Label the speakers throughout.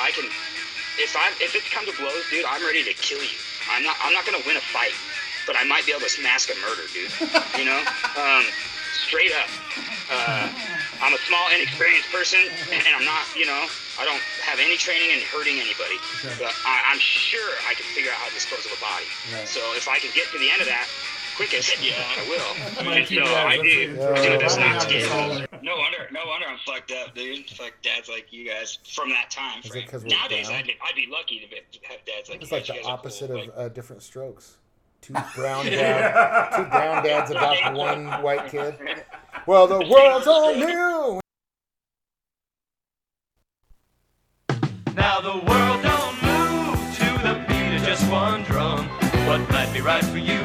Speaker 1: I can, if I'm, if it comes to blows, dude, I'm ready to kill you. I'm not, I'm not gonna win a fight, but I might be able to mask a murder, dude. You know, um, straight up. Uh, I'm a small, inexperienced person, and I'm not, you know, I don't have any training in hurting anybody.
Speaker 2: Sure.
Speaker 1: But I, I'm sure I can figure out how to dispose of a body.
Speaker 2: Right.
Speaker 1: So if I can get to the end of that quickest, yeah, I will.
Speaker 2: gonna
Speaker 1: And
Speaker 2: keep
Speaker 1: so
Speaker 2: that
Speaker 1: I
Speaker 2: as a
Speaker 1: do.
Speaker 2: free-
Speaker 1: Dude, that's
Speaker 2: Yeah.
Speaker 1: not scary.
Speaker 2: Yeah.
Speaker 1: No wonder, no wonder I'm fucked up, dude. Fuck dads like you guys from that time
Speaker 3: it
Speaker 1: frame.
Speaker 3: 'cause we're
Speaker 1: Nowadays,
Speaker 3: brown?
Speaker 1: I'd, be- I'd be lucky to be, to have dads like
Speaker 3: It's
Speaker 1: you
Speaker 3: like
Speaker 1: guys.
Speaker 3: the
Speaker 1: You guys are
Speaker 3: opposite
Speaker 1: cool.
Speaker 3: of
Speaker 1: Like,
Speaker 3: uh, different strokes. Two brown dads, two brown dads adopt one white kid. Well, the world's all new.
Speaker 4: Now the world don't move to the beat of just one drum. What might be right for you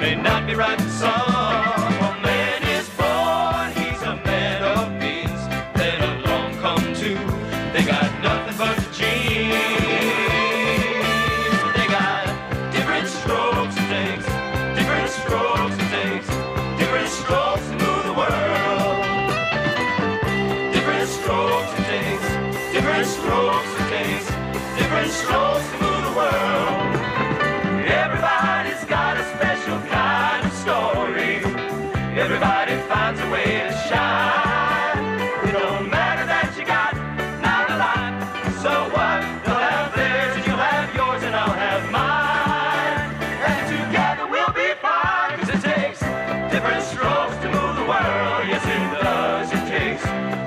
Speaker 4: may not be right for some. A man is born, he's a man of means. Then along come two, they got nothing but the genes. But they got different strokes and takes, different strokes and takes, different strokes to move the world. Different strokes and takes, different strokes and takes, different strokes to move the world. Everybody's got a special kind of story. Everybody finds a way to shine. It don't matter that you got not a lot. So what? They'll have theirs and you'll have yours and I'll have mine. And together we'll be fine. Cause it takes different strokes to move the world. Yes, it does. It takes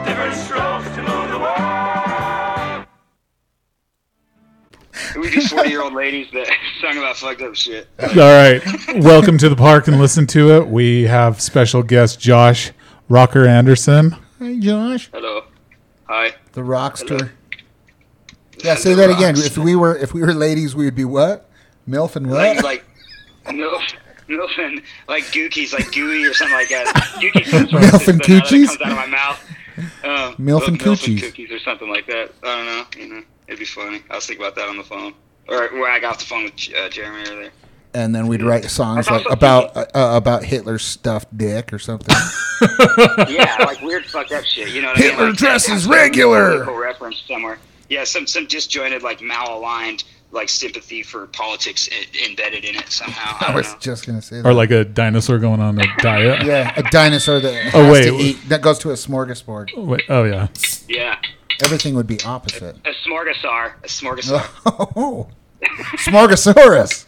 Speaker 4: different strokes to move the world.
Speaker 1: Who would these 40 year old ladies that sung about fucked up shit?
Speaker 5: All right. Welcome to the park and listen to it. We have special guest Josh Rocker Anderson.
Speaker 2: Hey, Josh,
Speaker 1: Hello. Hi.
Speaker 2: the rockster. Yeah, say that again. If we were if we were ladies, we would be what? Milf and
Speaker 1: Like,
Speaker 2: what?
Speaker 1: like, milf, milf and like gookies, like gooey or something like that. Gookies, some sort of
Speaker 2: Milf
Speaker 1: system
Speaker 2: and
Speaker 1: now that
Speaker 2: coochies?
Speaker 1: comes out of my mouth. Um,
Speaker 2: Milf and coochies.
Speaker 1: cookies or something like that. I don't know. You know, it'd be funny. I was thinking about that on the phone, or where I got off the phone with uh, Jeremy earlier.
Speaker 2: And then we'd write songs like
Speaker 1: also
Speaker 2: about uh, uh, about Hitler's stuffed dick or something.
Speaker 1: yeah, like weird fucked up shit. You know what I mean?
Speaker 2: Hitler
Speaker 1: Like,
Speaker 2: dresses
Speaker 1: that's a
Speaker 2: regular.
Speaker 1: political reference somewhere. Yeah, some some disjointed, like malaligned, like sympathy for politics i- embedded in it somehow. I
Speaker 2: I
Speaker 1: don't
Speaker 2: was
Speaker 1: know.
Speaker 2: just gonna say that.
Speaker 5: Or like a dinosaur going on a diet.
Speaker 2: yeah, a dinosaur that has
Speaker 5: Oh,
Speaker 2: to
Speaker 5: wait.
Speaker 2: eat that goes to a smorgasbord.
Speaker 5: Wait, oh, yeah.
Speaker 1: Yeah,
Speaker 2: Everything would be opposite.
Speaker 1: a smorgasar, a smorgasar,
Speaker 2: Oh, smorgasaurus.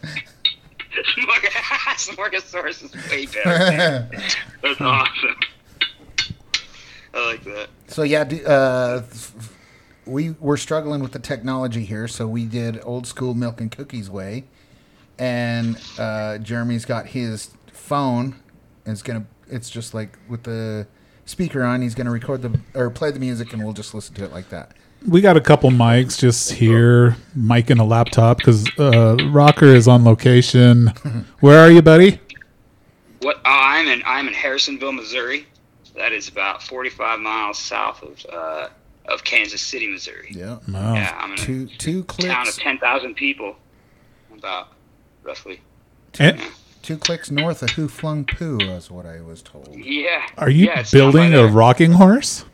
Speaker 1: smorgasaurus is way better. That's awesome. I like that.
Speaker 2: So yeah, d- uh, f- f- we were struggling with the technology here, so we did old school milk and cookies way, and uh, Jeremy's got his phone. And it's gonna. It's just like with the speaker on. He's gonna record the or play the music, and we'll just listen to it like that.
Speaker 5: We got a couple mics just here, mic and a laptop because uh, Rocker is on location. Where are you, buddy?
Speaker 1: What? Oh, I'm in I'm in Harrisonville, Missouri. That is about 45 miles south of uh, of Kansas City, Missouri.
Speaker 2: Yeah.
Speaker 5: Oh,
Speaker 1: Yeah, I'm in a-
Speaker 2: Two two
Speaker 1: town of
Speaker 2: clicks.
Speaker 1: ten thousand people, about roughly.
Speaker 5: And
Speaker 2: Two clicks north of Who Flung Poo is what I was told.
Speaker 1: Yeah.
Speaker 5: are you
Speaker 1: Yeah, it's down
Speaker 5: building
Speaker 1: by
Speaker 5: a
Speaker 1: there.
Speaker 5: rocking horse?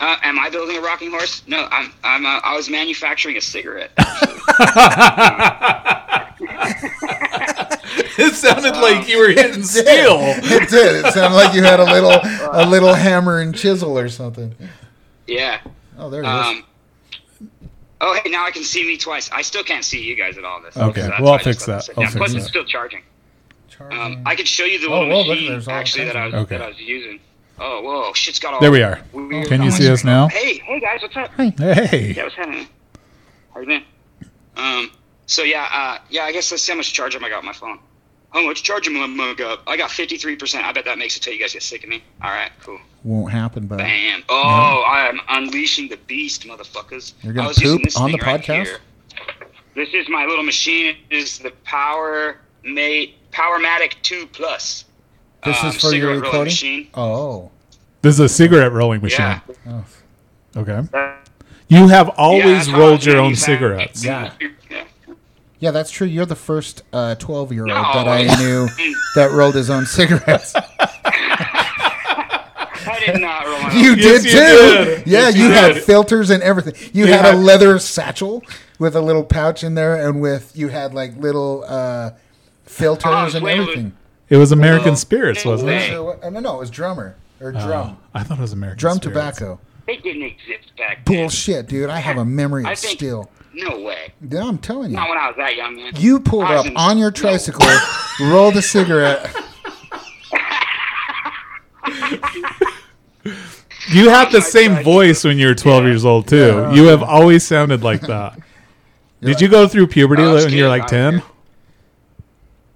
Speaker 1: Uh, am I building a rocking horse? No, I'm. I'm. Uh, I was manufacturing a cigarette.
Speaker 5: It sounded like you were hitting steel.
Speaker 2: It did. It sounded like you had a little a little hammer and chisel or something.
Speaker 1: yeah.
Speaker 2: Oh, there it is.
Speaker 1: Um. Oh, hey, now I can see me twice. I still can't see you guys at all. This.
Speaker 5: Okay,
Speaker 1: So that's
Speaker 5: well, I'll
Speaker 1: why I just
Speaker 5: fix
Speaker 1: left
Speaker 5: that.
Speaker 1: this in.
Speaker 5: I'll
Speaker 1: Yeah,
Speaker 5: fix
Speaker 1: plus,
Speaker 5: that.
Speaker 1: it's still charging.
Speaker 2: Charging.
Speaker 1: Um, I could show you the little
Speaker 2: whoa, Mm. Oh, look,
Speaker 1: machine
Speaker 2: there's all
Speaker 1: actually that I was
Speaker 2: kinds
Speaker 5: of- Okay.
Speaker 1: that I was using. Oh, whoa! Shit's got all.
Speaker 5: There we are.
Speaker 1: weird
Speaker 5: Can you
Speaker 1: on my
Speaker 5: see us
Speaker 1: screen.
Speaker 5: now?
Speaker 1: Hey, hey guys, what's up? Yeah,
Speaker 5: Hey.
Speaker 1: what's happening? How you been? Um, so yeah, uh, yeah, I guess let's see how much charge I got on my phone. How much charge am I mug up? I got 53%. I bet that makes it till you guys get sick of me. All right, cool.
Speaker 2: Won't happen, but
Speaker 1: Bam. Oh, I am unleashing the beast, motherfuckers.
Speaker 2: You're
Speaker 1: I
Speaker 2: gonna
Speaker 1: was using
Speaker 2: poop
Speaker 1: this
Speaker 2: on
Speaker 1: thing
Speaker 2: the
Speaker 1: right
Speaker 2: podcast?
Speaker 1: here. This is my little machine. It is the Power Mate Powermatic 2 Plus.
Speaker 2: this
Speaker 1: um,
Speaker 2: is for your
Speaker 1: cigarette rolling
Speaker 2: recording.
Speaker 1: machine.
Speaker 2: Oh,
Speaker 5: This is a cigarette rolling machine.
Speaker 1: Yeah.
Speaker 2: oh,
Speaker 5: Okay. You have always
Speaker 1: that's how
Speaker 5: rolled
Speaker 1: I
Speaker 5: your own
Speaker 1: manufacture-
Speaker 5: cigarettes.
Speaker 2: Yeah.
Speaker 1: yeah.
Speaker 2: yeah, that's true. You're the first twelve year old
Speaker 1: No.
Speaker 2: that I knew that rolled his own cigarettes.
Speaker 1: I did not roll my
Speaker 2: You
Speaker 5: Yes,
Speaker 2: did
Speaker 5: you
Speaker 2: too.
Speaker 5: did.
Speaker 2: Yeah,
Speaker 5: Yes,
Speaker 2: you
Speaker 5: you
Speaker 2: had
Speaker 5: did.
Speaker 2: filters and everything. You,
Speaker 5: You
Speaker 2: had, a
Speaker 5: had-
Speaker 2: leather satchel with a little pouch in there, and with you had like little uh, filters
Speaker 1: Oh,
Speaker 2: and
Speaker 1: wait,
Speaker 2: everything.
Speaker 5: It was American
Speaker 1: Well,
Speaker 5: Spirits, wasn't it?
Speaker 1: wait.
Speaker 2: So, uh, no, no, it was drummer or
Speaker 5: Oh,
Speaker 2: drum,
Speaker 5: I thought it was American
Speaker 2: drum
Speaker 5: Spirits.
Speaker 2: tobacco.
Speaker 1: They didn't exist back then.
Speaker 2: Bullshit, dude. I have a memory
Speaker 1: I
Speaker 2: of
Speaker 1: think
Speaker 2: steel.
Speaker 1: no way.
Speaker 2: Yeah, I'm telling you.
Speaker 1: Not when I was that young, man.
Speaker 2: You pulled
Speaker 1: I
Speaker 2: up
Speaker 1: was in-
Speaker 2: on your
Speaker 1: no.
Speaker 2: tricycle, rolled a cigarette.
Speaker 5: You had the
Speaker 1: I
Speaker 5: same
Speaker 1: tried.
Speaker 5: voice when you were 12 years old, too. you have always sounded like that. Did you go through puberty
Speaker 1: I was
Speaker 5: when you were
Speaker 1: kidding,
Speaker 5: like
Speaker 1: I was
Speaker 5: 10?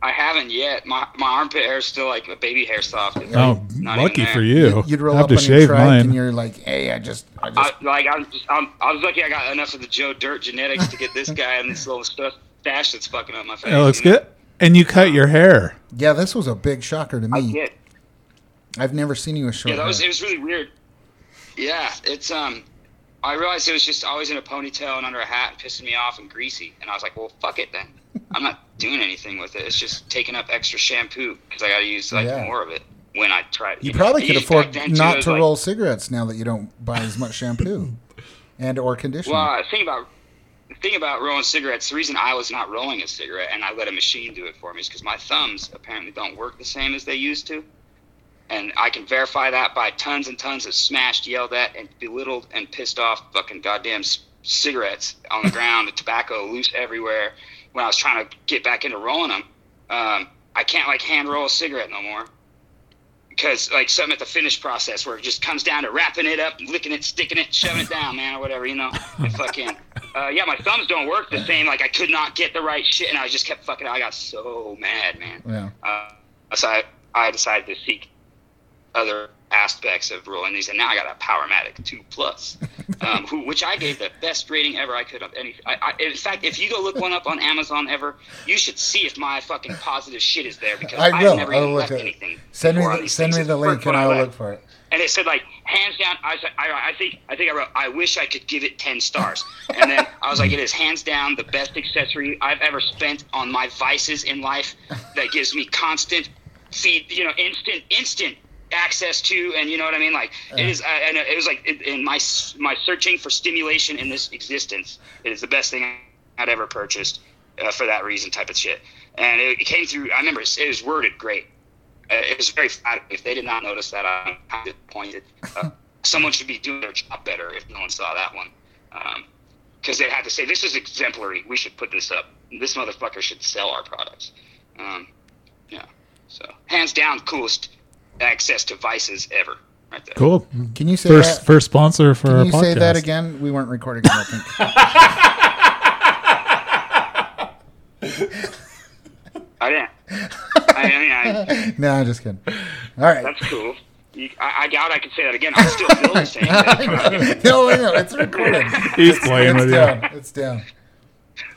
Speaker 1: I haven't yet. My my armpit hair is still like my baby hair soft. It's
Speaker 5: Oh,
Speaker 1: like, not
Speaker 5: lucky
Speaker 1: even
Speaker 5: for
Speaker 1: there.
Speaker 5: you.
Speaker 2: You'd roll
Speaker 5: I have
Speaker 2: up
Speaker 5: to
Speaker 2: on your
Speaker 5: shave
Speaker 2: trike and
Speaker 5: mine.
Speaker 2: you're like, "Hey, I just, I just."
Speaker 1: I, like I'm, just, I'm, I was lucky. I got enough of the Joe Dirt genetics to get this guy and this little stuff stash that's fucking up my face.
Speaker 5: It looks
Speaker 1: you know?
Speaker 5: good. And you cut your hair.
Speaker 2: yeah, this was a big shocker to
Speaker 1: I
Speaker 2: me.
Speaker 1: did.
Speaker 2: I've never seen you with short
Speaker 1: Yeah, that was it
Speaker 2: hair.
Speaker 1: was really weird. Yeah, it's um, I realized it was just always in a ponytail and under a hat and pissing me off and greasy, and I was like, well, fuck it then. I'm not doing anything with it. It's just taking up extra shampoo because I got to use like
Speaker 2: Yeah.
Speaker 1: more of it when I try.
Speaker 2: You probably
Speaker 1: know,
Speaker 2: could
Speaker 1: back
Speaker 2: afford
Speaker 1: then, too, it
Speaker 2: not
Speaker 1: was
Speaker 2: to
Speaker 1: like-
Speaker 2: roll cigarettes now that you don't buy as much shampoo and or conditioner.
Speaker 1: Well, the thing about the thing about rolling cigarettes, the reason I was not rolling a cigarette and I let a machine do it for me is because my thumbs apparently don't work the same as they used to, and I can verify that by tons and tons of smashed, yelled at, and belittled and pissed off fucking goddamn c- cigarettes on the ground, the tobacco loose everywhere. When I was trying to get back into rolling them, um, I can't like hand roll a cigarette no more because like something at the finish process where it just comes down to wrapping it up, licking it, sticking it, shoving it down, man, or whatever, you know. And fucking, uh, yeah, my thumbs don't work the same. Like I could not get the right shit, and I just kept fucking. I got so mad, man.
Speaker 2: yeah.
Speaker 1: Uh, so I, I decided to seek other aspects of rolling these, and now I got a Powermatic two plus, um, who which I gave the best rating ever I could of any. I, I, in fact, if you go look one up on Amazon ever, you should see if my fucking positive shit is there because
Speaker 2: I
Speaker 1: have
Speaker 2: will.
Speaker 1: never
Speaker 2: I'll
Speaker 1: even
Speaker 2: look
Speaker 1: left
Speaker 2: at
Speaker 1: anything.
Speaker 2: it. Send me
Speaker 1: before on
Speaker 2: the,
Speaker 1: these
Speaker 2: send me
Speaker 1: things.
Speaker 2: the
Speaker 1: First
Speaker 2: link
Speaker 1: one
Speaker 2: and
Speaker 1: I
Speaker 2: I'll
Speaker 1: left
Speaker 2: look for it.
Speaker 1: and it said like hands down. I, said- I, I think I think I wrote. I wish I could give it ten stars. And then I was like, it is hands down the best accessory I've ever spent on my vices in life. That gives me constant feed, you know, instant, instant access to, and you know what I mean. Like it is, I, and it was like in- in my s- my searching for stimulation in this existence. It is the best thing I'd ever purchased uh, for that reason, type of shit. And it, it came through. I remember it was worded great. Uh, it was very flattering. If they did not notice that, I'm kind of disappointed. Uh, someone should be doing their job better if no one saw that one. Because they had to say, this is exemplary. We should put this up. This motherfucker should sell our products. Um, yeah. So, hands down, coolest access to vices ever. Right there.
Speaker 5: Cool.
Speaker 2: Can you say
Speaker 5: First,
Speaker 2: that?
Speaker 5: first sponsor for our
Speaker 2: Can you
Speaker 5: podcast.
Speaker 2: say that again? We weren't recording. I don't think.
Speaker 1: I didn't. I mean, I,
Speaker 2: no, I'm just kidding. All right.
Speaker 1: that's cool. You, I, I doubt I could say that again. I'm still feeling the same. thing.
Speaker 2: No, I know it's recorded.
Speaker 5: He's playing
Speaker 2: It's
Speaker 5: with
Speaker 2: down.
Speaker 5: you.
Speaker 2: It's down.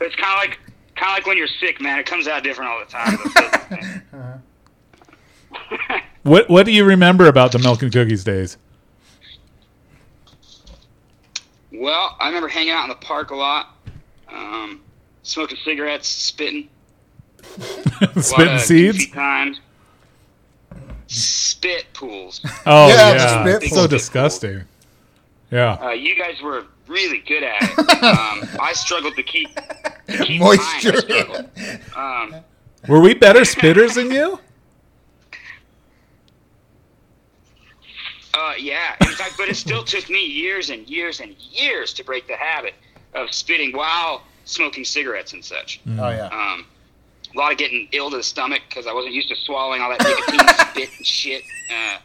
Speaker 1: It's kind of like kind of like when you're sick, man. It comes out different all the time. but-
Speaker 5: What What do you remember about the milk and cookies days?
Speaker 1: Well, I remember hanging out in the park a lot, um, smoking cigarettes, spitting, a lot
Speaker 5: Spitting
Speaker 1: of
Speaker 5: seeds.
Speaker 1: goofy times. Spit pools.
Speaker 5: Oh
Speaker 2: Yeah,
Speaker 5: yeah,
Speaker 2: the spit
Speaker 5: It's
Speaker 2: pool.
Speaker 5: so disgusting. Yeah,
Speaker 1: Uh, you guys were really good at it. Um, I struggled to keep, to keep Time. I
Speaker 2: Moisture.
Speaker 1: struggled. Um,
Speaker 5: were we better spitters than you?
Speaker 1: uh, yeah, in fact, but it still took me years and years and years to break the habit of spitting while smoking cigarettes and such.
Speaker 2: Oh yeah.
Speaker 1: Um, a lot of getting ill to the stomach because I wasn't used to swallowing all that nicotine spit and shit. Uh,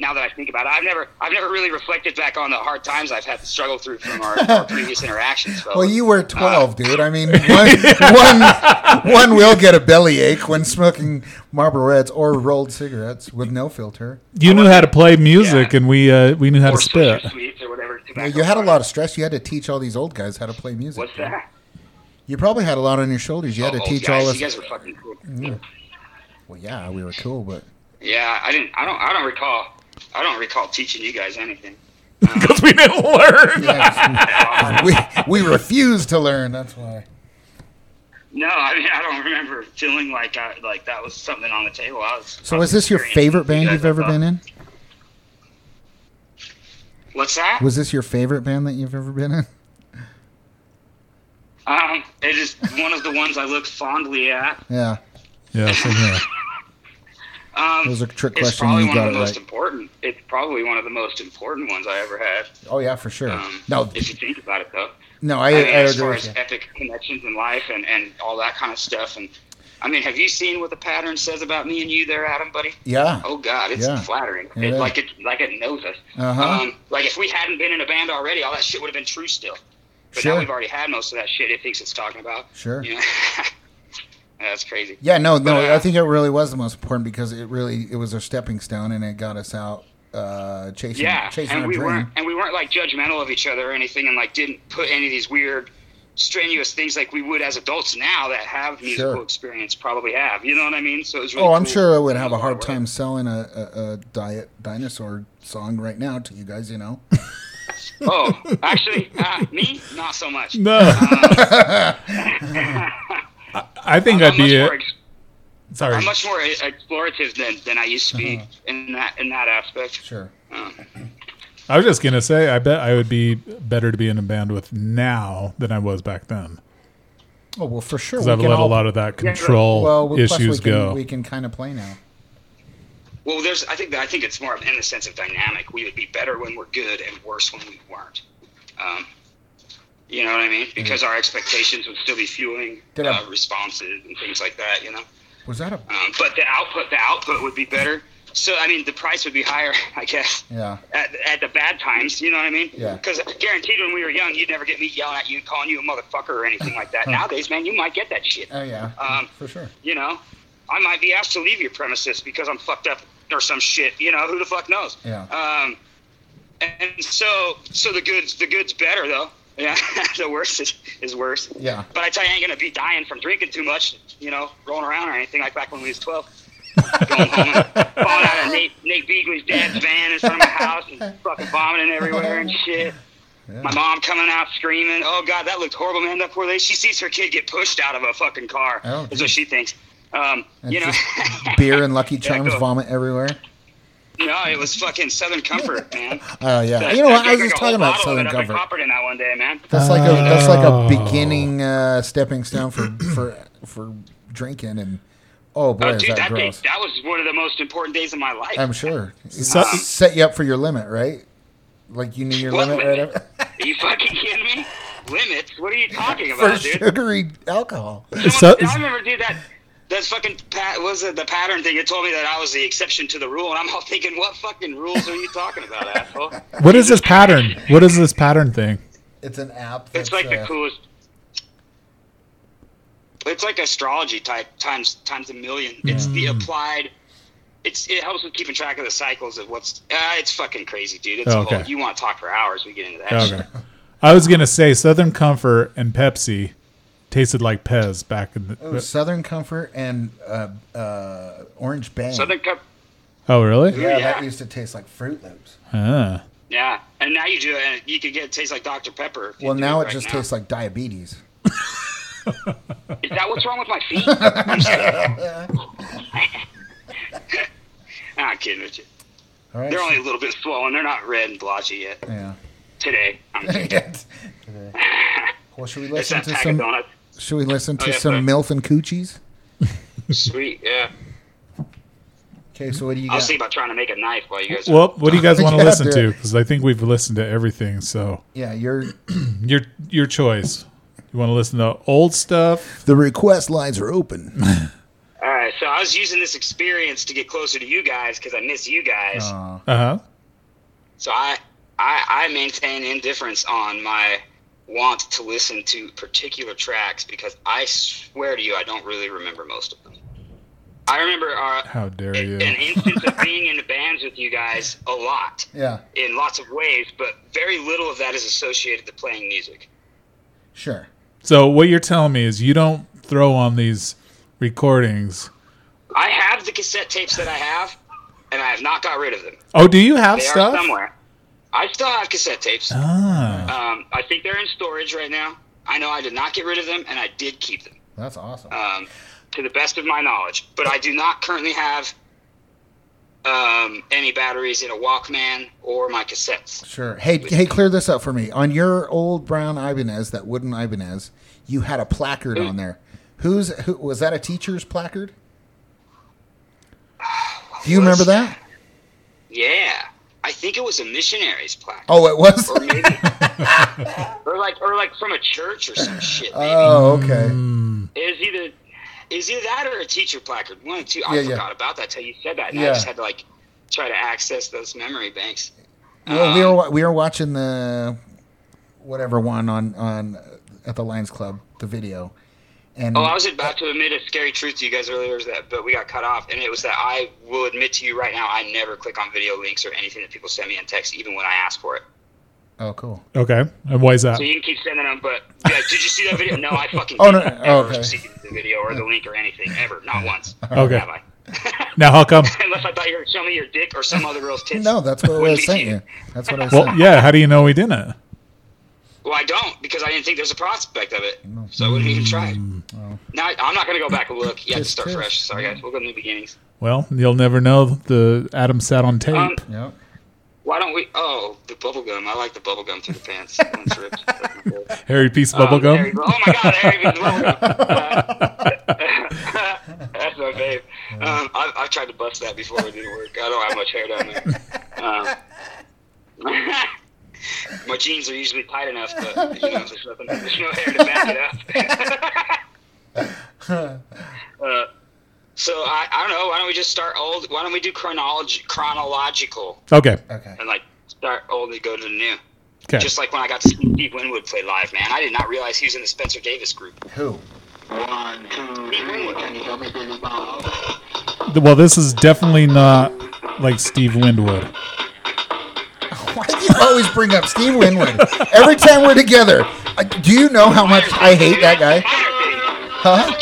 Speaker 1: now that I think about it, I've never, I've never really reflected back on the hard times I've had to struggle through from our, our previous interactions. fellas.
Speaker 2: Well, you were 12, dude. I mean, one, one, one will get a bellyache when smoking Marlboro Reds or rolled cigarettes with no filter.
Speaker 5: You knew how to play music,
Speaker 1: Yeah.
Speaker 5: and we uh, we knew how to
Speaker 1: Or
Speaker 5: spit.
Speaker 1: Social Sweets or whatever tobacco
Speaker 2: You had a
Speaker 1: product.
Speaker 2: lot of stress. You had to teach all these old guys how to play music.
Speaker 1: What's
Speaker 2: dude.
Speaker 1: that?
Speaker 2: You probably had a lot on your shoulders. You had to
Speaker 1: Oh,
Speaker 2: teach
Speaker 1: guys,
Speaker 2: all Mm.
Speaker 1: You guys
Speaker 2: us.
Speaker 1: were fucking cool.
Speaker 2: Well, yeah, we were cool, but
Speaker 1: Yeah, I didn't. I don't. I don't recall. I don't recall teaching you guys anything.
Speaker 5: Because we didn't learn.
Speaker 2: we we refused to learn. That's why.
Speaker 1: No, I mean I don't remember feeling like I like that was something on the table. I was.
Speaker 2: So, is this your favorite band you've ever been in?
Speaker 1: What's that?
Speaker 2: Was this your favorite band that you've ever been in?
Speaker 1: Um, it is one of the ones I look fondly at.
Speaker 2: Yeah.
Speaker 5: Yeah, same here.
Speaker 2: It was a trick
Speaker 1: It's
Speaker 2: question.
Speaker 1: probably
Speaker 2: You
Speaker 1: one
Speaker 2: got
Speaker 1: of
Speaker 2: it
Speaker 1: the most
Speaker 2: right.
Speaker 1: important. It's probably one of the most important ones I ever had.
Speaker 2: Oh yeah, for sure.
Speaker 1: Um,
Speaker 2: No,
Speaker 1: if you think about it, though.
Speaker 2: no,
Speaker 1: I
Speaker 2: I, I
Speaker 1: mean, as
Speaker 2: agree
Speaker 1: far
Speaker 2: with
Speaker 1: as
Speaker 2: you.
Speaker 1: epic connections in life and, and all that kind of stuff. And I mean, have you seen what the pattern says about me and you there, Adam, buddy?
Speaker 2: Yeah.
Speaker 1: Oh God, it's
Speaker 2: Yeah.
Speaker 1: flattering.
Speaker 2: It
Speaker 1: It,
Speaker 2: is.
Speaker 1: like it like it knows us.
Speaker 2: Uh-huh.
Speaker 1: Um, like if we hadn't been in a band already, all that shit would have been true still. But
Speaker 2: Sure.
Speaker 1: now we've already had most of that shit. It thinks it's talking about.
Speaker 2: Sure.
Speaker 1: You know? That's crazy.
Speaker 2: Yeah, no, no.
Speaker 1: But, uh,
Speaker 2: I think it really was the most important because it really it was a stepping stone and it got us out uh, chasing
Speaker 1: Yeah,
Speaker 2: chasing
Speaker 1: and
Speaker 2: our
Speaker 1: we
Speaker 2: dream.
Speaker 1: weren't and we weren't like judgmental of each other or anything, and like didn't put any of these weird, strenuous things like we would as adults now that have musical
Speaker 2: Sure.
Speaker 1: experience probably have. You know what I mean? So it was. Really
Speaker 2: oh, I'm
Speaker 1: cool.
Speaker 2: sure I would have a hard
Speaker 1: Right.
Speaker 2: time selling a, a, a diet dinosaur song right now to you guys. You know,
Speaker 1: Oh, actually, uh, me not so much.
Speaker 5: No. I, I think
Speaker 1: I'm much
Speaker 5: I'd be
Speaker 1: more
Speaker 5: it.
Speaker 1: ex-
Speaker 5: Sorry.
Speaker 1: I'm much more e- explorative than, than I used to be
Speaker 2: Uh-huh.
Speaker 1: in that in that aspect.
Speaker 2: sure.
Speaker 5: I was just gonna say, I bet I would be better to be in a band with now than I was back then.
Speaker 2: Oh well, for sure.
Speaker 5: 'Cause I've let
Speaker 2: all,
Speaker 5: a lot of that control
Speaker 2: well we- plus
Speaker 5: issues
Speaker 2: we can,
Speaker 5: go.
Speaker 2: We can kind of play now.
Speaker 1: Well, there's I think that I think it's more of in the sense of dynamic. We would be better when we're good and worse when we weren't. Um, you know what I mean? Because our expectations would still be fueling
Speaker 2: Mm-hmm. Did I-
Speaker 1: uh, responses and things like that. You know,
Speaker 2: Was that a
Speaker 1: um, but the output the output would be better. So I mean, the price would be higher, I guess.
Speaker 2: yeah?
Speaker 1: at, at the bad times. You know what I mean?
Speaker 2: Yeah.
Speaker 1: Because guaranteed, when we were young, you'd never get me yelling at you, calling you a motherfucker or anything like that. Nowadays, man, you might get that shit.
Speaker 2: Oh yeah,
Speaker 1: Um,
Speaker 2: for sure.
Speaker 1: You know, I might be asked to leave your premises because I'm fucked up or some shit. You know, who the fuck knows?
Speaker 2: Yeah.
Speaker 1: Um, and so, so the goods, the goods better though. Yeah, the worst is, is worse.
Speaker 2: Yeah.
Speaker 1: But I tell you, I ain't gonna be dying from drinking too much. You know, rolling around or anything like back when we was twelve going home and falling out of Nate, Nate Beagley's dad's van in front of my house and fucking vomiting everywhere and shit. My mom coming out screaming, "Oh God, that looked horrible, man! That poor lady. She sees her kid get pushed out of a fucking car.
Speaker 2: Oh,
Speaker 1: is what she thinks. Um,
Speaker 2: And
Speaker 1: you know,
Speaker 2: just beer and Lucky Charms
Speaker 1: go.
Speaker 2: vomit everywhere.
Speaker 1: no, it was fucking Southern Comfort, man.
Speaker 2: Oh yeah.
Speaker 1: That-
Speaker 2: You know
Speaker 1: that
Speaker 2: what? I was
Speaker 1: drank
Speaker 2: just
Speaker 1: a whole
Speaker 2: talking about
Speaker 1: bottle of
Speaker 2: Southern
Speaker 1: it up
Speaker 2: Comfort.
Speaker 1: in Copperton that one day, man.
Speaker 2: That's like a that's like
Speaker 5: Oh.
Speaker 2: a beginning uh, stepping stone for for for drinking and oh boy
Speaker 1: Oh,
Speaker 2: is
Speaker 1: dude,
Speaker 2: that
Speaker 1: that, day,
Speaker 2: gross. Um,
Speaker 1: that was one of the most important days of my life.
Speaker 2: I'm sure
Speaker 5: So-
Speaker 2: It set you up for your limit, right? Like you knew your
Speaker 1: What
Speaker 2: limit right
Speaker 1: limit?
Speaker 2: up
Speaker 1: Are you fucking kidding me? Limits? What are you talking
Speaker 2: for
Speaker 1: about, dude?
Speaker 2: sugary alcohol.
Speaker 5: So-
Speaker 1: Someone, I remember, dude, that that fucking pat was it the pattern thing. It told me that I was the exception to the rule, and I'm all thinking, what fucking rules are you talking about, asshole?
Speaker 5: what is this pattern? What is this pattern thing?
Speaker 2: It's an app.
Speaker 1: It's
Speaker 2: that's,
Speaker 1: like the
Speaker 2: uh,
Speaker 1: coolest. It's like astrology type times times a million. It's the
Speaker 5: Mm.
Speaker 1: applied. It's it helps with keeping track of the cycles of what's. Uh, it's fucking crazy, dude. It's
Speaker 5: Oh,
Speaker 1: a whole-
Speaker 5: okay.
Speaker 1: You want to talk for hours? We get into that.
Speaker 5: Okay.
Speaker 1: shit.
Speaker 5: I was gonna say Southern Comfort and Pepsi tasted like Pez back in the.
Speaker 2: oh, Southern Comfort and uh, uh, Orange Bang.
Speaker 1: Southern Cup.
Speaker 5: Oh really?
Speaker 2: yeah,
Speaker 1: yeah.
Speaker 2: that used to taste like Fruit Loops.
Speaker 5: Ah.
Speaker 1: Yeah, and now you do it. And you could get it tastes like Dr Pepper. if you
Speaker 2: Well,
Speaker 1: do
Speaker 2: now it
Speaker 1: right
Speaker 2: just tastes like diabetes.
Speaker 1: Is that what's wrong with my feet? I'm just kidding. Nah, I'm kidding with you.
Speaker 2: All right.
Speaker 1: They're only a little bit swollen. They're not red and blotchy yet.
Speaker 2: yeah.
Speaker 1: Today, I'm kidding.
Speaker 2: well, should we
Speaker 1: It's
Speaker 2: listen
Speaker 1: that
Speaker 2: to
Speaker 1: pack
Speaker 2: some?
Speaker 1: of donuts.
Speaker 2: Should we listen to
Speaker 1: yeah,
Speaker 2: some
Speaker 1: sorry.
Speaker 2: MILF and Coochies?
Speaker 1: Sweet, yeah.
Speaker 2: Okay, so what do you
Speaker 1: I'll
Speaker 2: got?
Speaker 1: see about trying to make a knife while you guys. are-
Speaker 5: Well, what do you guys want to
Speaker 2: Yeah,
Speaker 5: listen to?
Speaker 2: dude.
Speaker 5: Because I think we've listened to everything. So
Speaker 2: Yeah, your
Speaker 5: your your choice. You want to listen to old stuff?
Speaker 2: the request lines are open.
Speaker 1: All right, so I was using this experience to get closer to you guys because I miss you guys.
Speaker 2: Uh,
Speaker 5: Uh huh.
Speaker 1: So I, I, I maintain indifference on my want to listen to particular tracks because I swear to you, I don't really remember most of them. I remember uh,
Speaker 5: How dare
Speaker 1: an-
Speaker 5: you.
Speaker 1: an instance of being in the bands with you guys a lot
Speaker 2: yeah,
Speaker 1: in lots of ways, but very little of that is associated to playing music.
Speaker 2: sure.
Speaker 5: So what you're telling me is you don't throw on these recordings.
Speaker 1: I have the cassette tapes that I have, and I have not got rid of them.
Speaker 5: Oh, do you have
Speaker 1: They
Speaker 5: stuff?
Speaker 1: are somewhere. I still have cassette tapes.
Speaker 5: Ah,
Speaker 1: Um, I think they're in storage right now. I know I did not get rid of them, and I did keep them. Uh,
Speaker 2: That's awesome.
Speaker 1: um, to the best of my knowledge. But I do not currently have um, any batteries in a Walkman or my cassettes.
Speaker 2: Sure. Hey, hey, clear this up for me. On your old brown Ibanez, that wooden Ibanez, you had a placard on there. Who's who, was that? A teacher's placard? Do you remember that?
Speaker 1: Yeah, I think it was a missionary's plaque.
Speaker 2: Oh, it was.
Speaker 1: or maybe, or like, or like from a church or some shit. Maybe
Speaker 2: Oh, okay.
Speaker 1: Mm. it was either, it was either that or a teacher placard. One or two. I
Speaker 2: Yeah, yeah.
Speaker 1: forgot about that till you said that. And
Speaker 2: Yeah.
Speaker 1: I just had to like try to access those memory banks.
Speaker 2: Well,
Speaker 1: Um,
Speaker 2: we were wa- we were watching the whatever one on on at the Lions Club the video, and
Speaker 1: Oh, I was about to admit a scary truth to you guys earlier, is that but we got cut off, and it was that I will admit to you right now, I never click on video links or anything that people send me in text, even when I ask for it.
Speaker 2: oh cool.
Speaker 5: Okay. And why is that?
Speaker 1: So you can keep sending them, but yeah, did you see that video? No, I fucking
Speaker 2: Oh, no,
Speaker 1: didn't
Speaker 2: oh,
Speaker 1: ever
Speaker 2: okay.
Speaker 1: see the video or the link or anything ever, not once.
Speaker 5: Okay.
Speaker 1: Have I?
Speaker 5: Now, how come?
Speaker 1: Unless I thought you were showing me your dick or some other girl's tits.
Speaker 2: No, that's what I
Speaker 1: Wouldn't
Speaker 2: was
Speaker 1: be
Speaker 2: saying.
Speaker 1: cheating.
Speaker 2: You. That's what I was
Speaker 5: Well,
Speaker 2: saying.
Speaker 5: yeah. How do you know we didn't?
Speaker 1: Well, I don't because I didn't think there's a prospect of it, so I wouldn't even try. it.
Speaker 2: Mm,
Speaker 1: Now I- I'm not gonna go back and look. You have to
Speaker 2: Just
Speaker 1: start
Speaker 2: piss.
Speaker 1: fresh. Sorry guys, we'll go to new beginnings.
Speaker 5: Well, you'll never know. The Adam sat on tape.
Speaker 1: Um,
Speaker 2: Yep.
Speaker 1: Why don't we? Oh, the bubble gum. I like the bubble gum through the pants. That one's ripped.
Speaker 5: Harry piece of
Speaker 1: Um, there you
Speaker 5: bubblegum.
Speaker 1: go. Oh my God, Harry with the bubble gum. Uh, that's my babe. Um, I've, I've tried to bust that before. It didn't work. I don't have much hair down there. Um, my jeans are usually tight enough, but you know, there's, nothing, there's no hair to back it up. uh, so I, I don't know. Why don't we just start old? Why don't we do chronology, chronological
Speaker 5: Okay.
Speaker 2: Okay.
Speaker 1: and like start old and go to the new?
Speaker 5: Okay.
Speaker 1: Just like when I got to see Steve Winwood play live, man. I did not realize he was in the Spencer Davis group.
Speaker 2: Who?
Speaker 6: One, two, three. Can you help me, Billy Bob?
Speaker 5: Well, this is definitely not like Steve Windwood.
Speaker 2: Why do you always bring up Steve Winwood every time we're together? I, do you know how much I hate that guy? Huh?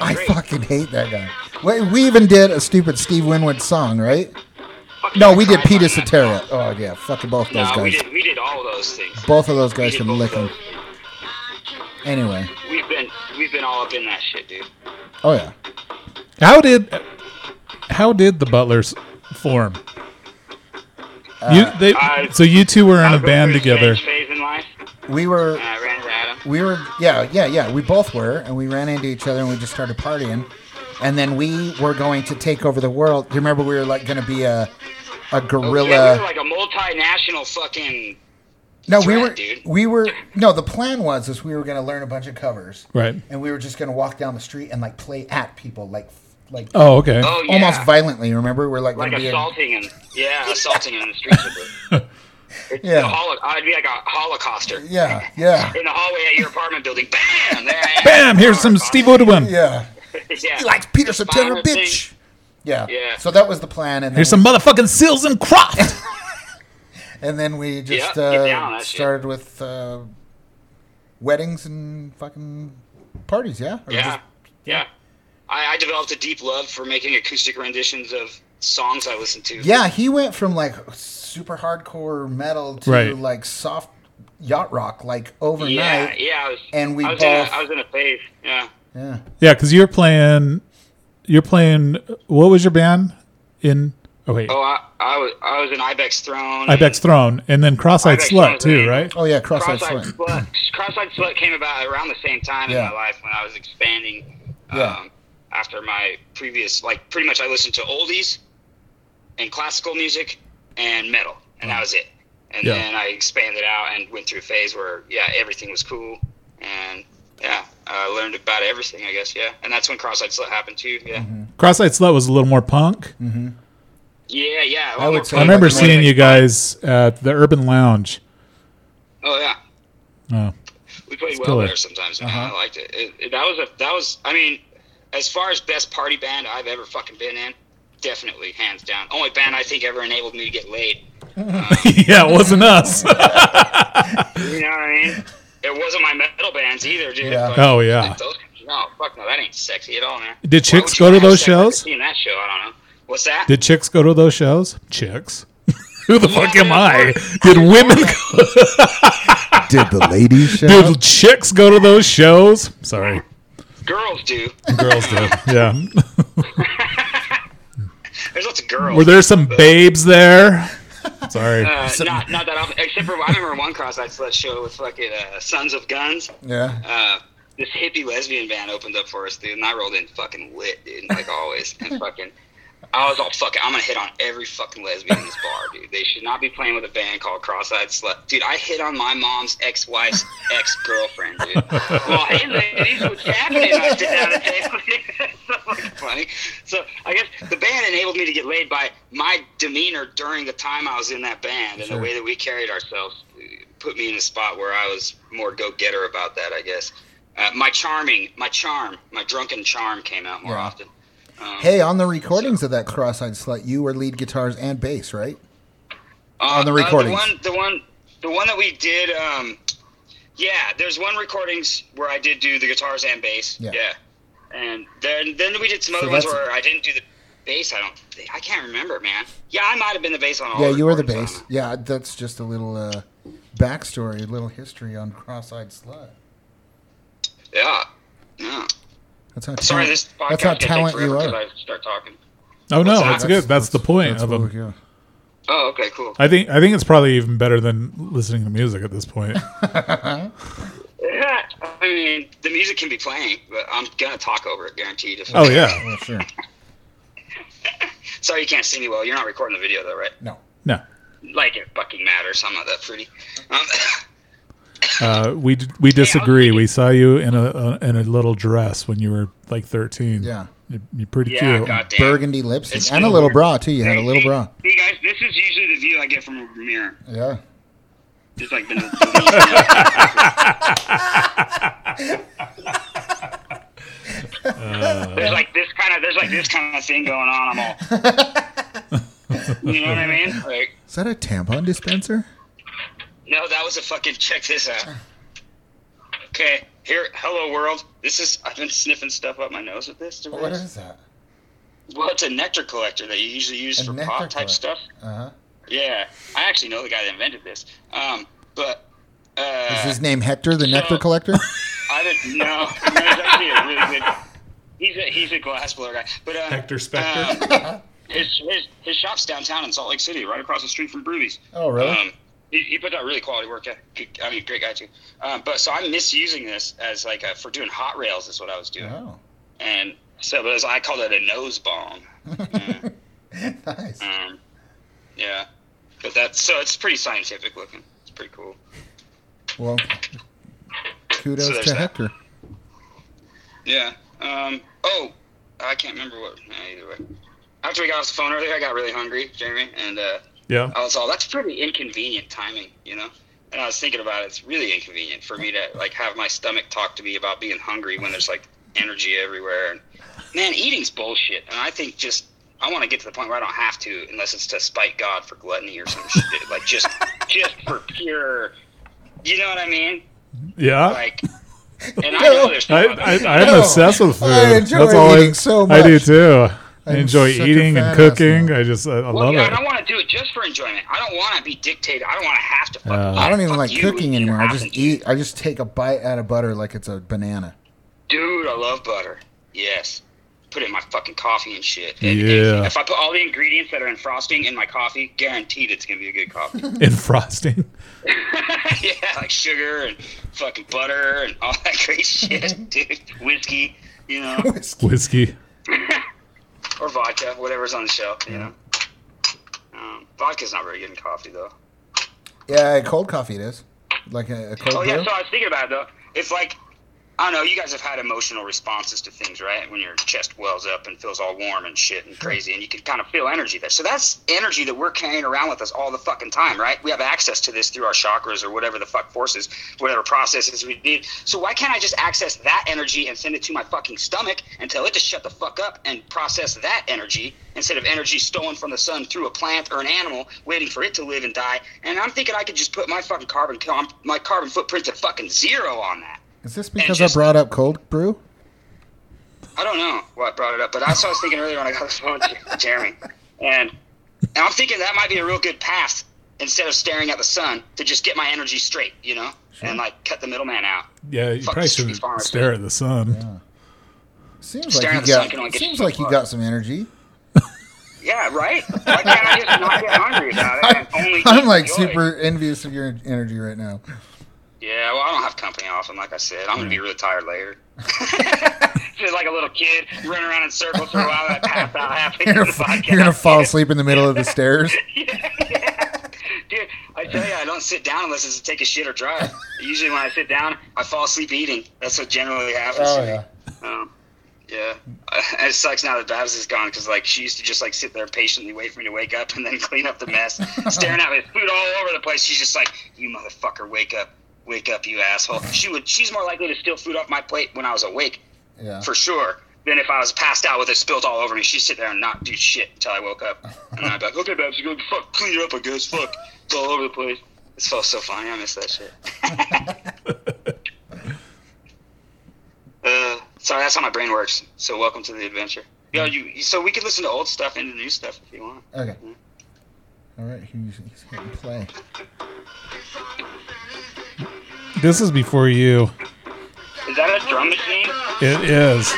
Speaker 2: I fucking hate that guy. Wait, we even did a stupid Steve Winwood song, right? No, we did Peter Cetera. Oh yeah, fucking both those
Speaker 1: No, we
Speaker 2: guys.
Speaker 1: did, we did all those things.
Speaker 2: Both of those
Speaker 1: We
Speaker 2: guys
Speaker 1: did
Speaker 2: can
Speaker 1: both
Speaker 2: lick him.
Speaker 1: those things.
Speaker 2: Anyway,
Speaker 1: We've been we've been all up in that shit, dude.
Speaker 2: oh yeah.
Speaker 5: How did how did the Butlers form?
Speaker 2: Uh,
Speaker 5: you they
Speaker 1: I-
Speaker 5: so you two were in a
Speaker 1: Going
Speaker 5: band
Speaker 1: through
Speaker 5: together.
Speaker 1: strange Phase in life,
Speaker 2: We were
Speaker 1: and I ran into Adam.
Speaker 2: we were yeah yeah yeah we both were and we ran into each other and we just started partying and then we were going to take over the world do you remember we were like going to be a a gorilla
Speaker 1: Yeah, we were like a multinational fucking.
Speaker 2: no we
Speaker 1: threat,
Speaker 2: were
Speaker 1: dude.
Speaker 2: we were no the plan was is we were going to learn a bunch of covers
Speaker 5: Right.
Speaker 2: and we were just going to walk down the street and like play at people like like
Speaker 5: Oh, okay.
Speaker 1: Oh yeah.
Speaker 2: almost violently remember we're like,
Speaker 1: like
Speaker 2: gonna be a-
Speaker 1: assaulting him. Yeah, assaulting him in the streets with it. It's
Speaker 2: Yeah.
Speaker 1: the holo- I'd be like a holocauster.
Speaker 2: yeah yeah
Speaker 1: In the hallway at your apartment building, bam! There I am.
Speaker 5: Bam! Here's some Steve Woodwin.
Speaker 2: yeah
Speaker 1: yeah.
Speaker 2: he likes Peter Cetera
Speaker 1: Violent thing.
Speaker 2: bitch yeah.
Speaker 1: Yeah.
Speaker 2: so that was the plan and then
Speaker 5: Here's
Speaker 2: we-
Speaker 5: some motherfucking Seals and Croft.
Speaker 2: And then we just
Speaker 1: Yeah, get down,
Speaker 2: uh,
Speaker 1: that's it.
Speaker 2: started with uh, weddings and fucking parties, yeah? Or
Speaker 1: Yeah,
Speaker 2: just-
Speaker 1: yeah. I, I developed a deep love for making acoustic renditions of songs I listened to.
Speaker 2: yeah, he went from like super hardcore metal to
Speaker 5: Right.
Speaker 2: like soft yacht rock like
Speaker 1: yeah,
Speaker 2: overnight.
Speaker 1: yeah. I was,
Speaker 2: And we
Speaker 1: I was, in a,
Speaker 2: both-
Speaker 1: I was in a phase. Yeah,
Speaker 2: Yeah.
Speaker 5: yeah, because you're playing. You're playing. What was your band in? Oh wait,
Speaker 1: oh, I, I was I was in Ibex Throne. and
Speaker 5: Ibex Throne, and then Cross-eyed
Speaker 1: Ibex
Speaker 5: Slut
Speaker 1: Throne's the
Speaker 5: too,
Speaker 1: name.
Speaker 5: right?
Speaker 2: Oh, yeah, Cross-Eyed
Speaker 1: Cross-eyed
Speaker 2: Slut.
Speaker 1: Slut. Cross-eyed Slut came about around the same time
Speaker 2: Yeah.
Speaker 1: in my life when I was expanding.
Speaker 2: Yeah.
Speaker 1: Um, after my previous, like, pretty much I listened to oldies and classical music and metal, and that was it. And
Speaker 5: Yeah.
Speaker 1: then I expanded out and went through a phase where, yeah, everything was cool, and yeah, I learned about everything, I guess, yeah. And that's when Cross-eyed Slut happened too. Yeah.
Speaker 2: Mm-hmm.
Speaker 5: Cross-eyed Slut was a little more punk.
Speaker 1: Yeah, yeah. a lot
Speaker 2: I would
Speaker 1: more
Speaker 2: say-
Speaker 5: I
Speaker 1: fun.
Speaker 5: remember
Speaker 2: Like,
Speaker 5: seeing you guys at the Urban Lounge.
Speaker 1: Oh yeah.
Speaker 5: Oh.
Speaker 1: we played well
Speaker 5: killer.
Speaker 1: there sometimes. man.
Speaker 5: Uh-huh.
Speaker 1: I liked it. It- it- That was a that was. I mean, as far as best party band I've ever fucking been in, definitely hands down. Only band I think ever enabled me to get laid.
Speaker 5: yeah, it wasn't us.
Speaker 1: You know what I mean? It wasn't my metal bands either, dude.
Speaker 2: Yeah.
Speaker 1: but-
Speaker 5: Oh, yeah.
Speaker 1: Those, no, fuck no, that ain't sexy at all, man.
Speaker 5: Did
Speaker 1: Why
Speaker 5: chicks
Speaker 1: would
Speaker 5: go
Speaker 1: you
Speaker 5: to
Speaker 1: have
Speaker 5: those
Speaker 1: sex after
Speaker 5: shows?
Speaker 1: Seeing that show, I don't know. What's that?
Speaker 5: Did chicks go to those shows? Chicks. Who the fuck
Speaker 1: Yeah,
Speaker 5: am
Speaker 1: of
Speaker 5: I?
Speaker 1: course.
Speaker 5: Did women go,
Speaker 2: Did the ladies show
Speaker 5: did chicks go to those shows? Sorry.
Speaker 1: Girls do.
Speaker 5: Girls do. Yeah.
Speaker 1: There's lots of girls.
Speaker 5: Were there some babes there? Sorry.
Speaker 1: Uh, not, not that often, except for I remember one cross-eyed slut show with fucking uh, Sons of Guns.
Speaker 2: Yeah.
Speaker 1: Uh, this hippie lesbian band opened up for us, dude, and I rolled in fucking lit, dude, like always, and fucking. I was all fucking. I'm gonna hit on every fucking lesbian in this bar, dude. They should not be playing with a band called Cross-Eyed Slut, dude. I hit on my mom's ex-wife's ex-girlfriend, dude. well, hey ladies, what's happening? I sit down at the table. so fucking funny. So I guess the band enabled me to get laid by my demeanor during the time I was in that band and the way that we carried ourselves uh, put me in a spot where I was more go-getter about that, I guess. Uh, my charming, my charm, my drunken charm came out more
Speaker 2: Yeah.
Speaker 1: often. Um,
Speaker 2: Hey, on the recordings of that cross-eyed slut, you were lead guitars and bass, right?
Speaker 1: Uh,
Speaker 2: on the
Speaker 1: uh,
Speaker 2: recordings.
Speaker 1: the one, the one, the one that we did. Um, yeah, there's one recordings where I did do the guitars and bass.
Speaker 2: Yeah.
Speaker 1: Yeah. And then then we did some other
Speaker 2: So
Speaker 1: ones
Speaker 2: that's-
Speaker 1: where I didn't do the bass. I don't. think- I can't remember, man. Yeah, I might have been the bass on all.
Speaker 2: Yeah, you were the
Speaker 1: recordings,
Speaker 2: bass.
Speaker 1: I don't know.
Speaker 2: Yeah, that's just a little uh, backstory, a little history on cross-eyed slut.
Speaker 1: Yeah. Yeah.
Speaker 2: That's how
Speaker 1: Sorry,
Speaker 2: talent-
Speaker 1: this podcast
Speaker 2: that's how
Speaker 1: could take
Speaker 2: talent
Speaker 1: forever
Speaker 2: you
Speaker 1: 'cause
Speaker 2: are.
Speaker 1: I start talking.
Speaker 5: oh no,
Speaker 1: what's
Speaker 5: that's
Speaker 1: that?
Speaker 5: good. That's the point
Speaker 2: That's
Speaker 5: of
Speaker 2: what we
Speaker 5: them.
Speaker 2: go.
Speaker 1: Oh, okay, cool.
Speaker 5: I think I think it's probably even better than listening to music at this point.
Speaker 1: Yeah, I mean, the music can be playing, but I'm gonna talk over it, guaranteed. If
Speaker 5: Oh yeah,
Speaker 2: Yeah, sure.
Speaker 1: Sorry, you can't see me well. You're not recording the video though, right?
Speaker 2: No.
Speaker 5: no,
Speaker 1: Like it fucking matters. I'm not that pretty. Um,
Speaker 5: uh, we d- we disagree. We saw you in a, a in a little dress when you were like thirteen.
Speaker 2: Yeah.
Speaker 5: You- you're pretty
Speaker 1: yeah,
Speaker 5: cute.
Speaker 1: goddamn.
Speaker 2: Burgundy lipstick
Speaker 1: It's
Speaker 2: and a
Speaker 1: been
Speaker 2: little
Speaker 1: weird.
Speaker 2: bra too. You had
Speaker 1: Hey,
Speaker 2: a little
Speaker 1: see-
Speaker 2: bra.
Speaker 1: See, guys, this is usually the view I get from a mirror.
Speaker 2: Yeah.
Speaker 1: Just like the. the there's like this kind of there's like this kind of thing going on. I'm all. you know what I mean? Like,
Speaker 2: Is that a tampon dispenser?
Speaker 1: no, that was a fucking check this out. Okay, here, hello world. This is I've been sniffing stuff up my nose with this. device.
Speaker 2: What is that?
Speaker 1: Well, it's a nectar collector that you usually use
Speaker 2: A
Speaker 1: for
Speaker 2: nectar
Speaker 1: pot type
Speaker 2: collector.
Speaker 1: stuff.
Speaker 2: Uh huh.
Speaker 1: Yeah, I actually know the guy that invented this. Um, but
Speaker 2: Is
Speaker 1: uh,
Speaker 2: his name Hector, the nectar
Speaker 1: so-
Speaker 2: collector?
Speaker 1: I didn't know. He's actually a really good. He's a he's a glassblower guy. But uh,
Speaker 5: Hector Specter.
Speaker 1: um, his, his his shop's downtown in Salt Lake City, right across the street from Broovies.
Speaker 2: Oh, really?
Speaker 1: Um, he, he put out really quality work. yeah. He- I mean, great guy too. Um, but so I'm misusing this as like a, for doing hot rails is what I was doing,
Speaker 2: oh,
Speaker 1: and so but as I called it a nose bomb.
Speaker 2: nice.
Speaker 1: Um, yeah, but that's so it's pretty scientific looking. It's pretty cool.
Speaker 2: Well, kudos
Speaker 1: So there's
Speaker 2: to
Speaker 1: that.
Speaker 2: Hector.
Speaker 1: Yeah. Um, oh, I can't remember what. eh, Either way, after we got off the phone earlier, I got really hungry, Jeremy, and uh,
Speaker 5: Yeah.
Speaker 1: I was all, "That's pretty inconvenient timing," you know. And I was thinking about it. It's really inconvenient for me to like have my stomach talk to me about being hungry when there's like energy everywhere. And man, eating's bullshit. And I think just I want to get to the point where I don't have to, unless it's to spite God for gluttony or some shit. Like just just for pure, you know what I mean?
Speaker 5: Yeah.
Speaker 1: Like, and I know there's
Speaker 5: I,
Speaker 1: people out
Speaker 5: I,
Speaker 1: there-
Speaker 5: I'm
Speaker 2: No.
Speaker 5: obsessed with food.
Speaker 2: Oh. I enjoy
Speaker 5: That's all I,
Speaker 2: eating so
Speaker 5: I do
Speaker 2: much.
Speaker 5: too. I
Speaker 2: I'm
Speaker 5: enjoy
Speaker 2: such a
Speaker 5: eating
Speaker 2: fat
Speaker 5: and
Speaker 2: ass
Speaker 5: cooking.
Speaker 2: now.
Speaker 5: I just I, I
Speaker 1: Well,
Speaker 5: love
Speaker 1: yeah, I
Speaker 5: it.
Speaker 1: don't want to do it just for enjoyment. I don't want to be dictated. I don't want to have to. Fuck,
Speaker 5: Yeah.
Speaker 2: I don't even
Speaker 1: fuck
Speaker 2: like
Speaker 1: you
Speaker 2: cooking
Speaker 1: and your
Speaker 2: anymore. I
Speaker 1: ass
Speaker 2: just
Speaker 1: and-
Speaker 2: eat. I just take a bite out of butter like it's a banana.
Speaker 1: Dude, I love butter. Yes. Put it in my fucking coffee and shit. And- and
Speaker 5: Yeah.
Speaker 1: if I put all the ingredients that are in frosting in my coffee, guaranteed it's gonna be a good coffee.
Speaker 5: In frosting.
Speaker 1: yeah, like sugar and fucking butter and all that great shit, dude. Whiskey, you know,
Speaker 5: Whiskey.
Speaker 1: or vodka, whatever's on the shelf, you know. Um, vodka's not very good in coffee though.
Speaker 2: Yeah, cold coffee it is. Like a, a cold
Speaker 1: Oh
Speaker 2: brew.
Speaker 1: yeah, so I was thinking about it though. It's like I don't know. You guys have had emotional responses to things, right? When your chest wells up and feels all warm and shit and crazy, and you can kind of feel energy there. So that's energy that we're carrying around with us all the fucking time, right? We have access to this through our chakras or whatever the fuck forces, whatever processes we need. So why can't I just access that energy and send it to my fucking stomach and tell it to shut the fuck up and process that energy instead of energy stolen from the sun through a plant or an animal, waiting for it to live and die? And I'm thinking I could just put my fucking carbon com- my carbon footprint to fucking zero on that.
Speaker 2: Is this because
Speaker 1: just-
Speaker 2: I brought up cold brew?
Speaker 1: I don't know what brought it up, but that's what I was thinking earlier when I got the phone to Jeremy. And, and I'm thinking that might be a real good path instead of staring at the sun to just get my energy straight, you know, and like cut the middleman out.
Speaker 5: Yeah, you
Speaker 1: Fuck
Speaker 5: probably
Speaker 1: the street
Speaker 5: shouldn't
Speaker 1: farmers.
Speaker 5: stare at the sun.
Speaker 2: Seems
Speaker 1: Staring
Speaker 2: like
Speaker 1: at
Speaker 2: you
Speaker 1: the sun
Speaker 2: got.
Speaker 1: can only get you
Speaker 2: seems
Speaker 1: so
Speaker 2: like you
Speaker 1: far.
Speaker 2: got some energy.
Speaker 1: Yeah, right? Why can't I just not get hungry about it and only
Speaker 2: I'm
Speaker 1: eat
Speaker 2: like
Speaker 1: joy?
Speaker 2: super envious of your energy right now.
Speaker 1: Yeah, well, I don't have company often, like I said. I'm going to be really tired later. Just like a little kid running around in circles for a while and I pass out halfway
Speaker 2: You're
Speaker 1: through
Speaker 2: gonna,
Speaker 1: the podcast.
Speaker 2: you're gonna fall asleep in the middle of the stairs.
Speaker 1: Dude, I tell you, I don't sit down unless it's to take a shit or drive. Usually when I sit down, I fall asleep eating. That's what generally happens
Speaker 3: Oh
Speaker 1: to me.
Speaker 3: yeah.
Speaker 1: Um, yeah, And it sucks now that Babs is gone because like she used to just like sit there patiently wait for me to wake up and then clean up the mess, staring at me, food all over the place. She's just like, "You motherfucker, wake up, wake up, you asshole." She would. She's more likely to steal food off my plate when I was awake,
Speaker 2: Yeah.
Speaker 1: for sure, than if I was passed out with it spilled all over me. She'd sit there and not do shit until I woke up, and I'd be like, "Okay, Babs, you go fuck, clean it up, I guess. Fuck, it's all over the place." This felt so funny. I miss that shit. Uh, sorry, that's how my brain works. So welcome to the adventure. Yo, you. you- So we could listen to old stuff and the new stuff if you want.
Speaker 2: Okay. All right. He's, he's hitting play.
Speaker 5: This is before you.
Speaker 1: Is that a drum machine? Or
Speaker 5: It is.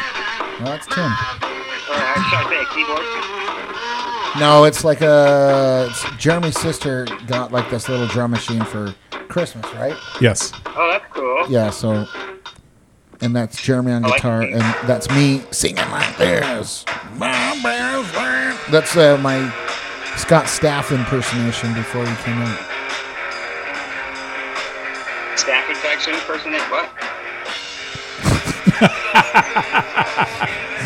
Speaker 2: No, that's Tim.
Speaker 1: uh, should I say a keyboard?
Speaker 2: No, it's like a it's- Jeremy's sister got like this little drum machine for Christmas, right?
Speaker 5: Yes.
Speaker 1: Oh, that's cool.
Speaker 2: Yeah. So, and that's Jeremy on
Speaker 1: I like
Speaker 2: guitar,
Speaker 1: it.
Speaker 2: and that's me singing like this. My best friend. That's uh, my Scott Staff impersonation before he came out.
Speaker 1: Staff infection, person that what?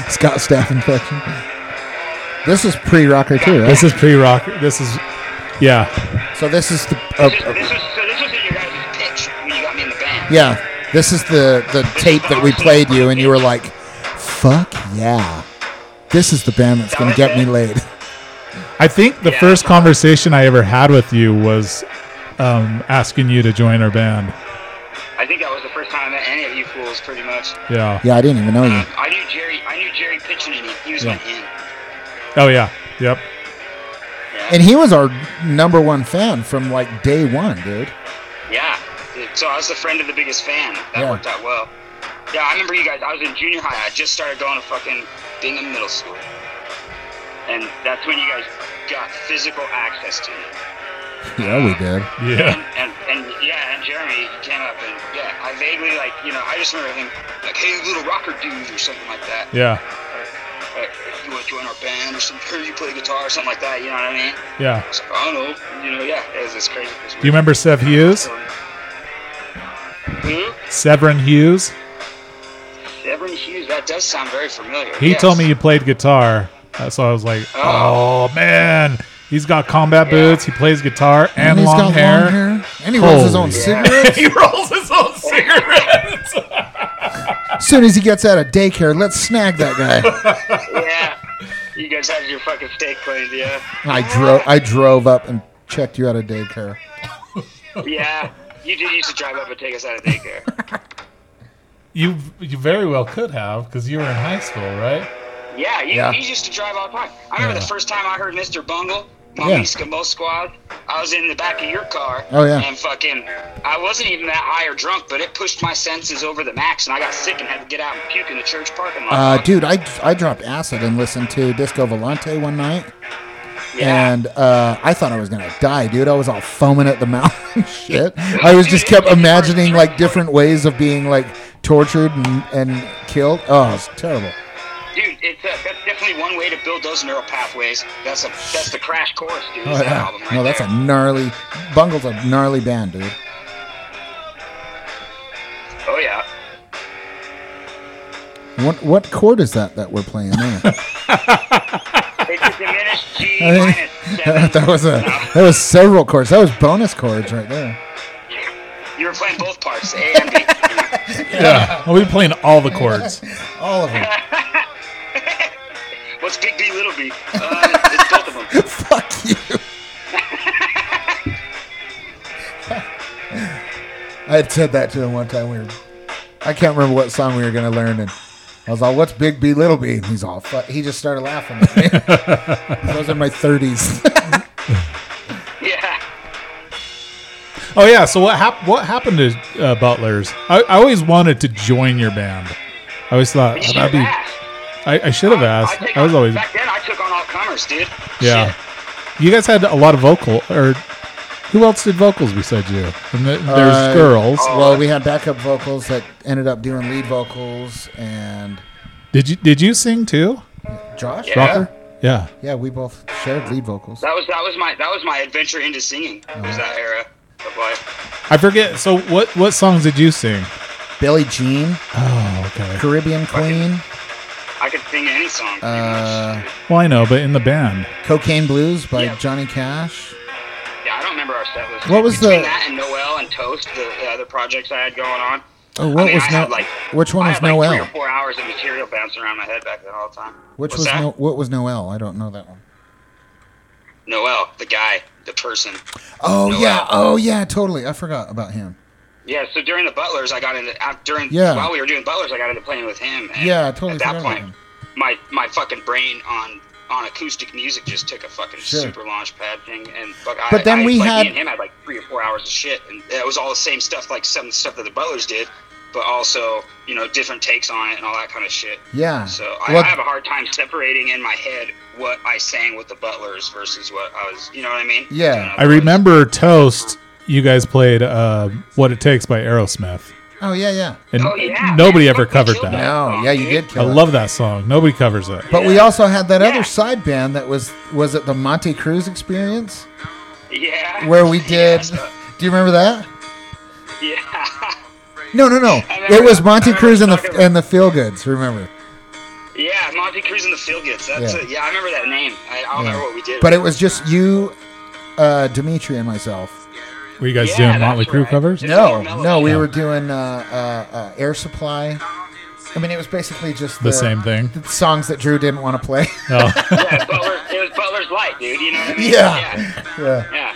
Speaker 2: Scott Staff infection. This is pre-rocker too, right?
Speaker 5: This is pre rock. This is, yeah.
Speaker 2: so this is the uh,
Speaker 1: This, is-
Speaker 2: uh,
Speaker 1: this was so this was in your guys' pitch when you got me in the band.
Speaker 2: yeah. This is the the tape that we played you, and you were like, "Fuck yeah." This is the band that's gonna get me laid.
Speaker 5: I think the
Speaker 1: Yeah.
Speaker 5: first conversation I ever had with you was um, asking you to join our band.
Speaker 1: I think that was the first time I met any of you fools, pretty much.
Speaker 5: Yeah.
Speaker 2: Yeah, I didn't even know you.
Speaker 1: Uh, I knew Jerry. I knew Jerry Piccinini. He was my in.
Speaker 5: Oh, yeah. Yep.
Speaker 2: And he was our number one fan from like day one, dude.
Speaker 1: Yeah. So I was the friend of the biggest fan. That
Speaker 2: Yeah.
Speaker 1: worked out well. Yeah, I remember you guys. I was in junior high. I just started going to fucking Bingham Middle School. And that's when you guys got physical access to me.
Speaker 2: Yeah, we did.
Speaker 5: Yeah.
Speaker 1: And, and, and yeah, and Jeremy came up and yeah, I vaguely like, you know, I just remember him like, hey, little rocker dude or something like that.
Speaker 5: Yeah.
Speaker 1: Like, you want to join our band or something? Or you play guitar or something like that, you know what I mean?
Speaker 5: Yeah.
Speaker 1: So, I don't know. You know, yeah, it was this crazy. it was
Speaker 5: Do you remember Sev Hughes?
Speaker 1: weird. Hmm?
Speaker 5: Severin Hughes?
Speaker 1: Severin Hughes, that does sound very familiar.
Speaker 5: He
Speaker 1: yes.
Speaker 5: told me you played guitar. Uh, So I was like, oh,
Speaker 1: Oh.
Speaker 5: man. He's got combat boots. He plays guitar and,
Speaker 2: he's
Speaker 5: long, hair.
Speaker 2: And he rolls his
Speaker 5: Holy
Speaker 2: own
Speaker 5: yeah.
Speaker 2: cigarette.
Speaker 5: he rolls his own cigarettes.
Speaker 2: As soon as he gets out of daycare, let's snag that guy.
Speaker 1: Yeah. You guys had your fucking steak cleaned, yeah.
Speaker 2: I drove. I drove up and checked you out of daycare.
Speaker 1: Yeah. You did used to drive up and take us out of daycare.
Speaker 5: you you very well could have because you were in high school, right?
Speaker 1: Yeah, you,
Speaker 2: Yeah.
Speaker 1: you used to drive all the time. I remember
Speaker 5: Yeah.
Speaker 1: the first time I heard Mr. Bungle,
Speaker 2: Yeah.
Speaker 1: Mommy Eskimo Squad. I was in the back of your car.
Speaker 2: Oh, yeah.
Speaker 1: And fucking, I wasn't even that high or drunk, but it pushed my senses over the max, and I got sick and had to get out and puke in the church parking lot.
Speaker 2: Uh, dude, I, I dropped acid and listened to Disco Volante one night,
Speaker 1: yeah.
Speaker 2: and uh, I thought I was gonna die, dude. I was all foaming at the mouth and shit. I was just kept imagining like different ways of being like tortured and, and killed. Oh, it's terrible.
Speaker 1: Dude, it's uh, that's definitely one way to build those neural pathways. That's a that's the crash course, dude.
Speaker 2: Oh,
Speaker 1: is that
Speaker 2: yeah.
Speaker 1: album right
Speaker 2: No, that's
Speaker 1: there.
Speaker 2: a gnarly. Bungle's a gnarly band, dude.
Speaker 1: Oh yeah.
Speaker 2: What what chord is that that we're playing there?
Speaker 1: It's a diminished G
Speaker 2: I mean,
Speaker 1: minus seven.
Speaker 2: that was a that was several chords. That was bonus chords right there.
Speaker 1: You were playing both parts, A and B.
Speaker 5: Yeah. Well, we playing all the chords.
Speaker 2: All of them.
Speaker 1: What's big B, little B? Uh, it's both of them.
Speaker 2: Fuck you. I had said that to him one time. We were, I can't remember what song we were going to learn, and I was all, "What's Big B, Little B?" And he's all, "Fuck." He just started laughing. At me. I was in my thirties.
Speaker 1: Yeah.
Speaker 5: Oh yeah. So what hap- what happened to uh, Butlers? I, I always wanted to join your band. I always thought
Speaker 1: You should
Speaker 5: that'd
Speaker 1: have
Speaker 5: be.
Speaker 1: asked.
Speaker 5: I, I should have asked.
Speaker 1: take
Speaker 5: I was
Speaker 1: on-
Speaker 5: always.
Speaker 1: Back then, I took on all commerce, dude.
Speaker 5: Yeah.
Speaker 1: Shit.
Speaker 5: You guys had a lot of vocal, or who else did vocals besides you? And th- there's
Speaker 2: Uh,
Speaker 5: girls.
Speaker 1: oh.
Speaker 2: Well, we had backup vocals that ended up doing lead vocals and
Speaker 5: Did you did you sing too,
Speaker 2: Josh.
Speaker 1: Yeah.
Speaker 5: Rocker? Yeah.
Speaker 2: Yeah, we both shared lead vocals.
Speaker 1: That was that was my that was my adventure into singing.
Speaker 2: Oh.
Speaker 1: Was that era of life?
Speaker 5: I forget. So what what songs did you sing?
Speaker 2: Billie Jean,
Speaker 5: Oh, okay.
Speaker 2: Caribbean Queen,
Speaker 1: I could sing any song. Pretty
Speaker 2: Uh,
Speaker 1: much. dude.
Speaker 5: Well, I know, but in the band.
Speaker 2: Cocaine Blues by
Speaker 1: Yeah.
Speaker 2: Johnny Cash.
Speaker 1: Yeah, I don't remember our set list.
Speaker 2: What was
Speaker 1: Between
Speaker 2: the-
Speaker 1: that and Noel and Toast, the, the other projects I had going on.
Speaker 2: Oh, what
Speaker 1: I mean,
Speaker 2: was
Speaker 1: I
Speaker 2: no?
Speaker 1: had like
Speaker 2: which one
Speaker 1: I
Speaker 2: was
Speaker 1: had like
Speaker 2: Noel?
Speaker 1: Three or four hours of material bouncing around my head back then all the time.
Speaker 2: Which
Speaker 1: What's
Speaker 2: was
Speaker 1: that?
Speaker 2: no? What was Noel? I don't know that one.
Speaker 1: Noel, the guy, the person.
Speaker 2: Oh
Speaker 1: Noel.
Speaker 2: yeah. Oh yeah. Totally. I forgot about him.
Speaker 1: Yeah, so during the Butlers, I got into af- during
Speaker 2: Yeah.
Speaker 1: while we were doing Butlers, I got into playing with him. And
Speaker 2: Yeah, I totally
Speaker 1: At
Speaker 2: forgot
Speaker 1: that
Speaker 2: about
Speaker 1: point,
Speaker 2: him.
Speaker 1: my my fucking brain on on acoustic music just took a fucking
Speaker 2: Sure.
Speaker 1: super launch pad thing, and fuck, I,
Speaker 2: But then
Speaker 1: I-
Speaker 2: we
Speaker 1: like,
Speaker 2: had-
Speaker 1: me and him had like three or four hours of shit, and it was all the same stuff, like some stuff that the Butlers did, but also you know different takes on it and all that kind of shit.
Speaker 2: Yeah.
Speaker 1: So I,
Speaker 2: Well,
Speaker 1: I have a hard time separating in my head what I sang with the Butlers versus what I was, you know what I mean?
Speaker 2: Yeah.
Speaker 1: Doing on
Speaker 5: I
Speaker 1: Butlers.
Speaker 5: remember Toast. You guys played uh, "What It Takes" by Aerosmith,
Speaker 2: Oh yeah, yeah.
Speaker 5: and
Speaker 1: Oh, yeah,
Speaker 5: nobody
Speaker 1: man,
Speaker 5: ever
Speaker 1: fucking
Speaker 5: covered
Speaker 1: killed
Speaker 5: that.
Speaker 1: that.
Speaker 2: No, yeah, you did
Speaker 5: I
Speaker 2: kill it.
Speaker 5: love that song. Nobody covers it.
Speaker 2: But we
Speaker 1: Oh, Yeah.
Speaker 2: also had that
Speaker 1: Yeah.
Speaker 2: other side band that was was it the Monte Cruz Experience
Speaker 1: Yeah.
Speaker 2: where we did.
Speaker 1: so-
Speaker 2: Do you remember that?
Speaker 1: yeah.
Speaker 2: No, no, no.
Speaker 1: I remember-
Speaker 2: It was
Speaker 1: I
Speaker 2: Monte
Speaker 1: remember
Speaker 2: Cruz and
Speaker 1: talking
Speaker 2: the
Speaker 1: about-
Speaker 2: and the Feel Goods. Remember?
Speaker 1: Yeah, Monte Cruz and the Fieldgets. That's
Speaker 2: Yeah.
Speaker 1: it. Yeah, I remember that name. I, I don't remember what we did.
Speaker 2: But it was just you, uh, Dimitri, and myself.
Speaker 5: Were you guys
Speaker 1: Yeah,
Speaker 5: doing
Speaker 1: that's
Speaker 5: Motley Crue
Speaker 1: right.
Speaker 5: covers?
Speaker 1: Yeah.
Speaker 2: No,
Speaker 1: Melody.
Speaker 2: no, we
Speaker 5: Yeah.
Speaker 2: were doing uh, uh, uh, Air Supply. I mean, it was basically just
Speaker 5: The same thing. Oh.
Speaker 2: The songs that Drew didn't want to play.
Speaker 5: No.
Speaker 1: Yeah, Butler, it was Butler's Light, dude. You know what I mean?
Speaker 2: yeah.
Speaker 1: Yeah.
Speaker 2: yeah.
Speaker 1: yeah.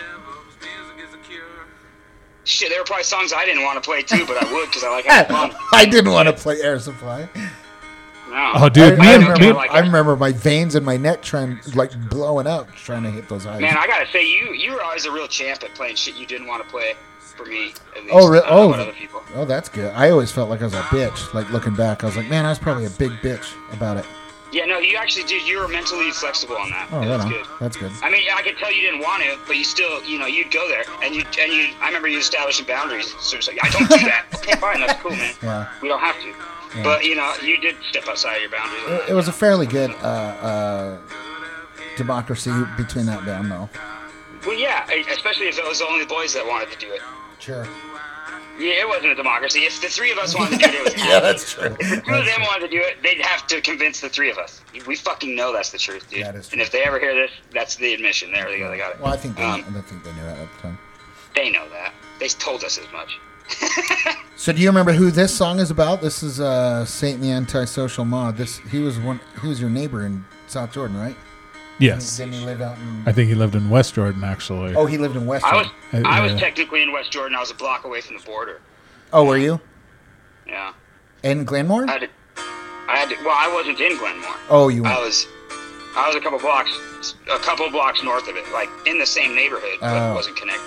Speaker 1: Shit, there were probably songs I didn't want to play too, but I would because I like having fun.
Speaker 2: I didn't want to play Air Supply.
Speaker 1: No.
Speaker 5: Oh,
Speaker 2: I, I
Speaker 5: dude, me and,
Speaker 2: remember,
Speaker 5: me,
Speaker 2: I, remember my veins and my neck trying, like blowing up, trying to hit those eyes.
Speaker 1: Man, I gotta say, you you were always a real champ at playing shit you didn't want to play. For me, at least.
Speaker 2: oh, re-
Speaker 1: I don't know
Speaker 2: oh,
Speaker 1: about other people.
Speaker 2: oh, that's good. I always felt like I was a bitch. Like looking back, I was like, man, I was probably a big bitch about it.
Speaker 1: Yeah, no, you actually did. You were mentally flexible on that.
Speaker 2: Oh,
Speaker 1: Yeah,
Speaker 2: right
Speaker 1: that's
Speaker 2: on.
Speaker 1: good.
Speaker 2: That's good.
Speaker 1: I mean, I could tell you didn't want to, but you still, you know, you'd go there, and you, and you. I remember you establishing boundaries. So it's like, I don't do that. okay, fine, that's cool, man.
Speaker 2: Yeah.
Speaker 1: We don't have to. But you know, you did step outside of your boundaries. on
Speaker 2: It,
Speaker 1: that.
Speaker 2: it was a fairly good uh, uh, democracy between that band, though.
Speaker 1: Well, yeah, e, especially if it was only the boys that wanted to do it.
Speaker 2: Sure.
Speaker 1: Yeah, it wasn't a democracy. If the three of us wanted to do it, it was
Speaker 2: Yeah, that's true.
Speaker 1: If two of them wanted to do it, they'd have to convince the three of us. We fucking know that's the truth, dude.
Speaker 2: That is
Speaker 1: And if they ever hear this, that's the admission. There they go. They got it.
Speaker 2: Well, I think they, I
Speaker 1: Um,
Speaker 2: don't think they knew that at the time.
Speaker 1: they know that. They told us as much.
Speaker 2: So, do you remember who this song is about? This is uh, Saint the Antisocial Mod. This he was one. He was your neighbor in South Jordan, right?
Speaker 5: yes.
Speaker 2: Didn't he live out in?
Speaker 5: I think he lived in West Jordan, actually.
Speaker 2: Oh, he lived in West.
Speaker 1: I was
Speaker 2: Jordan.
Speaker 5: Uh,
Speaker 1: I was
Speaker 5: yeah.
Speaker 1: technically in West Jordan. I was a block away from the border.
Speaker 2: Oh, were you
Speaker 1: Yeah,
Speaker 2: in Glenmore?
Speaker 1: I had to. I had to. Well, I wasn't in Glenmore.
Speaker 2: Oh, you
Speaker 1: I
Speaker 2: were.
Speaker 1: was. I was a couple blocks, a couple blocks north of it, like in the same neighborhood, but
Speaker 2: Oh.
Speaker 1: wasn't connected.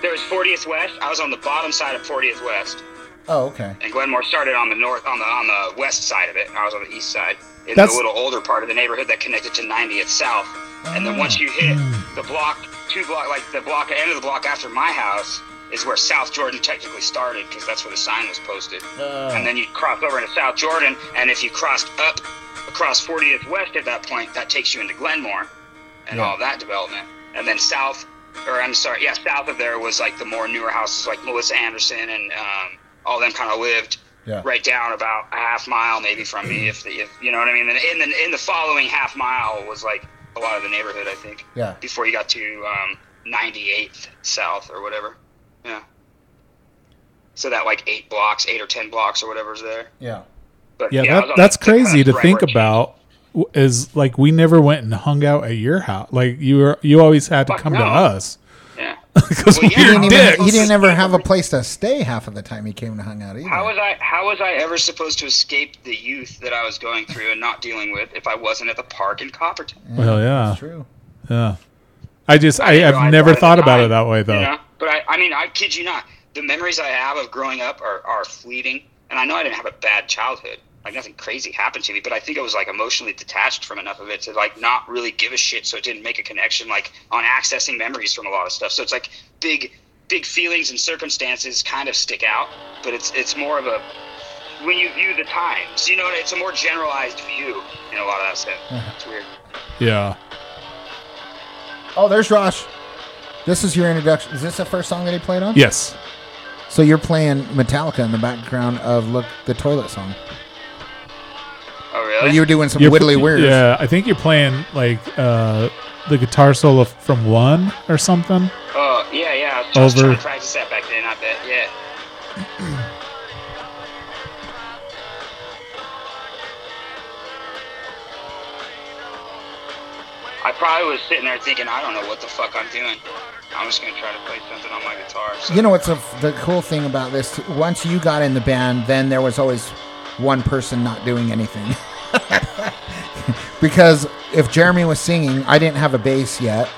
Speaker 1: There was 40th West. I was on the bottom side of 40th West,
Speaker 2: Oh, okay.
Speaker 1: and Glenmore started on the north, on the on the west side of it. I was on the east side, in
Speaker 5: That's-
Speaker 1: the little older part of the neighborhood that connected to 90th South. And then once you hit the block, two block, like the block end of the block after my house is where South Jordan technically started because that's where the sign was posted. And then you cross over into South Jordan, and if you crossed up across 40th West at that point, that takes you into Glenmore and all that development. And then south, or I'm sorry, yeah, south of there was like the more newer houses, like Melissa Anderson and um, all them kind of lived
Speaker 2: Yeah.
Speaker 1: right down about a half mile maybe from me, if, the, if you know what I mean. And in the in the following half mile was like a lot of the neighborhood, I think.
Speaker 2: Yeah.
Speaker 1: Before you got to um, 98th South or whatever. Yeah. So that like eight blocks, eight or ten blocks or whatever's there.
Speaker 2: Yeah.
Speaker 1: But
Speaker 5: yeah,
Speaker 1: I
Speaker 5: that,
Speaker 1: was on
Speaker 5: that's
Speaker 1: the- the
Speaker 5: crazy to
Speaker 1: right
Speaker 5: think
Speaker 1: where it
Speaker 5: about. w- Is like we never went and hung out at your house. Like you were, you always had to
Speaker 1: Fuck
Speaker 5: come to
Speaker 1: no.
Speaker 5: us
Speaker 1: came. Yeah.
Speaker 5: because
Speaker 1: Well,
Speaker 5: we
Speaker 1: yeah, I
Speaker 5: we're
Speaker 1: mean,
Speaker 2: He
Speaker 1: Even-
Speaker 2: didn't,
Speaker 5: dicks.
Speaker 2: even, he didn't ever have a place to stay half of the time he came to hung out either.
Speaker 1: How was I? How was I ever supposed to escape the youth that I was going through and not dealing with if I wasn't at the park in Copperton?
Speaker 5: well, yeah,
Speaker 2: That's true.
Speaker 5: yeah. I just, I,
Speaker 1: You know,
Speaker 5: have never
Speaker 1: at the
Speaker 5: thought about it
Speaker 1: time,
Speaker 5: that way
Speaker 1: you
Speaker 5: though.
Speaker 1: know? But I, I mean, I kid you not. The memories I have of growing up are, are fleeting, and I know I didn't have a bad childhood. like nothing crazy happened to me, but I think I was like emotionally detached from enough of it to like not really give a shit. So it didn't make a connection like on accessing memories from a lot of stuff. So it's like big, big feelings and circumstances kind of stick out, but it's it's more of a when you view the times, you know, it's a more generalized view in a lot of that stuff.
Speaker 5: Uh-huh.
Speaker 1: It's weird.
Speaker 5: Yeah.
Speaker 2: Oh, there's Rosh. This is your introduction. Is this the first song that he played on?
Speaker 5: Yes.
Speaker 2: So you're playing Metallica in the background of "Look the Toilet" song.
Speaker 1: Oh
Speaker 2: Or
Speaker 1: really?
Speaker 2: you were doing some
Speaker 5: You're-
Speaker 2: widdly weird.
Speaker 5: Yeah, I think you're playing like uh the guitar solo from one or something.
Speaker 1: oh yeah, yeah. I was
Speaker 5: Over.
Speaker 1: trying to practice that back then. I bet. Yeah. I probably was sitting there thinking, I don't know what the fuck I'm doing. I'm just gonna try to play something on my guitar. So.
Speaker 2: You know what's the, the cool thing about this? Once you got in the band, then there was always one person not doing anything. because if Jeremy was singing, I didn't have a bass yet,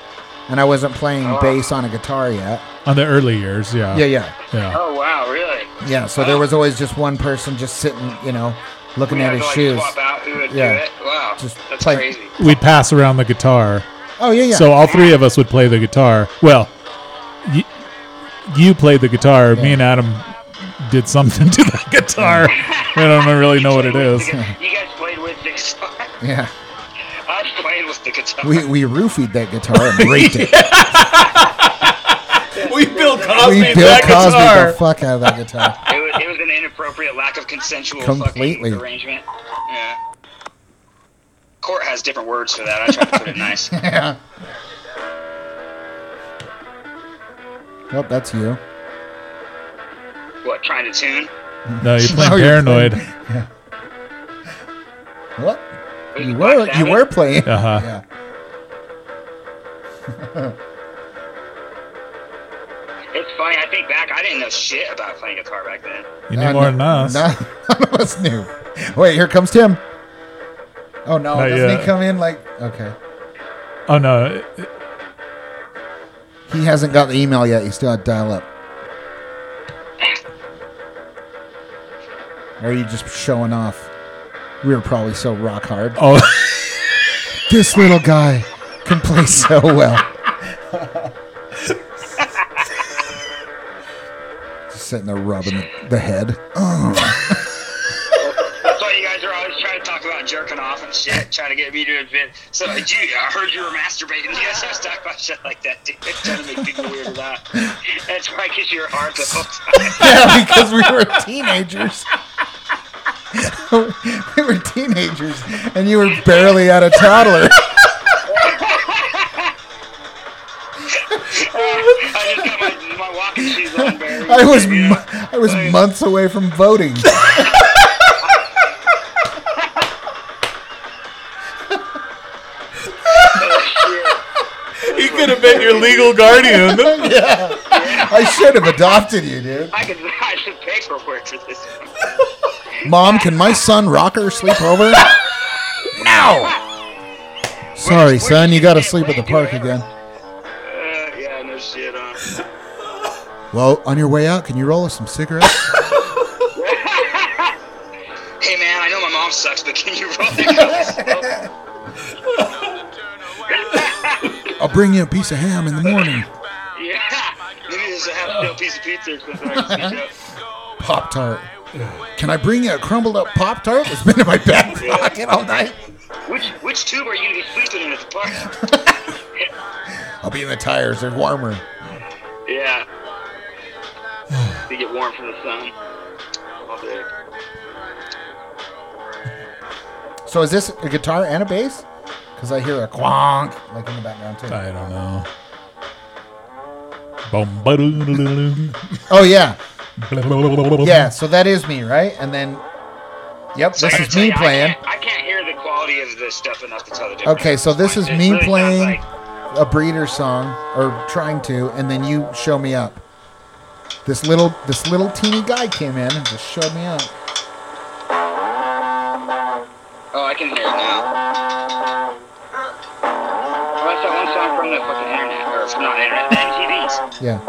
Speaker 2: and I wasn't playing
Speaker 1: Oh.
Speaker 2: bass on a guitar yet.
Speaker 5: On the early years, yeah.
Speaker 2: Yeah, yeah,
Speaker 5: Yeah.
Speaker 1: Oh wow, really?
Speaker 2: yeah. So there was always just one person just sitting, you know, looking
Speaker 1: We
Speaker 2: at
Speaker 1: had to
Speaker 2: his
Speaker 1: like
Speaker 2: shoes.
Speaker 1: swap out who would
Speaker 2: Yeah.
Speaker 1: do it. Wow,
Speaker 2: Just
Speaker 1: that's
Speaker 2: play-
Speaker 1: crazy.
Speaker 5: We'd pass around the guitar.
Speaker 2: Oh yeah, yeah.
Speaker 5: So all three of us would play the guitar. Well, you, you played the guitar. Me and Adam did something to the guitar. I don't really know what it is.
Speaker 1: You guys- you guys played with the guitar.
Speaker 2: yeah,
Speaker 1: I was playing with the guitar.
Speaker 2: we we roofied that guitar and raped it.
Speaker 5: We Bill Cosby
Speaker 2: We Bill Cosby the fuck out of that guitar.
Speaker 1: it, was, it was an inappropriate lack of consensual
Speaker 2: Completely.
Speaker 1: fucking arrangement. Yeah. Court has different words for that. I tried to put it nice.
Speaker 2: yeah. Oh, that's you.
Speaker 1: What, trying to tune?
Speaker 5: No, you're playing
Speaker 2: No, you're
Speaker 5: Paranoid.
Speaker 2: What?
Speaker 1: Who's
Speaker 2: You
Speaker 1: Black
Speaker 2: were you
Speaker 1: Sabbath?
Speaker 2: were playing.
Speaker 5: Uh huh.
Speaker 2: Yeah.
Speaker 1: It's funny. I think back, I didn't know shit about playing guitar back then.
Speaker 5: You knew
Speaker 2: Uh,
Speaker 5: more
Speaker 2: no-
Speaker 5: than us.
Speaker 2: None of us knew. Wait, here comes Tim. Oh no!
Speaker 5: Not
Speaker 2: doesn't
Speaker 5: yet.
Speaker 2: he come in like? Okay.
Speaker 5: Oh no,
Speaker 2: He hasn't got the email yet. He's still at dial up. Or are you just showing off? We were probably so rock hard.
Speaker 5: Oh.
Speaker 2: this little guy can play so well. just sitting there rubbing the, the head. Oh.
Speaker 1: That's why you guys are always trying to talk about jerking off and shit, trying to get me to admit. So, like, you, I heard you were masturbating. You guys always talk about shit like that, dude. Trying to make people weird about. That's why I get your heart the whole time.
Speaker 2: yeah, because we were teenagers. we were teenagers, and you were barely at a toddler.
Speaker 1: I just got my, my walking shoes on, Barry.
Speaker 2: I was
Speaker 1: You know?
Speaker 2: mo- I was months away from voting.
Speaker 5: he could have been your legal guardian.
Speaker 2: I should have adopted you, dude.
Speaker 1: I could I should pay for work for this.
Speaker 2: Mom, can my son Rocker sleep over? No. Sorry, son. You got to sleep at the park again.
Speaker 1: Uh, yeah, no shit. Huh?
Speaker 2: Well, on your way out, can you roll us some cigarettes?
Speaker 1: Hey man, I know my mom sucks, but can you roll that?
Speaker 2: I'll bring you a piece of ham in the morning.
Speaker 1: yeah, maybe there's a half stale piece of pizza or something. I can sneak up.
Speaker 2: Pop tart. Can I bring you a crumbled up pop tart? It's been in my back pocket all night.
Speaker 1: Which which tube are you gonna be sleeping in at the park?
Speaker 2: I'll be in the tires. They're warmer.
Speaker 1: yeah, to get warm from the sun. All day.
Speaker 2: So is this a guitar and a bass? Because I hear a quonk like in the background too.
Speaker 5: I don't know. Boom, ba-doo-doo-doo-doo.
Speaker 2: Oh yeah, yeah.
Speaker 5: Yeah.
Speaker 2: So that is me, right? And then, yep,
Speaker 1: So I
Speaker 2: this
Speaker 1: gotta
Speaker 2: is
Speaker 1: tell
Speaker 2: me
Speaker 1: you, I
Speaker 2: playing.
Speaker 1: can't- I can't hear the quality of this stuff enough to tell the difference.
Speaker 2: Okay, so this is
Speaker 1: It
Speaker 2: me
Speaker 1: really sounds
Speaker 2: playing
Speaker 1: like-
Speaker 2: a breeder song or trying to, and then you show me up. This little this little teeny guy came in and just showed me up.
Speaker 1: Oh, I can hear it now. Oh, that's that one song from the fucking internet, or from not internet, the MTVs.
Speaker 2: Yeah.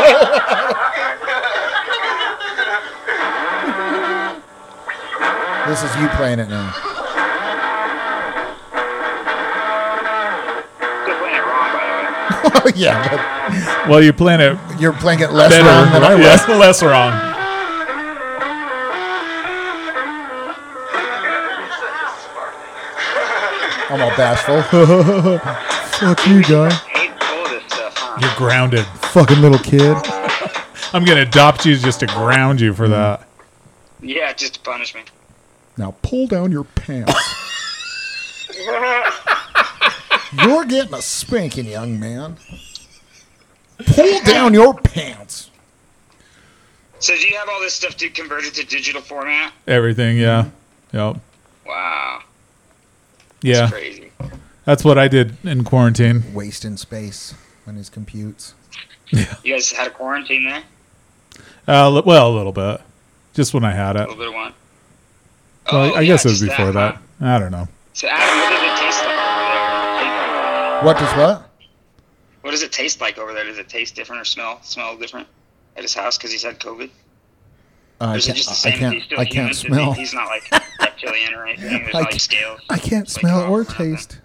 Speaker 2: This is you playing it now.
Speaker 1: Quit playing it wrong, by the way.
Speaker 2: Oh, yeah,
Speaker 5: Well, you're playing it
Speaker 2: but you're playing it less
Speaker 5: better.
Speaker 2: wrong than I was.
Speaker 5: Yeah, less wrong.
Speaker 2: I'm all bashful. Fuck you, guy.
Speaker 1: Hate all this stuff, huh?
Speaker 5: You're grounded.
Speaker 2: Fucking little kid.
Speaker 5: I'm gonna adopt you just to ground you for that.
Speaker 1: Yeah, just to punish me.
Speaker 2: Now pull down your pants. You're getting a spanking, young man. Pull down your pants.
Speaker 1: So do you have all this stuff to convert it to digital format?
Speaker 5: Everything. Yeah. Yep.
Speaker 1: Wow.
Speaker 5: Yeah.
Speaker 1: That's crazy.
Speaker 5: That's what I did in quarantine.
Speaker 2: Wasting space on his computes.
Speaker 1: You guys had a quarantine there?
Speaker 5: Uh, li- well, a little bit. Just when I had
Speaker 1: A
Speaker 5: it.
Speaker 1: little bit of one.
Speaker 5: Well,
Speaker 1: Oh,
Speaker 5: I guess
Speaker 1: yeah,
Speaker 5: it was
Speaker 1: just
Speaker 5: before that.
Speaker 1: huh?
Speaker 5: I don't know.
Speaker 1: So Adam, what does it taste like over there?
Speaker 2: What does what?
Speaker 1: What does it taste like over there? Does it taste different or smell smell different at his house because he's had COVID? Or
Speaker 2: I
Speaker 1: is it just the
Speaker 2: can't. I
Speaker 1: same? as he's
Speaker 2: can't.
Speaker 1: still
Speaker 2: I
Speaker 1: human?
Speaker 2: can't
Speaker 1: Does he-
Speaker 2: smell.
Speaker 1: he's not like reptilian or anything. There's
Speaker 2: I
Speaker 1: not, like
Speaker 2: can't-
Speaker 1: scales.
Speaker 2: I can't
Speaker 1: Like,
Speaker 2: smell
Speaker 1: oh,
Speaker 2: or
Speaker 1: nothing.
Speaker 2: taste.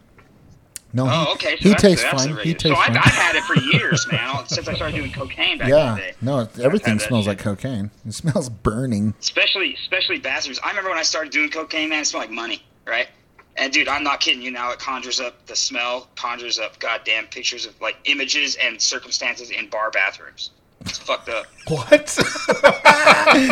Speaker 2: No,
Speaker 1: Oh,
Speaker 2: he,
Speaker 1: okay. So
Speaker 2: he
Speaker 1: that's,
Speaker 2: tastes
Speaker 1: that's
Speaker 2: fine. He
Speaker 1: irradiated.
Speaker 2: tastes
Speaker 1: so
Speaker 2: fine.
Speaker 1: I've, I've had it for years, man. Since I started doing cocaine back in
Speaker 2: yeah,
Speaker 1: the day.
Speaker 2: no, it- everything
Speaker 1: had that
Speaker 2: smells
Speaker 1: shit.
Speaker 2: like cocaine. It smells burning.
Speaker 1: especially especially bathrooms. I remember when I started doing cocaine, man, it smelled like money, right? And dude, I'm not kidding you. Now it conjures up the smell, conjures up goddamn pictures of like images and circumstances in bar bathrooms. It's fucked up.
Speaker 5: What?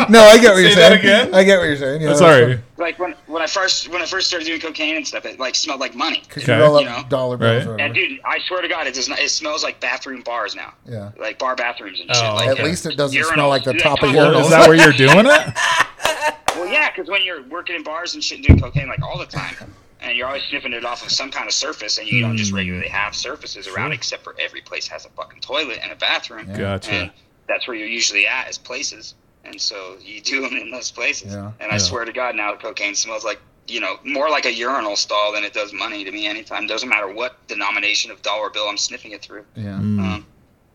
Speaker 2: No, I get what you're
Speaker 5: Say that
Speaker 2: saying.
Speaker 5: again?
Speaker 2: I get what you're saying. Yeah, that's
Speaker 5: Sorry.
Speaker 2: funny.
Speaker 1: Like when when I first when I first started doing cocaine and stuff, it like smelled like money.
Speaker 2: 'Cause
Speaker 5: Okay.
Speaker 2: you roll up
Speaker 1: You know?
Speaker 2: dollar bills.
Speaker 5: Right.
Speaker 2: Or
Speaker 1: And
Speaker 2: whatever.
Speaker 1: dude, I swear to God, it does not. It smells like bathroom bars now.
Speaker 2: Yeah.
Speaker 1: Like bar bathrooms and shit.
Speaker 5: Oh,
Speaker 1: like
Speaker 2: At
Speaker 5: okay.
Speaker 2: least it doesn't
Speaker 1: Urinals.
Speaker 2: smell like the
Speaker 1: Yeah,
Speaker 2: top of
Speaker 1: come on.
Speaker 2: urinals.
Speaker 5: Is that where you're doing it?
Speaker 1: Well, yeah, because when you're working in bars and shit, doing cocaine like all the time, and you're always sniffing it off of some kind of surface, and you don't just regularly have surfaces around, except for every place has a fucking toilet and a bathroom.
Speaker 5: Gotcha.
Speaker 1: And that's where you're usually at is places, and so you do them in those places.
Speaker 2: Yeah.
Speaker 1: And I swear to God, now cocaine smells like you know more like a urinal stall than it does money to me. Anytime, doesn't matter what denomination of dollar bill I'm sniffing it through.
Speaker 2: Yeah.
Speaker 5: Mm.
Speaker 1: Um,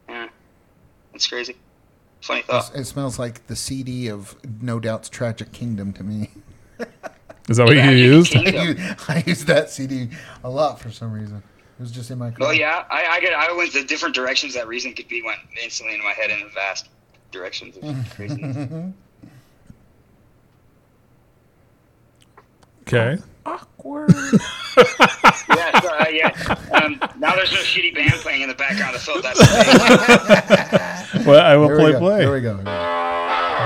Speaker 1: yeah, it's crazy. Funny thought.
Speaker 2: It's- It smells like the CD of No Doubt's Tragic Kingdom to me.
Speaker 5: Is that what you
Speaker 1: Tragic
Speaker 5: used?
Speaker 1: Kingdom.
Speaker 2: I u- I used that CD a lot for some reason. It was just in my car.
Speaker 1: Well, Oh, yeah, I I, get, I went the different directions that reason could be went instantly into my head in vast directions of craziness.
Speaker 5: Okay.
Speaker 1: yeah, so, uh, yeah. Um, now there's no shitty band playing in the background to fill that. space.
Speaker 5: Well, I will
Speaker 2: Here we
Speaker 5: play
Speaker 2: go.
Speaker 5: play.
Speaker 2: Here we go. Here we go.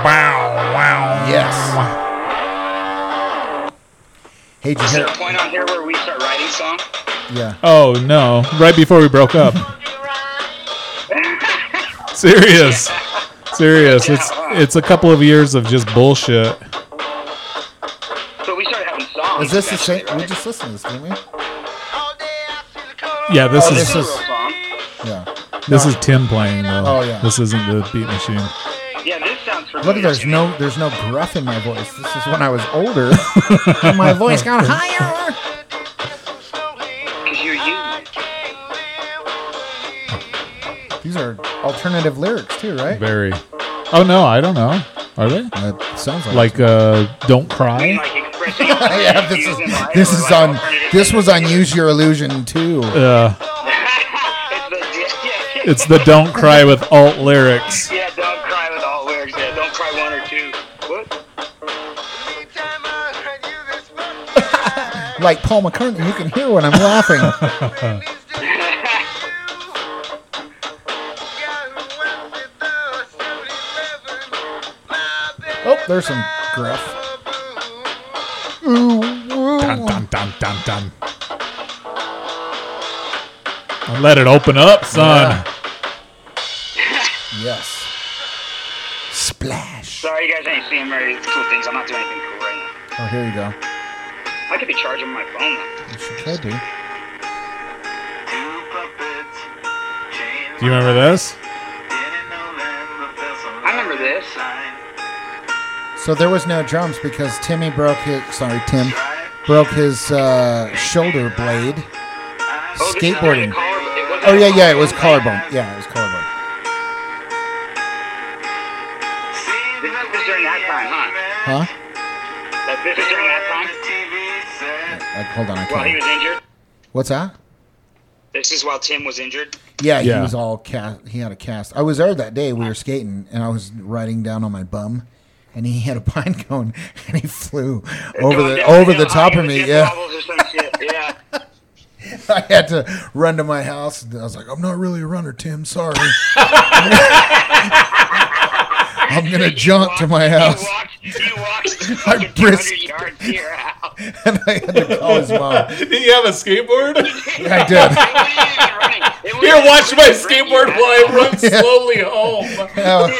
Speaker 5: Wow.
Speaker 2: Yes. Hey, did you
Speaker 1: Is there
Speaker 2: hear?
Speaker 1: a point on here where we start writing song?
Speaker 2: Yeah.
Speaker 5: Oh no! Right before we broke up. Serious. Serious. It's it's a couple of years of just bullshit.
Speaker 1: So we started having songs.
Speaker 2: Is this the
Speaker 1: eventually,
Speaker 2: same? We
Speaker 1: right?
Speaker 2: just listened to this, didn't we?
Speaker 5: Yeah, this
Speaker 2: Oh,
Speaker 5: is
Speaker 2: this
Speaker 1: This is
Speaker 2: is-
Speaker 1: a real song.
Speaker 2: Yeah.
Speaker 5: this is Tim playing though.
Speaker 2: Oh, yeah.
Speaker 5: This isn't the beat machine.
Speaker 1: Yeah, this sounds familiar.
Speaker 2: Look, there's
Speaker 1: to me.
Speaker 2: no there's no gruff in my voice. This is when I was older. and my voice got higher.
Speaker 1: 'Cause you're you.
Speaker 2: These are alternative lyrics too, right?
Speaker 5: Very. Oh no, I don't know. Are they?
Speaker 2: That sounds like
Speaker 5: Like uh, don't
Speaker 1: I mean,
Speaker 5: cry.
Speaker 1: like expressing.
Speaker 2: yeah, this is
Speaker 1: using life
Speaker 2: this
Speaker 1: or,
Speaker 2: is
Speaker 1: like,
Speaker 2: on
Speaker 1: alternative
Speaker 2: this was on
Speaker 1: things.
Speaker 2: Use Your Illusion too.
Speaker 5: Uh,
Speaker 1: it's the, yeah, yeah, yeah.
Speaker 5: it's the don't cry with alt lyrics.
Speaker 1: Yeah, don't cry with all lyrics. Yeah, don't cry one or two. What?
Speaker 2: Like Paul McCartney, you can hear when I'm laughing. Oh, there's some gruff.
Speaker 5: Dun, dun, dun, dun, dun. And Let it open up, son.
Speaker 2: Yes. Splash.
Speaker 1: Sorry, you guys ain't seeing very cool things. I'm not doing anything cool right now.
Speaker 2: Oh, here you go.
Speaker 1: I could be charging my phone though.
Speaker 2: Yes, you could do.
Speaker 5: Do you remember this?
Speaker 1: I remember this.
Speaker 2: So there was no drums because Timmy broke his. Sorry, Tim broke his uh, shoulder blade
Speaker 1: Oh, this is where the
Speaker 2: skateboarding.
Speaker 1: collar- it was
Speaker 2: Oh yeah, yeah. It was collarbone. Yeah, it was collarbone.
Speaker 1: This was during that time, huh?
Speaker 2: Huh?
Speaker 1: That, this was during that time
Speaker 2: Like, Uh, hold on, I
Speaker 1: while he
Speaker 2: can't.
Speaker 1: was injured.
Speaker 2: What's that?
Speaker 1: This is while Tim was injured.
Speaker 2: Yeah, he
Speaker 5: Yeah.
Speaker 2: was all cast. He had a cast. I was there that day. We were skating, and I was riding down on my bum, and he had a pine cone, and he flew over
Speaker 1: Going
Speaker 2: the
Speaker 1: down
Speaker 2: over
Speaker 1: hill,
Speaker 2: the top
Speaker 1: high
Speaker 2: of
Speaker 1: with
Speaker 2: me.
Speaker 1: hip
Speaker 2: Yeah,
Speaker 1: wobbles or some shit, yeah.
Speaker 2: I had to run to my house. And I was like, "I'm not really a runner, Tim. Sorry." I'm gonna jaunt to my house,
Speaker 1: He walked, he walked the
Speaker 2: I
Speaker 1: fucking
Speaker 2: brisk-
Speaker 1: 200 yards to your house. He
Speaker 2: and I had to call his mom.
Speaker 7: Do you have a skateboard?
Speaker 2: Yeah, I did.
Speaker 1: wasn't even running. It wasn't
Speaker 7: Here,
Speaker 1: even
Speaker 7: watch my
Speaker 1: running.
Speaker 7: skateboard while I run slowly home.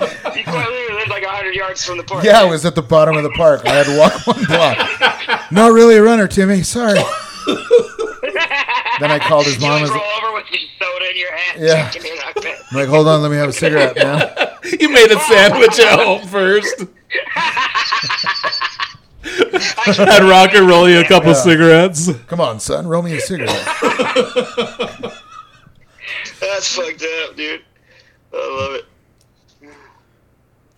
Speaker 2: Yeah,
Speaker 1: He quite literally lived like 100 yards from the park.
Speaker 2: yeah, I was at the bottom of the park. I had to walk one block. Not really a runner, Timmy. Sorry. then I called his
Speaker 1: You
Speaker 2: mom. I was
Speaker 1: would
Speaker 2: like,
Speaker 1: roll over with your soda in your hand.
Speaker 2: Yeah.
Speaker 1: Give me that bit.
Speaker 2: I'm like, hold on, let me have a cigarette, man.
Speaker 7: You made a sandwich at home first.
Speaker 5: I'd rock and roll you a couple cigarettes.
Speaker 2: Come on, son, roll me a cigarette.
Speaker 1: That's fucked up, dude. I love it.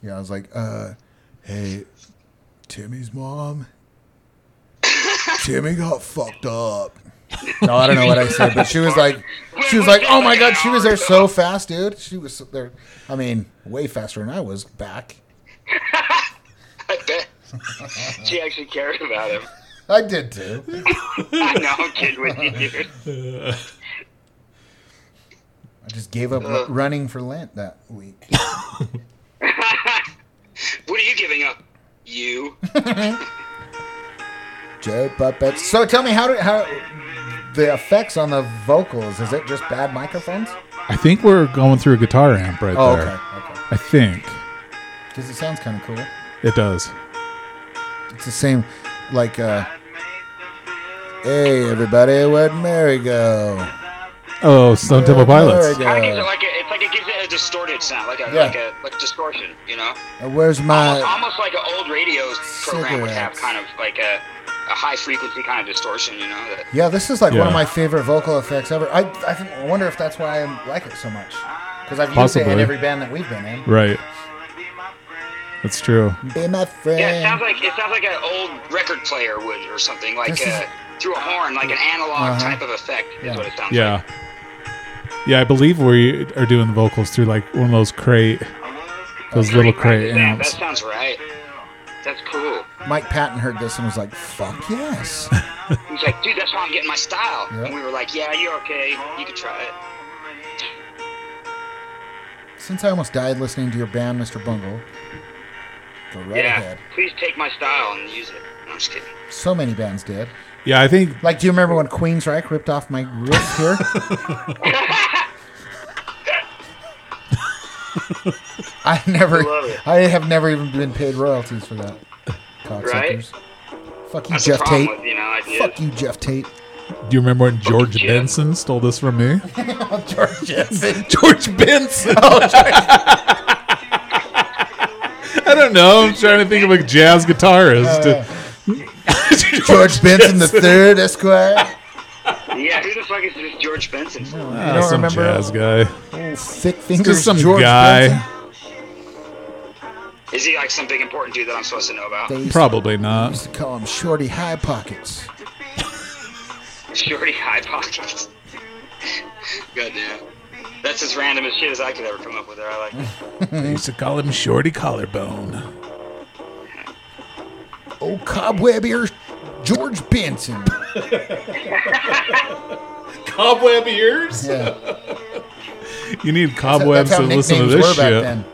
Speaker 2: Yeah, I was like, uh, hey, Timmy's mom. Timmy got fucked up. No, I don't know what I said, but she was like, she was like, oh my god, she was there so fast, dude. She was there. I mean, way faster than I was back.
Speaker 1: I bet. She actually cared about him.
Speaker 2: I did too.
Speaker 1: I know, I'm kidding with you, dude.
Speaker 2: I just gave up
Speaker 1: Uh.
Speaker 2: ru- running for Lent that week.
Speaker 1: What are you giving up? You.
Speaker 2: Uh, Joe Puppet. So tell me, how did how the effects on the vocals? Is it just bad microphones?
Speaker 5: I think we're going through a guitar amp right
Speaker 2: Oh,
Speaker 5: there.
Speaker 2: okay, okay.
Speaker 5: I think
Speaker 2: Because it sounds kind of cool.
Speaker 5: it does.
Speaker 2: It's the same, like, uh, hey, everybody, where'd Mary go?
Speaker 5: Oh, Stone Temple Pilots.
Speaker 1: I think it's
Speaker 2: Mary
Speaker 1: like a, it's like it gives it a distorted sound, like a
Speaker 2: Yeah.
Speaker 1: like a like a distortion, you know.
Speaker 2: go? Uh, Where's
Speaker 1: almost,
Speaker 2: my.
Speaker 1: almost like an old radio program would have
Speaker 2: Cigarettes.
Speaker 1: kind of like a, a high frequency kind of distortion, you know. That,
Speaker 2: Yeah, this is like one of
Speaker 5: Yeah.
Speaker 2: my favorite vocal effects ever. I, I, think, I wonder if that's why I like it so much. Because I've used it in
Speaker 5: Possibly.
Speaker 2: every band that we've been in.
Speaker 5: Right. That's true.
Speaker 2: Be my friend.
Speaker 1: yeah, it sounds like it sounds like an old record player would or something like
Speaker 2: This is-
Speaker 1: uh through a horn, like an analog
Speaker 2: Uh-huh.
Speaker 1: type of effect is what it sounds like.
Speaker 5: Yeah. Yeah, I believe we are doing the vocals through like one of those crate, those little crate
Speaker 1: Yeah, that
Speaker 5: amps.
Speaker 1: sounds right. That's cool.
Speaker 2: Mike Patton heard this and was like, fuck yes.
Speaker 1: He's like, dude, that's how I'm getting my style.
Speaker 2: Yeah.
Speaker 1: And we were like, yeah, you're okay. You can try it.
Speaker 2: Since I almost died listening to your band, Mr. Bungle, go right
Speaker 1: yeah,
Speaker 2: ahead.
Speaker 1: please take my style and use it. No, I'm just kidding.
Speaker 2: So many bands did.
Speaker 5: Yeah, I think
Speaker 2: Like, do you remember when Queensryche ripped off my riff here? I never,
Speaker 1: Love it.
Speaker 2: I have never even been paid royalties for that. Cocksuckers. Fuck you,
Speaker 1: That's
Speaker 2: Jeff
Speaker 1: the problem
Speaker 2: Tate.
Speaker 1: with, you know, I did.
Speaker 2: Fuck you, Jeff Tate.
Speaker 5: do you remember when George
Speaker 1: yeah.
Speaker 5: Benson stole this from me?
Speaker 2: George Jensen.
Speaker 5: George Benson.
Speaker 2: Oh,
Speaker 5: I don't know. I'm trying to think of a jazz guitarist.
Speaker 2: Uh, George Benson the third, Esquire.
Speaker 1: Yeah, who the fuck is this George Benson? for?
Speaker 2: You
Speaker 5: Ah,
Speaker 2: don't
Speaker 5: some
Speaker 2: remember
Speaker 5: jazz guy.
Speaker 2: old thick fingers
Speaker 5: Just some
Speaker 2: George
Speaker 5: guy.
Speaker 2: Benson?
Speaker 1: Is he like some big important dude that I'm supposed to know about?
Speaker 2: They used to-
Speaker 5: Probably
Speaker 2: they
Speaker 5: not.
Speaker 2: used to call him Shorty High Pockets.
Speaker 1: Shorty High Pockets. Goddamn. That's as random as shit as I could ever come up with. There, I like. it.
Speaker 5: They used to call him Shorty Collarbone.
Speaker 2: Old cobweb ear Oh, George Benson.
Speaker 7: Cobweb ears?
Speaker 2: Yeah.
Speaker 5: You need
Speaker 2: That's-
Speaker 5: cobwebs
Speaker 2: that's
Speaker 5: to
Speaker 2: how
Speaker 5: listen to
Speaker 2: nicknames
Speaker 5: this
Speaker 2: were back
Speaker 5: shit.
Speaker 2: then.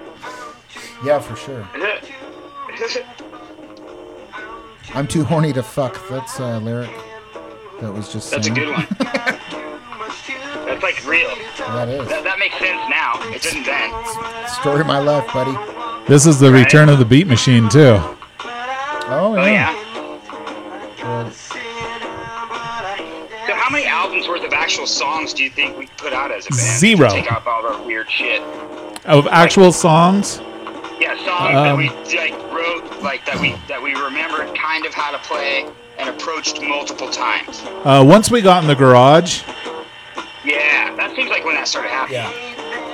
Speaker 2: Yeah, for sure. I'm too horny to fuck. That's a lyric that was just.
Speaker 1: That's a
Speaker 2: sang.
Speaker 1: good one. That's like real.
Speaker 2: That is
Speaker 1: That, that makes sense now. It didn't then.
Speaker 2: story of my life, buddy.
Speaker 5: This is the return of the beat machine too.
Speaker 1: Oh
Speaker 2: Oh yeah.
Speaker 1: yeah. So how many albums worth of actual songs do you think we put out as a band? to
Speaker 5: Zero.
Speaker 1: Take off all of our weird shit.
Speaker 5: Of actual songs,
Speaker 1: Yeah, songs that
Speaker 5: Um,
Speaker 1: we like wrote, like that we that we remembered kind of how to play and approached multiple times.
Speaker 5: uh, once we got in the garage,
Speaker 1: Yeah, that's when that started happening.
Speaker 2: Yeah.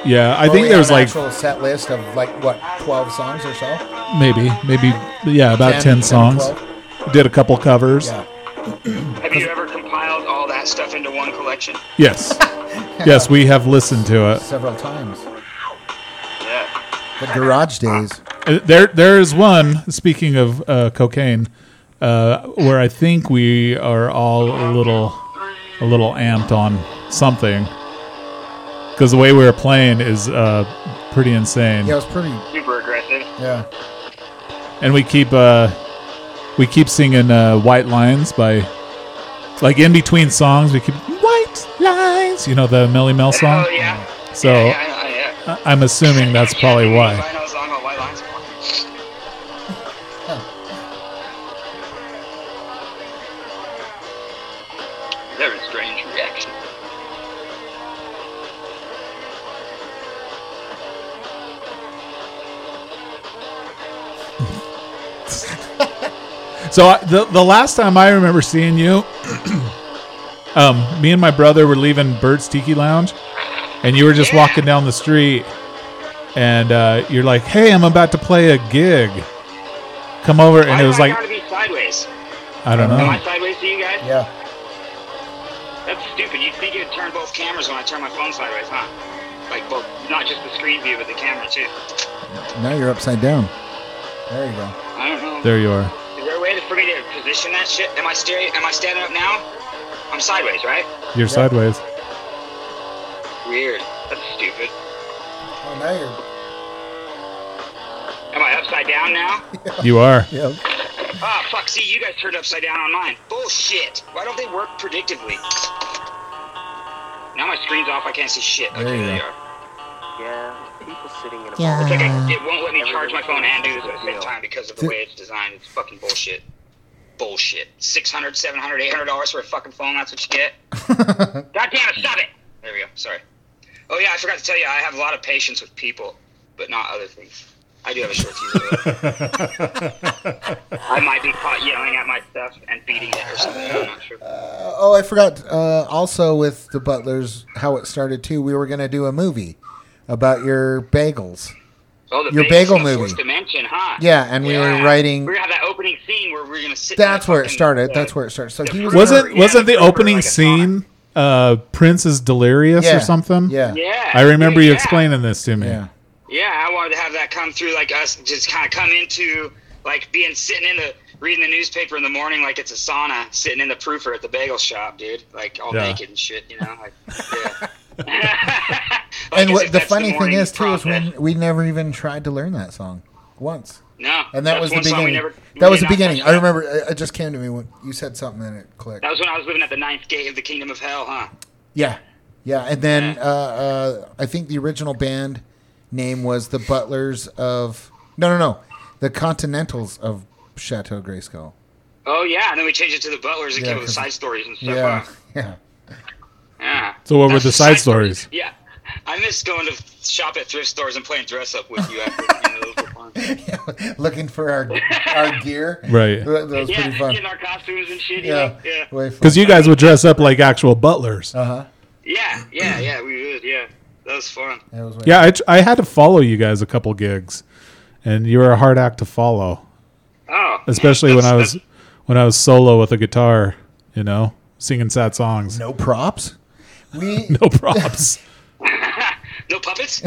Speaker 5: Yeah, I
Speaker 2: Well,
Speaker 5: think
Speaker 2: we
Speaker 5: there was
Speaker 2: have an
Speaker 5: like
Speaker 2: actual set list of like what twelve songs or so.
Speaker 5: maybe, maybe, yeah, about
Speaker 2: 10,
Speaker 5: 10
Speaker 2: 10,
Speaker 5: songs.
Speaker 2: 12.
Speaker 5: Did a couple covers.
Speaker 2: Yeah.
Speaker 1: Have you ever compiled all that stuff into one collection?
Speaker 5: Yes. yes, we have listened to it.
Speaker 2: Several times.
Speaker 1: Yeah.
Speaker 2: The garage days.
Speaker 5: Uh, There, there is one. Speaking of uh, cocaine, uh, where I think we are all a little, a little amped on something, because the way we were playing is uh, pretty insane,
Speaker 2: Yeah, it was pretty.
Speaker 1: Super aggressive.
Speaker 2: Yeah.
Speaker 5: and we keep, uh, we keep singing uh, "White Lines" by, like in between songs, we keep "White Lines," you know the Melly Mel song.
Speaker 1: Oh yeah.
Speaker 5: So
Speaker 1: yeah, yeah, I know, yeah.
Speaker 5: I- I'm assuming that's probably why.
Speaker 1: I know a song called White Lines. That was a strange reaction.
Speaker 5: So I, the the last time I remember seeing you, um, me and my brother were leaving Bird's Tiki Lounge, and you were just walking down the street, and uh, you're like, "Hey, I'm about to play a gig. Come over." And
Speaker 1: Why
Speaker 5: it
Speaker 1: do
Speaker 5: was
Speaker 1: I
Speaker 5: like, oh.
Speaker 1: gotta be sideways?
Speaker 5: I don't
Speaker 1: Am
Speaker 5: know.
Speaker 1: I sideways to you guys?
Speaker 2: Yeah.
Speaker 1: That's stupid. You'd think it'd turn both cameras when I turn my phone sideways, huh? Like both, not just the screen view, but the camera too.
Speaker 2: Now you're upside down. There you go.
Speaker 1: I don't know.
Speaker 5: There you are.
Speaker 1: Is there a way for me to position that shit? Am I staring? Am I standing up now? I'm sideways, right?
Speaker 5: You're sideways.
Speaker 1: Weird. That's stupid.
Speaker 2: Oh, now
Speaker 1: Am I upside down now?
Speaker 5: You are.
Speaker 2: you're. Yeah.
Speaker 1: Ah, fuck. See, you guys turned upside down on mine. Bullshit. Why don't they work predictively? Now my screen's off. I can't see shit. Okay,
Speaker 2: There you
Speaker 1: there
Speaker 2: go.
Speaker 1: you are.
Speaker 8: Yeah, people sitting in a
Speaker 1: It's like
Speaker 8: yeah.
Speaker 2: Uh,
Speaker 1: I, it won't let me charge my phone and do this at the same time because of the way it's designed. It's fucking bullshit. Bullshit. 600 700 800 dollars for a fucking phone. That's what you get. God damn it! Stop it. There we go. Sorry. Oh yeah, I forgot to tell you. I have a lot of patience with people, but not other things. I do have a short fuse. though. I might be caught yelling at my stuff and beating it or something. I'm not sure.
Speaker 2: Oh, I forgot. Uh, also, with the Butlers, how it started too. We were gonna do a movie about your bagels.
Speaker 1: Oh, the
Speaker 2: Your
Speaker 1: bagels
Speaker 2: bagel
Speaker 1: in the
Speaker 2: movie.
Speaker 1: Fourth dimension, huh?
Speaker 2: Yeah, and we were writing-
Speaker 1: We're gonna have that opening scene where we're gonna sit. in
Speaker 2: That's
Speaker 1: the
Speaker 2: where it
Speaker 1: fucking,
Speaker 2: started.
Speaker 1: uh,
Speaker 2: That's where it started. So he was.
Speaker 5: Wasn't
Speaker 1: Yeah,
Speaker 5: wasn't the
Speaker 1: it's over
Speaker 5: opening
Speaker 1: like a
Speaker 5: scene uh, Prince is delirious
Speaker 2: Yeah.
Speaker 5: or something?
Speaker 2: Yeah.
Speaker 1: Yeah.
Speaker 5: I remember
Speaker 1: dude,
Speaker 5: you
Speaker 1: yeah.
Speaker 5: explaining this to me.
Speaker 2: Yeah.
Speaker 1: Yeah, I wanted to have that come through, like us just kind of come into like being sitting in the reading the newspaper in the morning, like it's a sauna, sitting in the proofer at the bagel shop, dude, like all
Speaker 5: Yeah.
Speaker 1: naked and shit, you know, like yeah. Like,
Speaker 2: And
Speaker 1: as
Speaker 2: what,
Speaker 1: if
Speaker 2: the
Speaker 1: that's
Speaker 2: funny thing
Speaker 1: morning
Speaker 2: is too is
Speaker 1: process.
Speaker 2: when we never even tried to learn that song once.
Speaker 1: no,
Speaker 2: And that
Speaker 1: that's
Speaker 2: was the
Speaker 1: one song we
Speaker 2: beginning.
Speaker 1: never- we
Speaker 2: that was the
Speaker 1: did not
Speaker 2: beginning.
Speaker 1: touch
Speaker 2: I
Speaker 1: that.
Speaker 2: remember. It, it just came to me when you said something and it clicked.
Speaker 1: That was when I was living at the ninth gate of the kingdom of hell, huh?
Speaker 2: Yeah, yeah. And then uh, uh, I think the original band name was the Butlers of no, no, no, the Continentals of Chateau Grayskull.
Speaker 1: Oh yeah, and then we changed it to the butlers and
Speaker 2: Yeah,
Speaker 1: came up with
Speaker 2: 'cause-
Speaker 1: side stories and stuff.
Speaker 2: Yeah,
Speaker 1: huh?
Speaker 2: yeah.
Speaker 1: Yeah.
Speaker 5: So what were
Speaker 1: Ah. That's
Speaker 5: the side stories?
Speaker 1: Yeah. I miss going to shop at thrift stores and playing dress up with you after you know, those were fun.
Speaker 2: Looking for our our gear.
Speaker 5: Right.
Speaker 2: That, that was
Speaker 1: Yeah,
Speaker 2: pretty fun.
Speaker 1: in our costumes and shit. Yeah.
Speaker 2: Yeah,
Speaker 1: Like, yeah.
Speaker 2: way fun.
Speaker 5: Because you guys would dress up like actual butlers.
Speaker 2: Uh huh.
Speaker 1: Yeah, yeah, yeah, we did, yeah. That was fun.
Speaker 2: That was way
Speaker 5: Yeah, I, tr- I had to follow you guys a couple gigs, and you were a hard act to follow,
Speaker 1: Oh.
Speaker 5: especially when
Speaker 1: that's-
Speaker 5: I was
Speaker 1: that's-
Speaker 5: when I was solo with a guitar, you know, singing sad songs. No,
Speaker 2: No props. We
Speaker 5: props.
Speaker 1: No puppets?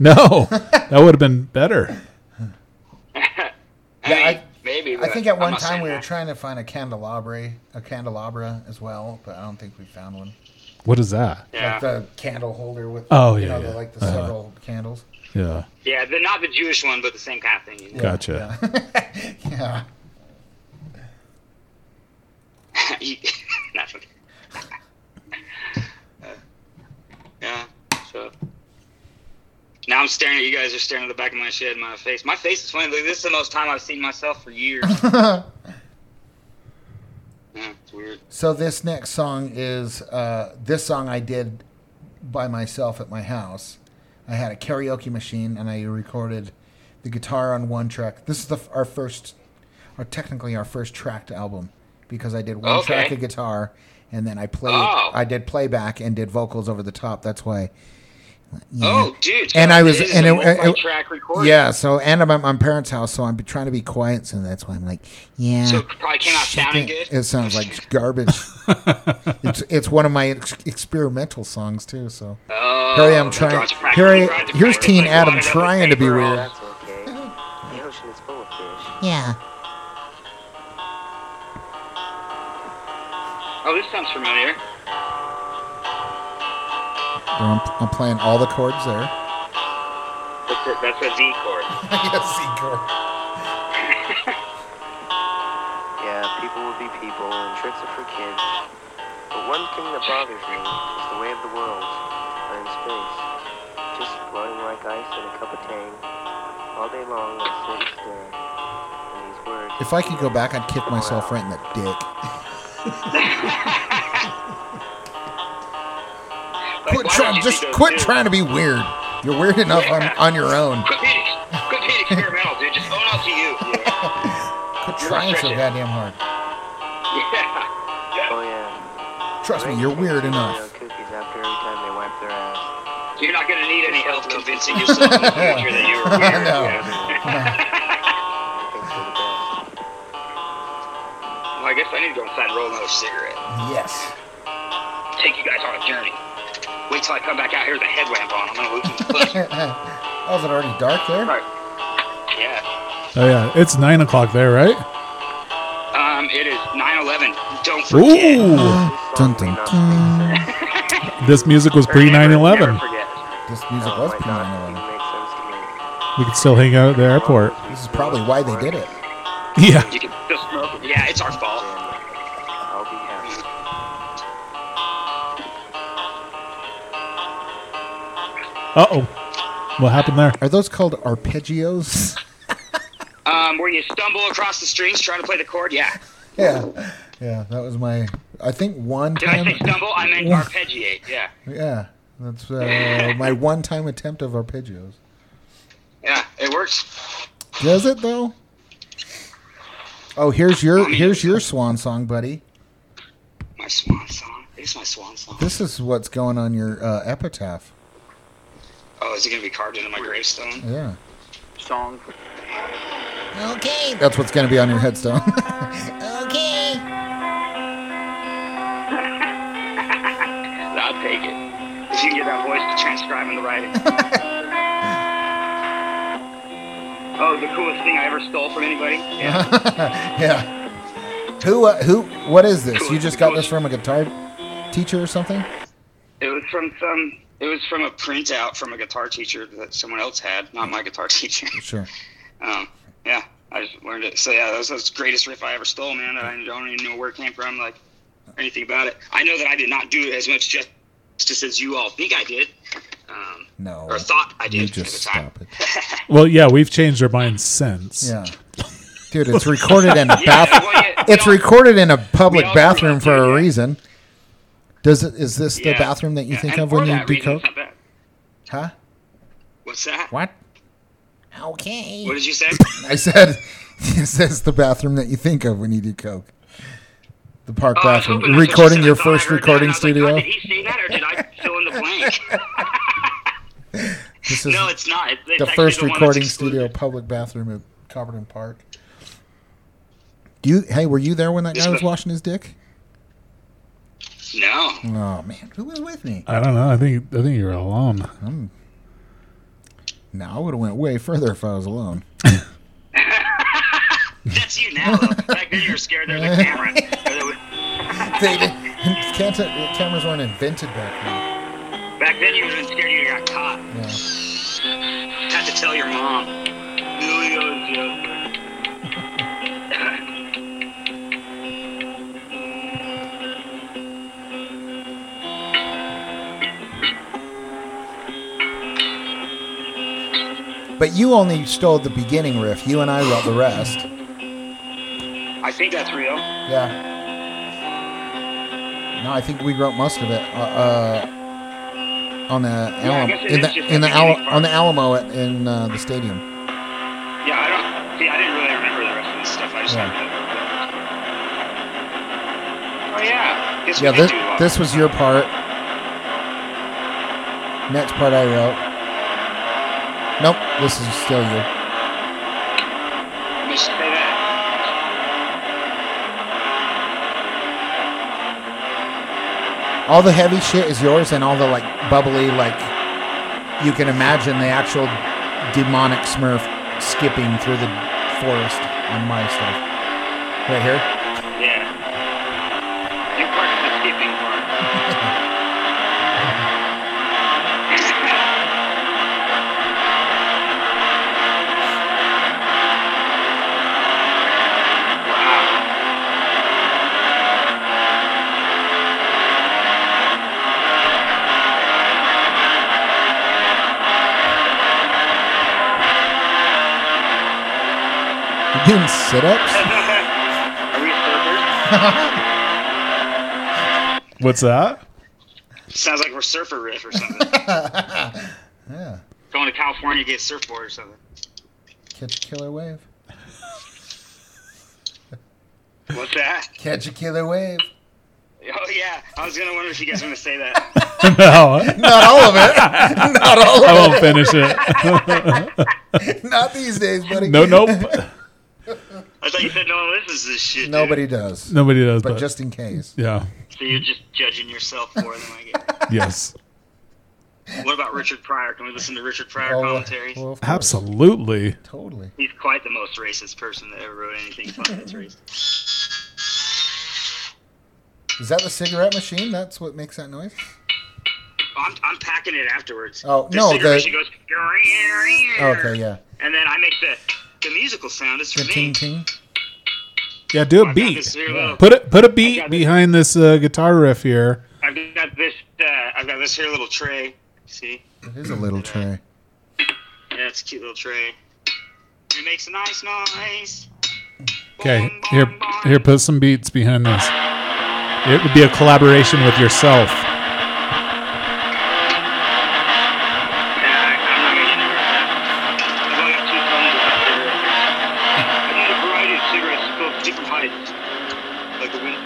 Speaker 5: no, that would have been better.
Speaker 1: I mean,
Speaker 2: I-
Speaker 1: maybe.
Speaker 2: I
Speaker 1: but
Speaker 2: think at
Speaker 1: I'm
Speaker 2: one
Speaker 1: not
Speaker 2: time
Speaker 1: saying
Speaker 2: we were
Speaker 1: that.
Speaker 2: trying to find a candelabra, a candelabra as well, but I don't think we found one.
Speaker 5: What is that?
Speaker 2: Like
Speaker 1: Yeah.
Speaker 2: the candle holder with
Speaker 5: Oh,
Speaker 2: you
Speaker 5: yeah,
Speaker 2: know, the,
Speaker 5: yeah.
Speaker 2: like the
Speaker 5: Uh-huh.
Speaker 2: several candles.
Speaker 5: Yeah,
Speaker 1: yeah, the, not the Jewish one, but the same kind of thing. You know?
Speaker 5: gotcha.
Speaker 2: Yeah.
Speaker 1: Not funny. Uh, yeah, so. Now I'm staring at you guys. Are staring at the back of my head, my face. My face is funny. Like, this is the most time I've seen myself for years. yeah, it's weird.
Speaker 2: So this next song is uh, this song I did by myself at my house. I had a karaoke machine and I recorded the guitar on one track. This is the, our first, or technically our first tracked album because I did one
Speaker 1: Okay.
Speaker 2: track of guitar and then I played.
Speaker 1: Oh.
Speaker 2: I did playback and did vocals over the top. That's why.
Speaker 1: Oh, dude.
Speaker 2: And I was- and it- it-
Speaker 1: track recording.
Speaker 2: Yeah. So and I'm at my parents' house, so I'm trying to be quiet, so that's why I'm like, yeah.
Speaker 1: So it probably came out
Speaker 2: shit,
Speaker 1: sounding
Speaker 2: it-
Speaker 1: good?
Speaker 2: It sounds like garbage. it's it's one of my ex- experimental songs too. So
Speaker 1: Oh,
Speaker 2: here I am trying.
Speaker 1: God's practice,
Speaker 2: Here I,
Speaker 1: God's
Speaker 2: here's
Speaker 1: practice,
Speaker 2: Teen
Speaker 1: like
Speaker 2: Adam
Speaker 1: water doesn't
Speaker 2: trying to be
Speaker 1: vapor all
Speaker 2: weird.
Speaker 8: That's okay. The ocean is full of fish.
Speaker 2: Yeah.
Speaker 1: Oh, this sounds familiar.
Speaker 2: I'm, I'm playing all the chords there.
Speaker 1: That's a, that's a Z chord.
Speaker 2: yes, C chord.
Speaker 8: Yeah, people will be people, and tricks are for kids. But one thing that bothers me is the way of the world, or in space. Just blowing like ice in a cup of tang. All day long, I sit and stare. And these words.
Speaker 2: If I could go back, I'd kick myself right in the dick.
Speaker 1: Like,
Speaker 2: Quit
Speaker 1: why don't
Speaker 2: trying.
Speaker 1: you do
Speaker 2: Just
Speaker 1: those
Speaker 2: quit
Speaker 1: too?
Speaker 2: trying to be weird. You're weird enough
Speaker 1: Yeah.
Speaker 2: on, on your own.
Speaker 1: Quit being, quit being experimental, dude. Just own up to you. Yeah.
Speaker 2: Quit trying so goddamn hard.
Speaker 1: yeah.
Speaker 8: Oh, yeah.
Speaker 2: Trust me, you're weird enough.
Speaker 8: Cookies after every time they wipe their ass.
Speaker 1: You're not gonna need any help convincing yourself in the future that you were weird.
Speaker 2: No.
Speaker 1: yeah.
Speaker 8: Thanks for the best.
Speaker 1: Well, I guess I need to go inside and roll another cigarette.
Speaker 2: Yes.
Speaker 1: Take you guys on a journey. Wait till I come back out here with a headlamp on. I'm gonna look in the bush.
Speaker 2: oh, is it already dark there?
Speaker 1: Right. Yeah.
Speaker 5: Oh yeah, it's nine o'clock there, right?
Speaker 1: Um, it is 9/11. Don't forget.
Speaker 5: Ooh,
Speaker 2: Dun, dun, dun.
Speaker 5: this music was pre 9/11.
Speaker 1: Never forget.
Speaker 2: This music
Speaker 8: Oh
Speaker 2: was
Speaker 8: my God, it
Speaker 2: P911.
Speaker 8: even makes sense to me.
Speaker 5: We could still hang out at the airport.
Speaker 2: This is probably why they did it.
Speaker 5: Yeah,
Speaker 1: You can still smoke. it. Yeah, it's our fault.
Speaker 8: I'll be happy.
Speaker 5: uh oh, what happened there?
Speaker 2: Are those called arpeggios?
Speaker 1: Um, where you stumble across the strings trying to play the chord. Yeah.
Speaker 2: yeah. Yeah, that was my. I think one
Speaker 1: Did I
Speaker 2: time.
Speaker 1: say stumble? I meant arpeggiate. Yeah.
Speaker 2: Yeah, that's uh, my one time attempt of arpeggios.
Speaker 1: Yeah. It works.
Speaker 2: Does it though? Oh, here's your here's your swan song, buddy.
Speaker 1: My swan song. It's my swan song.
Speaker 2: This is what's going on your uh, epitaph.
Speaker 1: Oh, is it gonna be carved into my gravestone?
Speaker 2: Yeah.
Speaker 9: Song.
Speaker 2: Okay. That's what's going to be on your headstone. okay.
Speaker 1: I'll take it. If you can get that voice to transcribe in the writing. oh, the coolest thing I ever stole from anybody? Yeah.
Speaker 2: yeah. Who uh, who what is this? You just got this from a guitar teacher or something?
Speaker 1: it was from some. It was from a printout from a guitar teacher that someone else had, not my guitar teacher.
Speaker 2: Sure.
Speaker 1: Um, yeah, I just learned it. So yeah, that was, that was the greatest riff I ever stole, man. I don't even know where it came from, like anything about it. I know that I did not do as much justice as you all think I did, um,
Speaker 2: No.
Speaker 1: or thought I did
Speaker 2: You
Speaker 1: at
Speaker 2: just
Speaker 1: the time.
Speaker 2: stop it.
Speaker 5: Well, yeah, we've changed our minds since.
Speaker 2: Yeah. Dude, it's recorded in a
Speaker 1: Yeah,
Speaker 2: bathroom.
Speaker 1: well, yeah, we
Speaker 2: It's
Speaker 1: all-
Speaker 2: recorded in a public
Speaker 1: we all grew up
Speaker 2: bathroom for
Speaker 1: doing
Speaker 2: a
Speaker 1: that.
Speaker 2: reason. Does it is this the
Speaker 1: yeah,
Speaker 2: bathroom that you
Speaker 1: yeah,
Speaker 2: think
Speaker 1: and
Speaker 2: of when
Speaker 1: for
Speaker 2: you
Speaker 1: that
Speaker 2: do
Speaker 1: reason,
Speaker 2: coke?
Speaker 1: it's not bad.
Speaker 2: Huh?
Speaker 1: What's that?
Speaker 2: What? Okay.
Speaker 1: What did you say?
Speaker 2: I said, "Is this the bathroom that you think of when you do coke?" The park
Speaker 1: Oh, I was
Speaker 2: bathroom,
Speaker 1: hoping that's what you
Speaker 2: recording
Speaker 1: said.
Speaker 2: your
Speaker 1: I thought I
Speaker 2: first
Speaker 1: heard that, and I
Speaker 2: recording
Speaker 1: was like, God,
Speaker 2: studio.
Speaker 1: did he say that, or did I fill in the blank?
Speaker 2: this is
Speaker 1: no, it's not. It's, it's
Speaker 2: the
Speaker 1: actually
Speaker 2: first
Speaker 1: the one that's
Speaker 2: recording
Speaker 1: excluded.
Speaker 2: studio, public bathroom at Copperton Park. Do you? Hey, were you there when that
Speaker 1: Yes,
Speaker 2: guy was
Speaker 1: but-
Speaker 2: washing his dick?
Speaker 1: No,
Speaker 2: Oh man, who was with me?
Speaker 5: I don't know. I think I think you're alone.
Speaker 2: No, I would have went way further if I was alone.
Speaker 1: that's you now. Though. Back then you were scared there was a camera.
Speaker 2: They didn't- can't- cameras weren't invented back then.
Speaker 1: Back then you were scared you got caught.
Speaker 2: Yeah.
Speaker 1: Had to tell your mom. Really goes joke.
Speaker 2: But you only stole the beginning riff. You and I wrote the rest.
Speaker 1: I think that's real.
Speaker 2: Yeah. No, I think we wrote most of it uh, uh, on the
Speaker 1: I
Speaker 2: Alamo
Speaker 1: guess it is
Speaker 2: in the
Speaker 1: just
Speaker 2: in the
Speaker 1: the
Speaker 2: Al-
Speaker 1: beginning part.
Speaker 2: on the Alamo at, in uh, the stadium.
Speaker 1: Yeah, I don't. See, I didn't really remember the rest of this stuff. I just
Speaker 2: Yeah.
Speaker 1: remember. Oh yeah, This
Speaker 2: Yeah,
Speaker 1: would be
Speaker 2: this,
Speaker 1: too long.
Speaker 2: this was your part. Next part I wrote. Nope, this is still you.
Speaker 1: Let me say that.
Speaker 2: All the heavy shit is yours, and all the like bubbly, like you can imagine the actual demonic Smurf skipping through the forest on my stuff. Right here.
Speaker 1: Yeah. You part of the skipping part.
Speaker 2: You doing sit ups?
Speaker 1: Are we surfers?
Speaker 5: What's that?
Speaker 1: Sounds like we're surfer riff or something. yeah. Going to California to get a surfboard or something.
Speaker 2: Catch a killer wave.
Speaker 1: What's that?
Speaker 2: Catch a killer wave.
Speaker 1: Oh yeah, I was gonna wonder if you guys were gonna say that.
Speaker 5: no,
Speaker 2: Not all of it. Not all
Speaker 5: Oh, I
Speaker 2: of
Speaker 5: won't finish it.
Speaker 2: it. Not these days, buddy.
Speaker 5: No, nope.
Speaker 1: I thought you said no one listens to this shit. dude.
Speaker 2: Nobody does.
Speaker 5: Nobody does. But,
Speaker 2: But just in case.
Speaker 5: yeah,
Speaker 1: So you're just judging yourself more than I get.
Speaker 5: yes,
Speaker 1: What about Richard Pryor? Can we listen to Richard Pryor
Speaker 2: Oh,
Speaker 1: commentaries?
Speaker 2: well, of course.
Speaker 5: absolutely.
Speaker 2: Totally.
Speaker 1: He's quite the most racist person that ever wrote anything funny that's racist.
Speaker 2: Is that the cigarette machine? That's what makes that noise?
Speaker 1: I'm, I'm packing it afterwards.
Speaker 2: Oh,
Speaker 1: This
Speaker 2: no,
Speaker 1: cigarette
Speaker 2: the-
Speaker 1: machine goes.
Speaker 2: Okay, yeah.
Speaker 1: And then I make the the musical sound. It's
Speaker 2: The
Speaker 1: for me.
Speaker 2: ting ting.
Speaker 5: Yeah, do a
Speaker 1: I've got
Speaker 5: beat.
Speaker 1: this here little.
Speaker 5: Put a put a beat
Speaker 1: got it.
Speaker 5: behind this uh, guitar riff here.
Speaker 1: I've got this. Uh, I've got this here little tray. See.
Speaker 2: It is a little tray.
Speaker 1: Yeah, it's a cute little tray. It makes a nice noise.
Speaker 5: Okay,
Speaker 1: Boing, boing,
Speaker 5: here
Speaker 1: boing.
Speaker 5: here put some beats behind this. It would be a collaboration with yourself.
Speaker 1: Yeah, I'm not gonna get into that. I've only got two thumbs left there. I've had a variety of cigarettes that go up to different heights. Like the wind.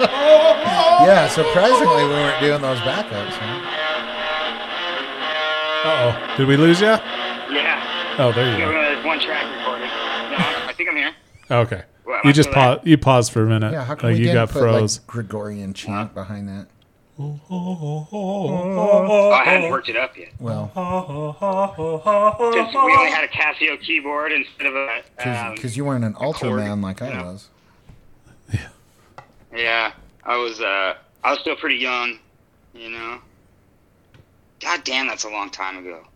Speaker 2: Yeah, surprisingly, we weren't doing those backups. huh?
Speaker 5: Uh oh, did we lose you?
Speaker 1: Yeah,
Speaker 5: Oh, there
Speaker 1: we
Speaker 5: you
Speaker 1: have one track recording. No, I think I'm here.
Speaker 5: go. Okay,
Speaker 1: Well,
Speaker 5: you just
Speaker 1: after that-
Speaker 5: pause. You paused for a minute.
Speaker 2: Yeah, how come
Speaker 5: Like,
Speaker 2: we
Speaker 5: Oh, you
Speaker 2: didn't
Speaker 5: got
Speaker 2: put
Speaker 5: froze.
Speaker 2: like Gregorian chant behind that?
Speaker 1: Oh, I hadn't worked it up yet.
Speaker 2: Well, Oh,
Speaker 1: Since we only had a Casio keyboard instead of a. Um,
Speaker 2: because you weren't an altar
Speaker 1: chord,
Speaker 2: man like I
Speaker 1: you know.
Speaker 2: was.
Speaker 1: yeah, I was. Uh, I was still pretty young, you know. God damn, that's a long time ago.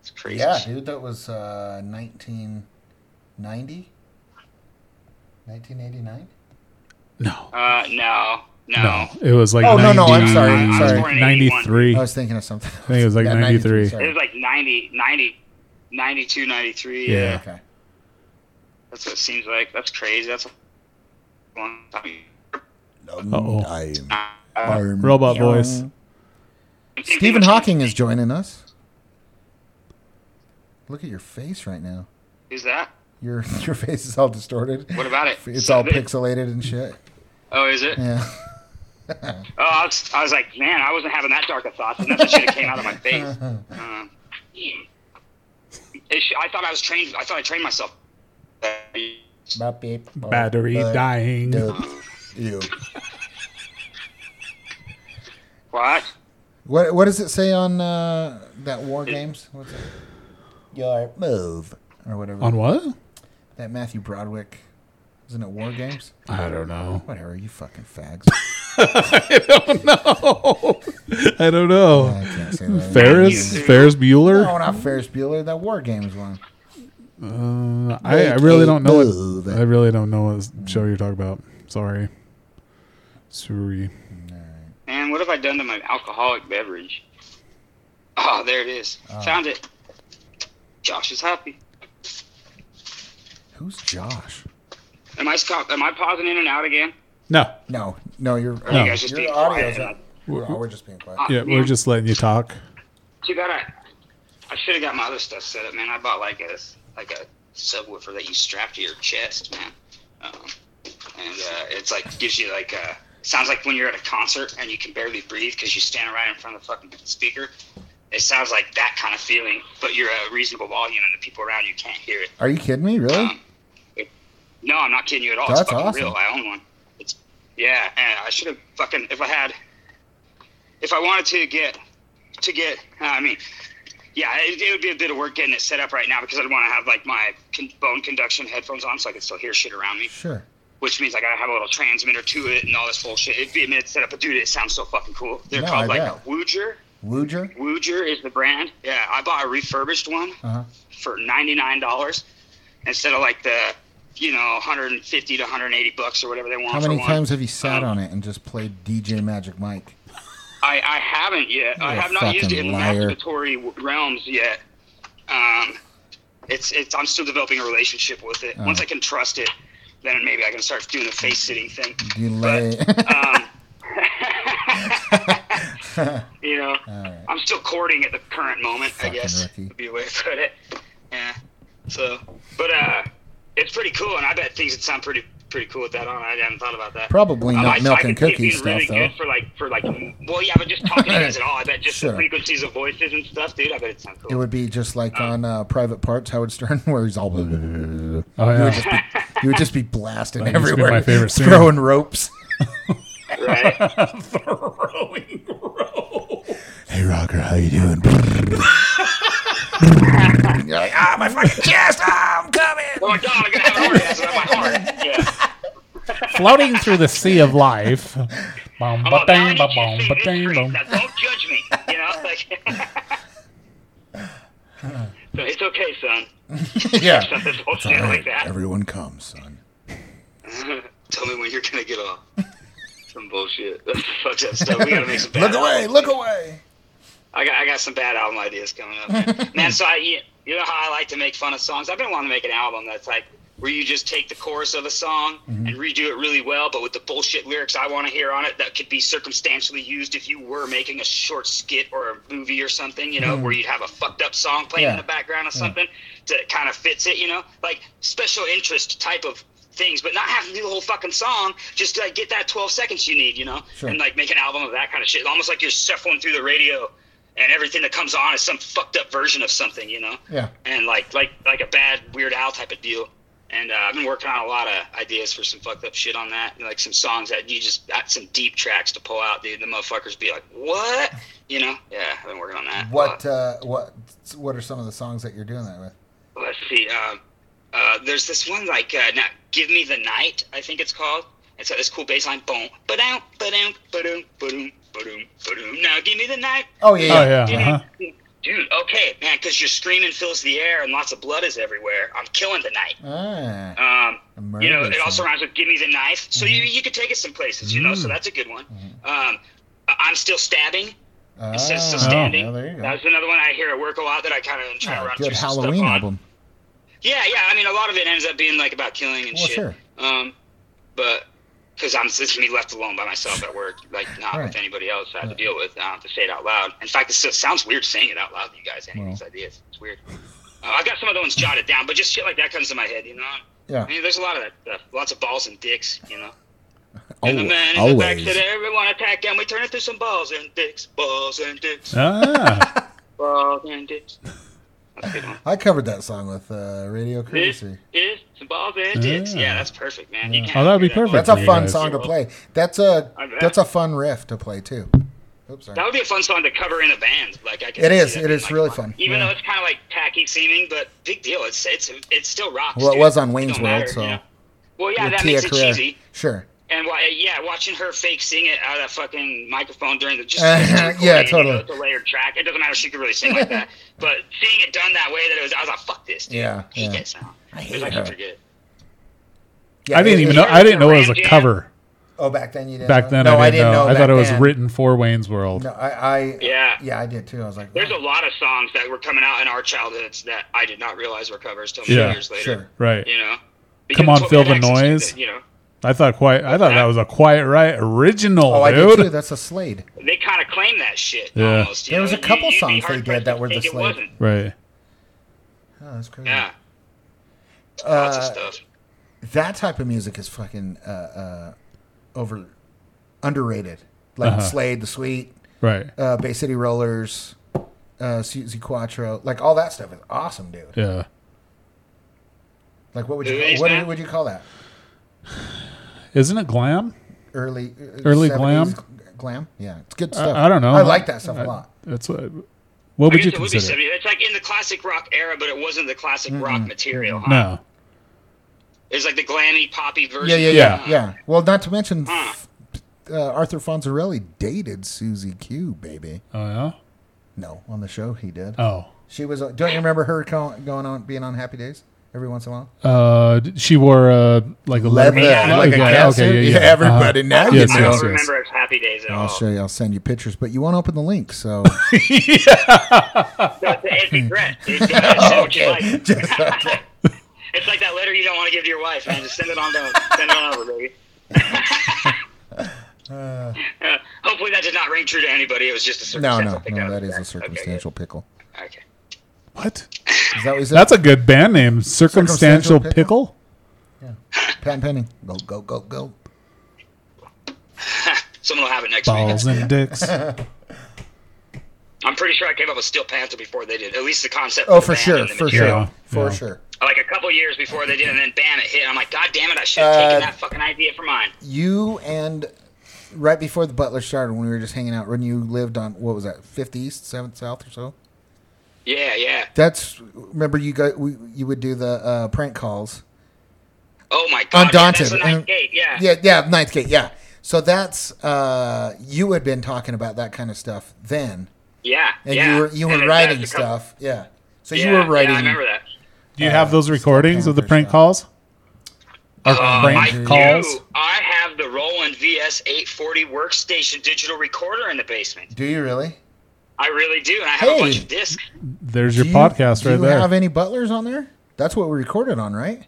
Speaker 1: It's crazy.
Speaker 2: Yeah, dude, that was uh, 1990, 1989.
Speaker 5: no,
Speaker 1: Uh, no, no.
Speaker 5: no, it was like
Speaker 2: Oh, no, no, I'm
Speaker 5: 90
Speaker 2: sorry,
Speaker 1: I- I was
Speaker 2: sorry. Oh,
Speaker 1: born in 81.
Speaker 5: 93.
Speaker 2: I was thinking of something. I
Speaker 5: think it was like 93.
Speaker 1: It was like 90, 90, 92, 93. Yeah.
Speaker 5: Yeah.
Speaker 2: Okay.
Speaker 1: That's what it seems like. That's crazy. That's a long time.
Speaker 5: Uh-oh.
Speaker 1: Uh,
Speaker 5: Robot voice.
Speaker 2: Stephen Hawking is joining us. Look at your face right now.
Speaker 1: Who's that?
Speaker 2: Your your face is all distorted.
Speaker 1: What about it?
Speaker 2: It's all
Speaker 1: They-
Speaker 2: pixelated and shit.
Speaker 1: Oh, is it?
Speaker 2: Yeah.
Speaker 1: Oh, I was, I was like, man, I wasn't having that dark of thoughts, and nothing should have came out of my face. Um, it sh- I thought I was trained. I thought I trained myself.
Speaker 5: Battery dying.
Speaker 2: You.
Speaker 1: What?
Speaker 2: What what does it say on uh, that War Games? What's it? Your move or whatever.
Speaker 5: On what?
Speaker 2: that Matthew Broderick, isn't it War Games?
Speaker 5: I don't know.
Speaker 2: Whatever, you fucking fags. Oh.
Speaker 5: I don't know.
Speaker 2: I can't say that.
Speaker 5: Ferris, Ferris
Speaker 2: No,
Speaker 5: Bueller.
Speaker 2: not Ferris Bueller. That War Games one. Oh.
Speaker 5: I, I really don't know
Speaker 2: move.
Speaker 5: what. I really don't know what show you're talking about. Sorry. Sorry.
Speaker 1: Man, what have I done to my alcoholic beverage? Oh, there it is. Found it. Josh is happy.
Speaker 2: Who's Josh?
Speaker 1: Am I stop? Am I pausing in and out again?
Speaker 5: No.
Speaker 2: No, no, oh, you're
Speaker 1: Or
Speaker 5: No.
Speaker 1: you guys just
Speaker 3: Your
Speaker 1: being
Speaker 3: audio's
Speaker 1: quiet. Uh,
Speaker 3: up. We're, we're just being quiet.
Speaker 5: Yeah, we're just letting you talk.
Speaker 1: Too bad I, I should have got my other stuff set up, man. I bought like a like a subwoofer that you strap to your chest, man. Um, and uh, it's like gives you like a sounds like when you're at a concert and you can barely breathe because you stand right in front of the fucking speaker. It sounds like that kind of feeling, but you're at a reasonable volume and the people around you can't hear it.
Speaker 2: Are you kidding me?
Speaker 1: uh,
Speaker 2: Really?
Speaker 1: No, I'm not kidding you at all.
Speaker 2: That's
Speaker 1: it's fucking
Speaker 2: awesome.
Speaker 1: real. I own one. It's yeah, and I should have fucking if I had if I wanted to get to get uh, I mean yeah, it, it would be a bit of work getting it set up right now because I'd want to have like my con- bone conduction headphones on so I could still hear shit around me,
Speaker 2: Sure.
Speaker 1: which means I gotta have a little transmitter to it and all this bullshit. It'd be a minute to set up, but dude, it sounds so fucking cool. They're
Speaker 2: No, I
Speaker 1: called like a
Speaker 2: bet.
Speaker 1: Wooger.
Speaker 2: Luger?
Speaker 1: Wooger is the brand. Yeah, I bought a refurbished one
Speaker 2: Uh-huh.
Speaker 1: for ninety nine dollars instead of like the you know one hundred and fifty to one hundred and eighty bucks or whatever they want.
Speaker 2: How many
Speaker 1: for one.
Speaker 2: times have you sat
Speaker 1: Um,
Speaker 2: on it and just played DJ Magic Mike?
Speaker 1: I, I haven't yet. I
Speaker 2: You're a
Speaker 1: have not used it in
Speaker 2: fucking
Speaker 1: the
Speaker 2: liar.
Speaker 1: masturbatory w- realms yet. Um, it's it's I'm still developing a relationship with it.
Speaker 2: Oh.
Speaker 1: Once I can trust it, then maybe I can start doing the face sitting thing.
Speaker 2: Do you lay?
Speaker 1: Um, you know, I'm still courting at the current moment. I
Speaker 2: Fucking
Speaker 1: guess
Speaker 2: rookie.
Speaker 1: would be a way to put it. Yeah. So, but uh, it's pretty cool, and I bet things would sound pretty pretty cool with that on. I hadn't thought about that.
Speaker 2: Probably
Speaker 1: Um,
Speaker 2: not
Speaker 1: I-
Speaker 2: milk
Speaker 1: I could
Speaker 2: and
Speaker 1: see it
Speaker 2: cookies
Speaker 1: being
Speaker 2: stuff,
Speaker 1: really
Speaker 2: though.
Speaker 1: Good for like for like, well, yeah, but just talking to you guys at all. I bet just
Speaker 2: Sure.
Speaker 1: the frequencies of voices and stuff, dude. I bet it sounds cool.
Speaker 2: It would be just like
Speaker 1: um,
Speaker 2: on uh, Private Parts, Howard Stern, where he's all. You
Speaker 5: Oh yeah.
Speaker 2: would just be blasting
Speaker 5: That used to be
Speaker 2: everywhere,
Speaker 5: my favorite scene.
Speaker 2: throwing ropes.
Speaker 1: right?
Speaker 7: Throwing rope.
Speaker 2: Hey, rocker, how you doing? You're like, ah, my fucking chest! Ah, I'm coming.
Speaker 1: oh my god, I'm gonna have an orgasm at my heart. Yeah.
Speaker 5: Floating through the sea of life. Bum,
Speaker 1: I'm
Speaker 5: ba,
Speaker 1: a bad
Speaker 5: dang, ba,
Speaker 1: chick
Speaker 5: bum,
Speaker 1: seeing
Speaker 5: ba,
Speaker 1: this
Speaker 5: dang,
Speaker 1: creep.
Speaker 5: bum.
Speaker 1: Now, don't judge me. You know, like. So it's okay, son.
Speaker 2: yeah.
Speaker 1: Something
Speaker 2: All
Speaker 1: bullshit
Speaker 2: right,
Speaker 1: like that.
Speaker 2: everyone come, son.
Speaker 1: Tell me when you're gonna get off. Some bullshit. Fuck that stuff. We gotta make some bad.
Speaker 2: Look away! Look away!
Speaker 1: I got I got some bad album ideas coming up, man. man so I you, you know how I like to make fun of songs. I've been wanting to make an album that's like where you just take the chorus of a song and redo it really well, but with the bullshit lyrics I want to hear on it that could be circumstantially used if you were making a short skit or a movie or something, you know, where you'd have a fucked up song playing in
Speaker 2: Yeah.
Speaker 1: the background or something that kind of fits it, you know, like special interest type of things, but not having to do the whole fucking song, just like get that 12 seconds you need, you know,
Speaker 2: Sure.
Speaker 1: and like make an album of that kind of shit. Almost like you're shuffling through the radio and everything that comes on is some fucked up version of something, you know?
Speaker 2: Yeah.
Speaker 1: And like, like, like a bad Weird Al type of deal. And uh, I've been working on a lot of ideas for some fucked up shit on that, and, like some songs that you just got some deep tracks to pull out, dude. The motherfuckers be like, "What?" You know? Yeah, I've been working on that. a lot.
Speaker 2: What uh, what what are some of the songs that you're doing that with?
Speaker 1: let's see. Um, uh, there's this one like uh, now, "Give Me the Night," I think it's called. It's got this cool bass line. Boom, ba-doom, ba-doom, ba-doom, ba-doom, ba-doom, ba-doom. Now give me the night.
Speaker 2: Oh yeah, yeah.
Speaker 5: Oh yeah. Uh-huh.
Speaker 1: Dude, okay, man, because your screaming fills the air and lots of blood is everywhere. I'm killing the night.
Speaker 5: Oh,
Speaker 2: Ah,
Speaker 1: Um,
Speaker 2: a murder
Speaker 1: you know, it also
Speaker 2: song.
Speaker 1: rhymes with "give me the knife," so you
Speaker 2: Mm-hmm.
Speaker 1: you could take it some places, you know. So that's a good one. Um, I- I'm still stabbing. It says
Speaker 5: Oh,
Speaker 1: still
Speaker 2: Ah,
Speaker 1: standing.
Speaker 2: yeah, there you go. Ah, Oh,
Speaker 1: That's another one I hear at work a lot that I kind of try to run
Speaker 2: good
Speaker 1: through some stuff
Speaker 2: Halloween
Speaker 1: on.
Speaker 2: album.
Speaker 1: Yeah, yeah. I mean, a lot of it ends up being like about killing and
Speaker 2: Well,
Speaker 1: shit.
Speaker 2: sure.
Speaker 1: Um, but because I'm just me left alone by myself at work, like not
Speaker 2: Right.
Speaker 1: with anybody else I have to deal with. I don't have to say it out loud. In fact, it s- sounds weird saying it out loud to you guys. Any of these ideas? It's weird. Uh, I've got some other ones jotted down, but just shit like that comes to my head, you know.
Speaker 2: Yeah.
Speaker 1: I mean, there's a lot of that stuff. Lots of balls and dicks, you know. and the
Speaker 2: Oh,
Speaker 1: man in the back
Speaker 2: always.
Speaker 1: said, "Everyone attack them. We turn it to some balls and dicks, balls and dicks,
Speaker 5: Ah.
Speaker 1: balls and dicks." That's a good one.
Speaker 2: I covered that song with uh, Radio
Speaker 1: This
Speaker 2: Courtesy.
Speaker 1: is some balls and dicks. Yeah, that's perfect, man. You can't
Speaker 5: Oh, that'd be
Speaker 1: do that.
Speaker 5: perfect.
Speaker 2: That's a
Speaker 5: for you
Speaker 2: fun
Speaker 5: guys.
Speaker 2: song to play. That's a
Speaker 1: I bet.
Speaker 2: that's a fun riff to play too. Oops, sorry.
Speaker 1: That would be a fun song to cover in a band. Like I can
Speaker 2: It
Speaker 1: see
Speaker 2: is.
Speaker 1: that
Speaker 2: It
Speaker 1: being,
Speaker 2: is
Speaker 1: like,
Speaker 2: really
Speaker 1: fun.
Speaker 2: fun.
Speaker 1: Even
Speaker 2: Yeah.
Speaker 1: though it's kind of like tacky seeming, but big deal. It's it's it's still rocks.
Speaker 2: Well, it
Speaker 1: dude.
Speaker 2: was on
Speaker 1: It
Speaker 2: Wayne's
Speaker 1: don't
Speaker 2: World,
Speaker 1: matter,
Speaker 2: so
Speaker 1: you know? Well, yeah,
Speaker 2: With
Speaker 1: that
Speaker 2: Tia
Speaker 1: makes it
Speaker 2: Carrere.
Speaker 1: cheesy.
Speaker 2: Sure.
Speaker 1: And why, yeah, watching her fake sing it out of that fucking microphone during the just
Speaker 2: Uh-huh,
Speaker 1: just
Speaker 2: yeah,
Speaker 1: recording,
Speaker 2: totally.
Speaker 1: You know, it's a layered track. It doesn't matter if she could really sing like that, but seeing it done that way, that it was, I was like, fuck this. Dude.
Speaker 2: Yeah,
Speaker 1: I hate
Speaker 2: yeah.
Speaker 1: that sound. I
Speaker 2: hate
Speaker 1: I
Speaker 2: her.
Speaker 1: can forget. it.
Speaker 2: Yeah,
Speaker 5: I didn't
Speaker 2: it-
Speaker 5: even
Speaker 2: it-
Speaker 5: know. I didn't know it was a
Speaker 1: Ram Jam.
Speaker 5: cover.
Speaker 2: Oh, back then you didn't.
Speaker 5: Back then,
Speaker 2: No,
Speaker 5: I didn't know. I
Speaker 2: back
Speaker 5: thought it was
Speaker 2: then.
Speaker 5: written for Wayne's World.
Speaker 2: No, I, I.
Speaker 1: Yeah.
Speaker 2: Yeah, I did too. I was like,
Speaker 1: There's a lot of songs that were coming out in our childhoods that I did not realize were covers till
Speaker 5: Yeah,
Speaker 1: years later.
Speaker 2: sure.
Speaker 5: Right.
Speaker 1: You know, Because
Speaker 5: Come
Speaker 1: it's
Speaker 5: on,
Speaker 1: what
Speaker 5: Feel
Speaker 1: Mad
Speaker 5: the
Speaker 1: Axis did,
Speaker 5: noise.
Speaker 1: You know,
Speaker 5: I thought quiet. I thought that was a quiet riot original,
Speaker 2: Oh, I did too.
Speaker 5: dude.
Speaker 2: That's a Slade.
Speaker 1: they kind of claim that shit.
Speaker 5: Yeah.
Speaker 1: Almost, you
Speaker 2: There
Speaker 1: know?
Speaker 2: was a
Speaker 1: You-
Speaker 2: couple
Speaker 1: you'd be
Speaker 2: songs they
Speaker 1: hard-pressed
Speaker 2: did
Speaker 1: to
Speaker 2: that were the
Speaker 1: think it
Speaker 2: Slade.
Speaker 1: wasn't.
Speaker 5: Right.
Speaker 2: Oh, that's crazy.
Speaker 1: Yeah.
Speaker 2: uh,
Speaker 1: Lots of stuff.
Speaker 2: That type of music is fucking uh, uh, over underrated. Like
Speaker 5: Uh-huh.
Speaker 2: Slade, The Sweet,
Speaker 5: Right.
Speaker 2: uh, Bay City Rollers, uh, Susie Quattro, like all that stuff is awesome, dude.
Speaker 5: Yeah.
Speaker 2: Like what would
Speaker 1: Who
Speaker 2: you
Speaker 1: is
Speaker 2: what
Speaker 1: that?
Speaker 2: would you call that?
Speaker 5: Isn't it glam?
Speaker 2: Early uh,
Speaker 5: Early
Speaker 2: 70s glam. Yeah, it's good stuff.
Speaker 5: I, I don't know.
Speaker 2: I like that stuff a
Speaker 5: I-
Speaker 2: lot.
Speaker 5: That's what. What
Speaker 1: I
Speaker 5: would
Speaker 1: guess
Speaker 5: you
Speaker 1: it would be
Speaker 5: consider?
Speaker 1: similar. It's like in the classic rock era, but it wasn't the classic rock material. Huh?
Speaker 5: No.
Speaker 1: It was like the glammy poppy version.
Speaker 2: Yeah, yeah,
Speaker 5: Yeah.
Speaker 2: yeah, yeah. Well, not to mention f- uh, Arthur Fonzarelli dated Susie Q, baby.
Speaker 5: Oh yeah.
Speaker 2: No, on the show he did.
Speaker 5: Oh.
Speaker 2: She was. uh, Don't you remember her co- going on being on Happy Days every once in a while?
Speaker 5: Uh, d- she wore uh like a leather.
Speaker 2: Yeah, like a
Speaker 5: yeah,
Speaker 2: cat
Speaker 5: okay,
Speaker 2: suit.
Speaker 5: yeah, yeah.
Speaker 2: Yeah, everybody
Speaker 5: Uh-huh.
Speaker 2: now you
Speaker 5: Yes,
Speaker 1: I
Speaker 5: yes,
Speaker 1: don't
Speaker 5: yes.
Speaker 1: remember it's Happy Days at
Speaker 2: I'll
Speaker 1: all.
Speaker 2: show you. I'll send you pictures, but you won't open the link, so
Speaker 1: No, it's, it's regret. It's, it's, okay.
Speaker 2: just okay.
Speaker 1: it's like that letter you don't want to give to your wife, man. Just send it on down. Send it on over, baby. Uh, hopefully that did not ring true to anybody. It was just a
Speaker 2: No,
Speaker 1: circumstantial
Speaker 2: no,
Speaker 1: pick
Speaker 2: no.
Speaker 1: up.
Speaker 2: That is a
Speaker 1: Okay, good.
Speaker 2: circumstantial pickle.
Speaker 1: Okay.
Speaker 5: What?
Speaker 2: Is that what you said?
Speaker 5: That's a good band name. Circumstantial,
Speaker 2: Circumstantial
Speaker 5: pickle.
Speaker 2: patent pending. Go, go, go, go.
Speaker 1: Someone will have it next week.
Speaker 5: Balls and dicks.
Speaker 1: I'm pretty sure I came up with Steel Panther before they did. At least the concept.
Speaker 2: Oh,
Speaker 1: of the
Speaker 2: for
Speaker 1: band
Speaker 2: sure,
Speaker 1: and the
Speaker 2: for sure,
Speaker 1: material.
Speaker 5: Yeah,
Speaker 2: for
Speaker 5: yeah.
Speaker 2: sure.
Speaker 1: Like a couple years before they did, and then bam, it hit. and I'm like, God damn it! I should have taken
Speaker 2: Uh,
Speaker 1: that fucking idea for mine.
Speaker 2: You and right before the Butler started, when we were just hanging out, when you lived on what was that, Fifth East, Seventh South, or so.
Speaker 1: Yeah, yeah.
Speaker 2: That's remember you got we, you would do the uh, prank calls.
Speaker 1: Oh my God.
Speaker 2: Undaunted.
Speaker 1: Yeah, that's the ninth
Speaker 2: And-
Speaker 1: gate. Yeah.
Speaker 2: Yeah, yeah, ninth gate, yeah. So that's uh, you had been talking about that kind of stuff then,
Speaker 1: Yeah.
Speaker 2: and
Speaker 1: yeah.
Speaker 2: you were you were
Speaker 1: And it-
Speaker 2: writing
Speaker 1: that's a couple-
Speaker 2: stuff, yeah. So
Speaker 1: Yeah,
Speaker 2: you were writing.
Speaker 1: Yeah, I remember that.
Speaker 5: Do you have those
Speaker 2: Uh,
Speaker 5: recordings of the prank
Speaker 2: Panther
Speaker 5: calls? Or
Speaker 1: Uh, I
Speaker 5: prank
Speaker 1: do.
Speaker 5: calls?
Speaker 1: I have the Roland VS840 workstation digital recorder in the basement.
Speaker 2: Do you really?
Speaker 1: I really do, and I have
Speaker 2: Hey.
Speaker 1: a bunch of discs.
Speaker 5: There's your
Speaker 2: Do you-
Speaker 5: podcast right
Speaker 2: Do you have
Speaker 5: there.
Speaker 2: any butlers on there? That's what we recorded on, right?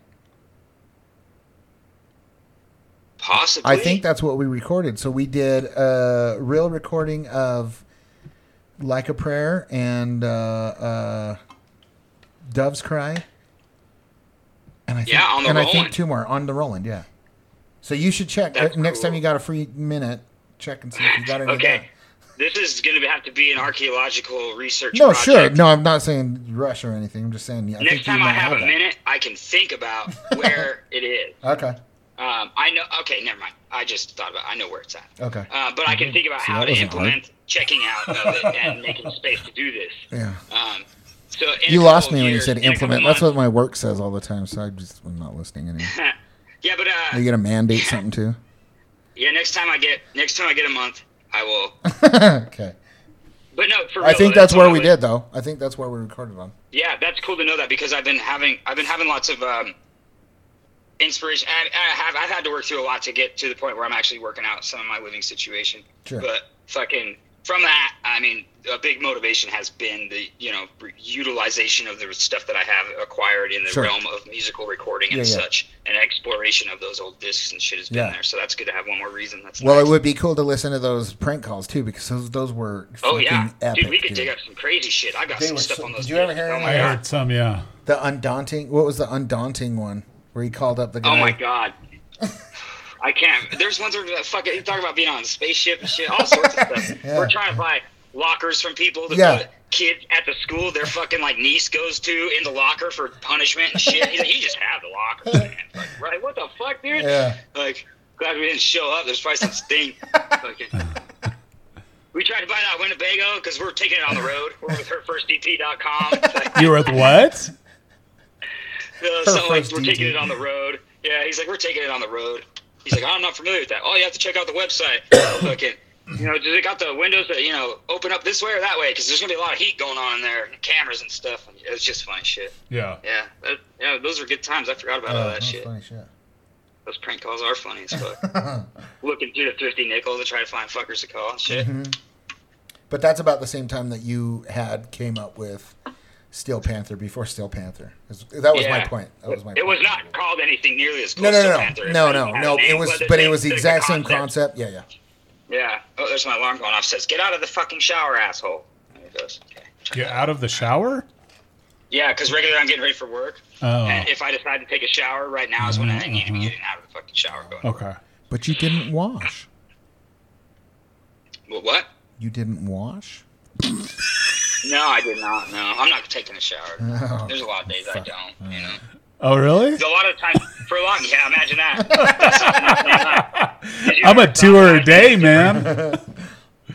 Speaker 1: Possibly.
Speaker 2: I think that's what we recorded. So we did a real recording of "Like a Prayer" and uh, uh, "Doves Cry," and I think,
Speaker 1: Yeah, on the
Speaker 2: and I think
Speaker 1: Roland.
Speaker 2: two more on the Roland. Yeah. So you should check
Speaker 1: That's
Speaker 2: uh, next time
Speaker 1: cool.
Speaker 2: you got a free minute. Check and see if you got any. of
Speaker 1: Okay.
Speaker 2: that.
Speaker 1: This is going to have to be an archaeological research.
Speaker 2: No,
Speaker 1: project.
Speaker 2: sure. No, I'm not saying rush or anything. I'm just saying. Yeah, I
Speaker 1: Next
Speaker 2: think you
Speaker 1: time I
Speaker 2: might
Speaker 1: have, a
Speaker 2: that.
Speaker 1: minute, I can think about where it is.
Speaker 2: Okay.
Speaker 1: Um, I know. Okay, never mind. I just thought about. I know where it's at.
Speaker 2: Okay.
Speaker 1: Uh, but I can think about
Speaker 2: See,
Speaker 1: how
Speaker 2: that
Speaker 1: to
Speaker 2: wasn't hard.
Speaker 1: implement checking out of it and making space to do this.
Speaker 2: Yeah.
Speaker 1: Um, so in a
Speaker 2: You lost
Speaker 1: couple
Speaker 2: me when you
Speaker 1: years-
Speaker 2: said
Speaker 1: in a couple
Speaker 2: implement. That's
Speaker 1: months-
Speaker 2: what my work says all the time. So I just I'm not listening anymore.
Speaker 1: yeah, but
Speaker 2: Are you
Speaker 1: uh,
Speaker 2: gonna mandate something too?
Speaker 1: yeah. Next time I get next time I get a month, I will.
Speaker 2: okay.
Speaker 1: But no, for real,
Speaker 2: I think
Speaker 1: though,
Speaker 2: that's where
Speaker 1: all
Speaker 2: we
Speaker 1: I was-
Speaker 2: did, though. I think that's where we recorded on.
Speaker 1: Yeah, that's cool to know that because I've been having I've been having lots of um, inspiration. I, I have I've had to work through a lot to get to the point where I'm actually working out some of my living situation.
Speaker 2: Sure.
Speaker 1: But fucking from that, I mean, a big motivation has been the you know re- utilization of the stuff that I have acquired in the
Speaker 2: Sure.
Speaker 1: realm of musical recording and
Speaker 2: Yeah, yeah.
Speaker 1: such, and exploration of those old discs and shit has been
Speaker 2: Yeah.
Speaker 1: there. So that's good to have one more reason. That's
Speaker 2: Well,
Speaker 1: nice.
Speaker 2: it would be cool to listen to those prank calls too, because those those were fucking
Speaker 1: Oh yeah,
Speaker 2: epic.
Speaker 1: dude, we could dig up some crazy shit. I got
Speaker 2: They
Speaker 1: some
Speaker 2: were
Speaker 1: stuff
Speaker 2: so-
Speaker 1: on those.
Speaker 2: did you ever
Speaker 1: discs.
Speaker 2: hear
Speaker 1: Oh
Speaker 2: any
Speaker 1: my
Speaker 5: I
Speaker 2: of
Speaker 1: god.
Speaker 5: heard some, yeah.
Speaker 2: The undaunting. What was the undaunting one where he called up the guy?
Speaker 1: Oh my god. I can't. There's ones where fucking you talk about being on a spaceship and shit, all sorts of stuff.
Speaker 2: Yeah.
Speaker 1: We're trying to buy lockers from people to
Speaker 2: Yeah.
Speaker 1: put kids at the school their fucking like niece goes to in the locker for punishment and shit. He's like, you just have the locker, man. Like, right? What the fuck, dude?
Speaker 2: Yeah.
Speaker 1: Like, glad we didn't show up. There's probably some sting. Fucking. We tried to buy that Winnebago because we're taking it on the road. We're with E herfirstdp.com. Like,
Speaker 5: You were with what?
Speaker 1: uh, so like
Speaker 2: first
Speaker 1: we're
Speaker 2: DD.
Speaker 1: taking it on the road. Yeah, he's like, we're taking it on the road. He's like, I'm not familiar with that. Oh, you have to check out the website. Fucking, you know, does it got the windows that you know open up this way or that way? Because there's gonna be a lot of heat going on in there, and cameras and stuff. It was just funny shit.
Speaker 5: Yeah.
Speaker 1: Yeah, that, yeah, those were good times. I forgot about
Speaker 2: Oh,
Speaker 1: all
Speaker 2: that
Speaker 1: that
Speaker 2: was
Speaker 1: shit.
Speaker 2: funny shit.
Speaker 1: Those prank calls are funny as fuck. Looking through the thrifty nickel to try to find fuckers to
Speaker 2: Mm-hmm.
Speaker 1: call and shit.
Speaker 2: But that's about the same time that you had came up with Steel Panther before Steel Panther. 'Cause That was my
Speaker 1: Yeah.
Speaker 2: point. That was my
Speaker 1: It
Speaker 2: point.
Speaker 1: was not called anything nearly as close
Speaker 2: No, no,
Speaker 1: to
Speaker 2: no,
Speaker 1: Panther.
Speaker 2: no,
Speaker 1: It
Speaker 2: no,
Speaker 1: had
Speaker 2: no,
Speaker 1: a
Speaker 2: no.
Speaker 1: name,
Speaker 2: It was,
Speaker 1: but
Speaker 2: but it was the
Speaker 1: same
Speaker 2: exact same concept. Yeah, yeah.
Speaker 1: Yeah. Oh, there's my alarm going off. Says, get out of the fucking shower, asshole. There it goes. Okay.
Speaker 5: Get out of the shower?
Speaker 1: Yeah, because regularly I'm getting ready for work.
Speaker 5: Oh. Mm-hmm.
Speaker 1: And if I decide to take a shower right now is when I need to be getting out of the fucking shower. Going,
Speaker 5: Okay.
Speaker 2: But you didn't wash.
Speaker 1: well, what?
Speaker 2: You didn't wash.
Speaker 1: No, I did not. No, I'm not taking a shower. There's a lot of days I don't. You know,
Speaker 5: Oh, really?
Speaker 1: There's a lot of times for long. Yeah, imagine that. That's something I can't lie. Did you
Speaker 5: I'm a
Speaker 1: ever
Speaker 5: tour
Speaker 1: thought
Speaker 5: a
Speaker 1: I-
Speaker 5: day, man.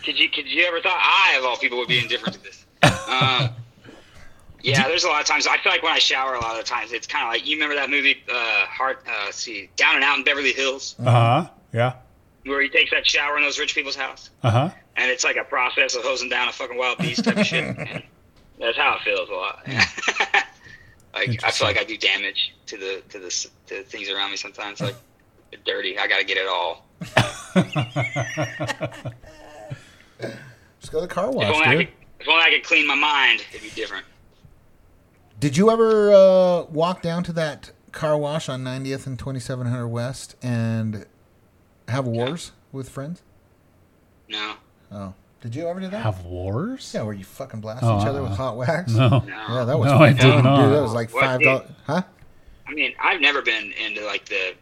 Speaker 1: Did you? Could you ever thought I, of all people, would be indifferent to this? Um, yeah, there's a lot of times. I feel like when I shower, a lot of the times it's kind of like you remember that movie, uh, Heart. Uh, let's see, Down and Out in Beverly Hills,
Speaker 5: Uh huh. Yeah.
Speaker 1: where he takes that shower in those rich people's house.
Speaker 5: Uh huh.
Speaker 1: and it's like a process of hosing down a fucking wild beast type of shit. man. That's how it feels a lot. like I
Speaker 5: Interesting.
Speaker 1: feel like I do damage to the to the s- to the things around me sometimes. Like they're dirty, I gotta get it all.
Speaker 2: Just go to the car
Speaker 1: If
Speaker 2: wash,
Speaker 1: only, I
Speaker 2: dude.
Speaker 1: could, if only I could clean my mind, it'd be different.
Speaker 2: Did you ever uh, walk down to that car wash on 90th and 2700 West and have wars with friends?
Speaker 1: No,
Speaker 2: Oh, did you ever do that?
Speaker 5: Have wars?
Speaker 2: yeah, where you fucking blast
Speaker 5: Oh,
Speaker 2: each other with
Speaker 5: uh,
Speaker 2: hot wax.
Speaker 5: No.
Speaker 1: no.
Speaker 2: Yeah, that was
Speaker 5: No, I
Speaker 2: fun,
Speaker 5: did not.
Speaker 2: Dude, that was like
Speaker 1: What
Speaker 2: five
Speaker 1: did-
Speaker 2: dollars, huh?
Speaker 1: I mean, I've never been into like the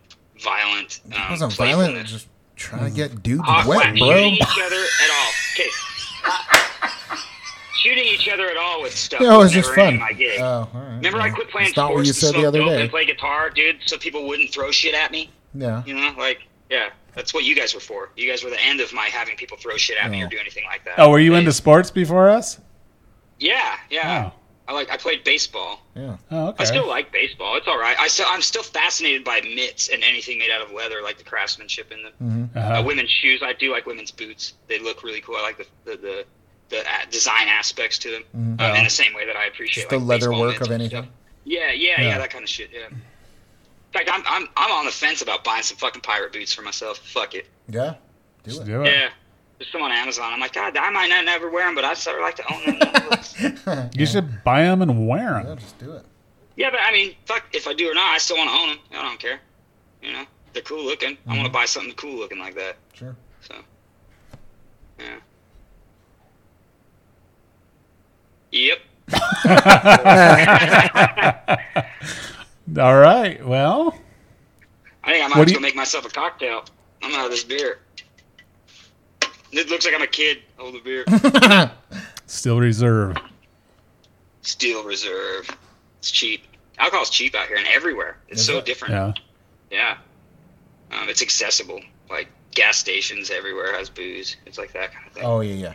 Speaker 1: violent. Um,
Speaker 2: It wasn't
Speaker 1: playfulness.
Speaker 2: violent. It was just trying to get dudes
Speaker 1: Mm-hmm. Hot
Speaker 2: wet,
Speaker 1: wax,
Speaker 2: bro.
Speaker 1: Shooting each other at all. Okay. shooting each other at all with stuff.
Speaker 2: Yeah, it was
Speaker 1: never
Speaker 2: just
Speaker 1: any of
Speaker 2: fun.
Speaker 1: My gig.
Speaker 2: Oh, all right.
Speaker 1: Remember, I quit playing
Speaker 2: It's not
Speaker 1: sports
Speaker 2: what you
Speaker 1: to
Speaker 2: said
Speaker 1: smoke
Speaker 2: the other
Speaker 1: dope
Speaker 2: day.
Speaker 1: and play guitar, dude, so people wouldn't throw shit at me.
Speaker 2: yeah.
Speaker 1: You know, like, yeah, that's what you guys were for. You guys were the end of my having people throw shit at me or do anything like that.
Speaker 5: Oh, were you
Speaker 1: They-
Speaker 5: into sports before us?
Speaker 1: Yeah, yeah.
Speaker 5: Oh.
Speaker 1: I like. I played baseball.
Speaker 2: Yeah.
Speaker 5: Oh,
Speaker 1: I still
Speaker 5: okay.
Speaker 1: like baseball. It's all right. I still, I'm still fascinated by mitts and anything made out of leather, like the craftsmanship in them. Uh,
Speaker 2: Mm-hmm.
Speaker 5: Uh-huh.
Speaker 1: women's shoes. I do like women's boots. They look really cool. I like the the the, the uh, design aspects to them. Uh, in the same way that I appreciate
Speaker 2: Mm-hmm. Just the
Speaker 1: like,
Speaker 2: leather
Speaker 1: baseball
Speaker 2: work
Speaker 1: mitts
Speaker 2: of
Speaker 1: and
Speaker 2: anything.
Speaker 1: stuff. Yeah, yeah, yeah,
Speaker 5: Yeah.
Speaker 1: that kind of shit. Yeah. In fact, I'm, I'm I'm on the fence about buying some fucking pirate boots for myself. Fuck it.
Speaker 2: Yeah. Do
Speaker 5: Just
Speaker 2: it.
Speaker 5: do it.
Speaker 1: Yeah. There's some on Amazon. I'm like, God, I might not never wear them, but I'd sort of like to own them.
Speaker 5: You should buy them and wear
Speaker 2: Yeah,
Speaker 5: them.
Speaker 2: just do it.
Speaker 1: yeah, but I mean, fuck, if I do or not, I still want to own them. I don't care. You know, they're cool looking.
Speaker 2: Mm-hmm.
Speaker 1: I want to buy something cool looking like that.
Speaker 2: Sure.
Speaker 1: So, yeah. Yep.
Speaker 5: All right. Well,
Speaker 1: I think I might have
Speaker 5: What do
Speaker 1: to
Speaker 5: you-
Speaker 1: go make myself a cocktail. I'm out of this beer. It looks like I'm a kid. Hold the beer.
Speaker 5: still reserve.
Speaker 1: Steel Reserve. It's cheap. Alcohol's cheap out here and everywhere. It's
Speaker 2: Is
Speaker 1: so
Speaker 2: it?
Speaker 1: different.
Speaker 5: Yeah.
Speaker 1: Yeah. Um, it's accessible. Like gas stations everywhere has booze. It's like that kind of thing.
Speaker 2: Oh yeah, yeah.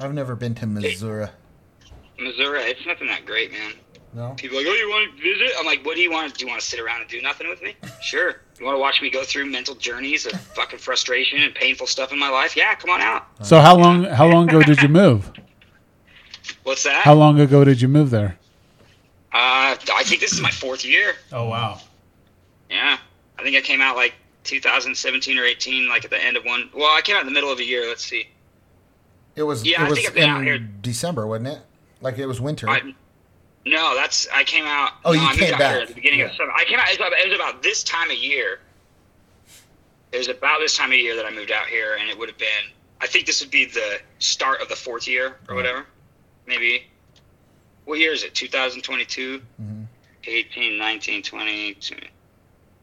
Speaker 2: I've never been to Missouri.
Speaker 1: Missouri, it's nothing that great, man.
Speaker 2: No.
Speaker 1: People are like, oh, you want to visit? I'm like, what do you want? Do you want to sit around and do nothing with me? Sure. You want to watch me go through mental journeys of fucking frustration and painful stuff in my life? Yeah, come on out.
Speaker 5: So how long how long ago did you move?
Speaker 1: What's that?
Speaker 5: How long ago did you move there?
Speaker 1: Uh, I think this is my fourth year.
Speaker 5: Oh wow.
Speaker 1: Yeah, I think I came out like 2017 or 18, like at the end of one. Well, I came out in the middle of a year. Let's see.
Speaker 2: It was.
Speaker 1: Yeah,
Speaker 2: it
Speaker 1: I
Speaker 2: was
Speaker 1: think I've been out here.
Speaker 2: in December, wasn't it? Like it was winter.
Speaker 1: I, no, that's I came out.
Speaker 2: Oh,
Speaker 1: no,
Speaker 2: you
Speaker 1: I moved
Speaker 2: came
Speaker 1: out
Speaker 2: back.
Speaker 1: here at the beginning of
Speaker 2: Yeah.
Speaker 1: summer. I came out. It was, about, it was about this time of year. It was about this time of year that I moved out here, and it would have been. I think this would be the start of the fourth year or whatever. Maybe. What year is it? 2022,
Speaker 2: Mm-hmm.
Speaker 1: 18, 19, 20.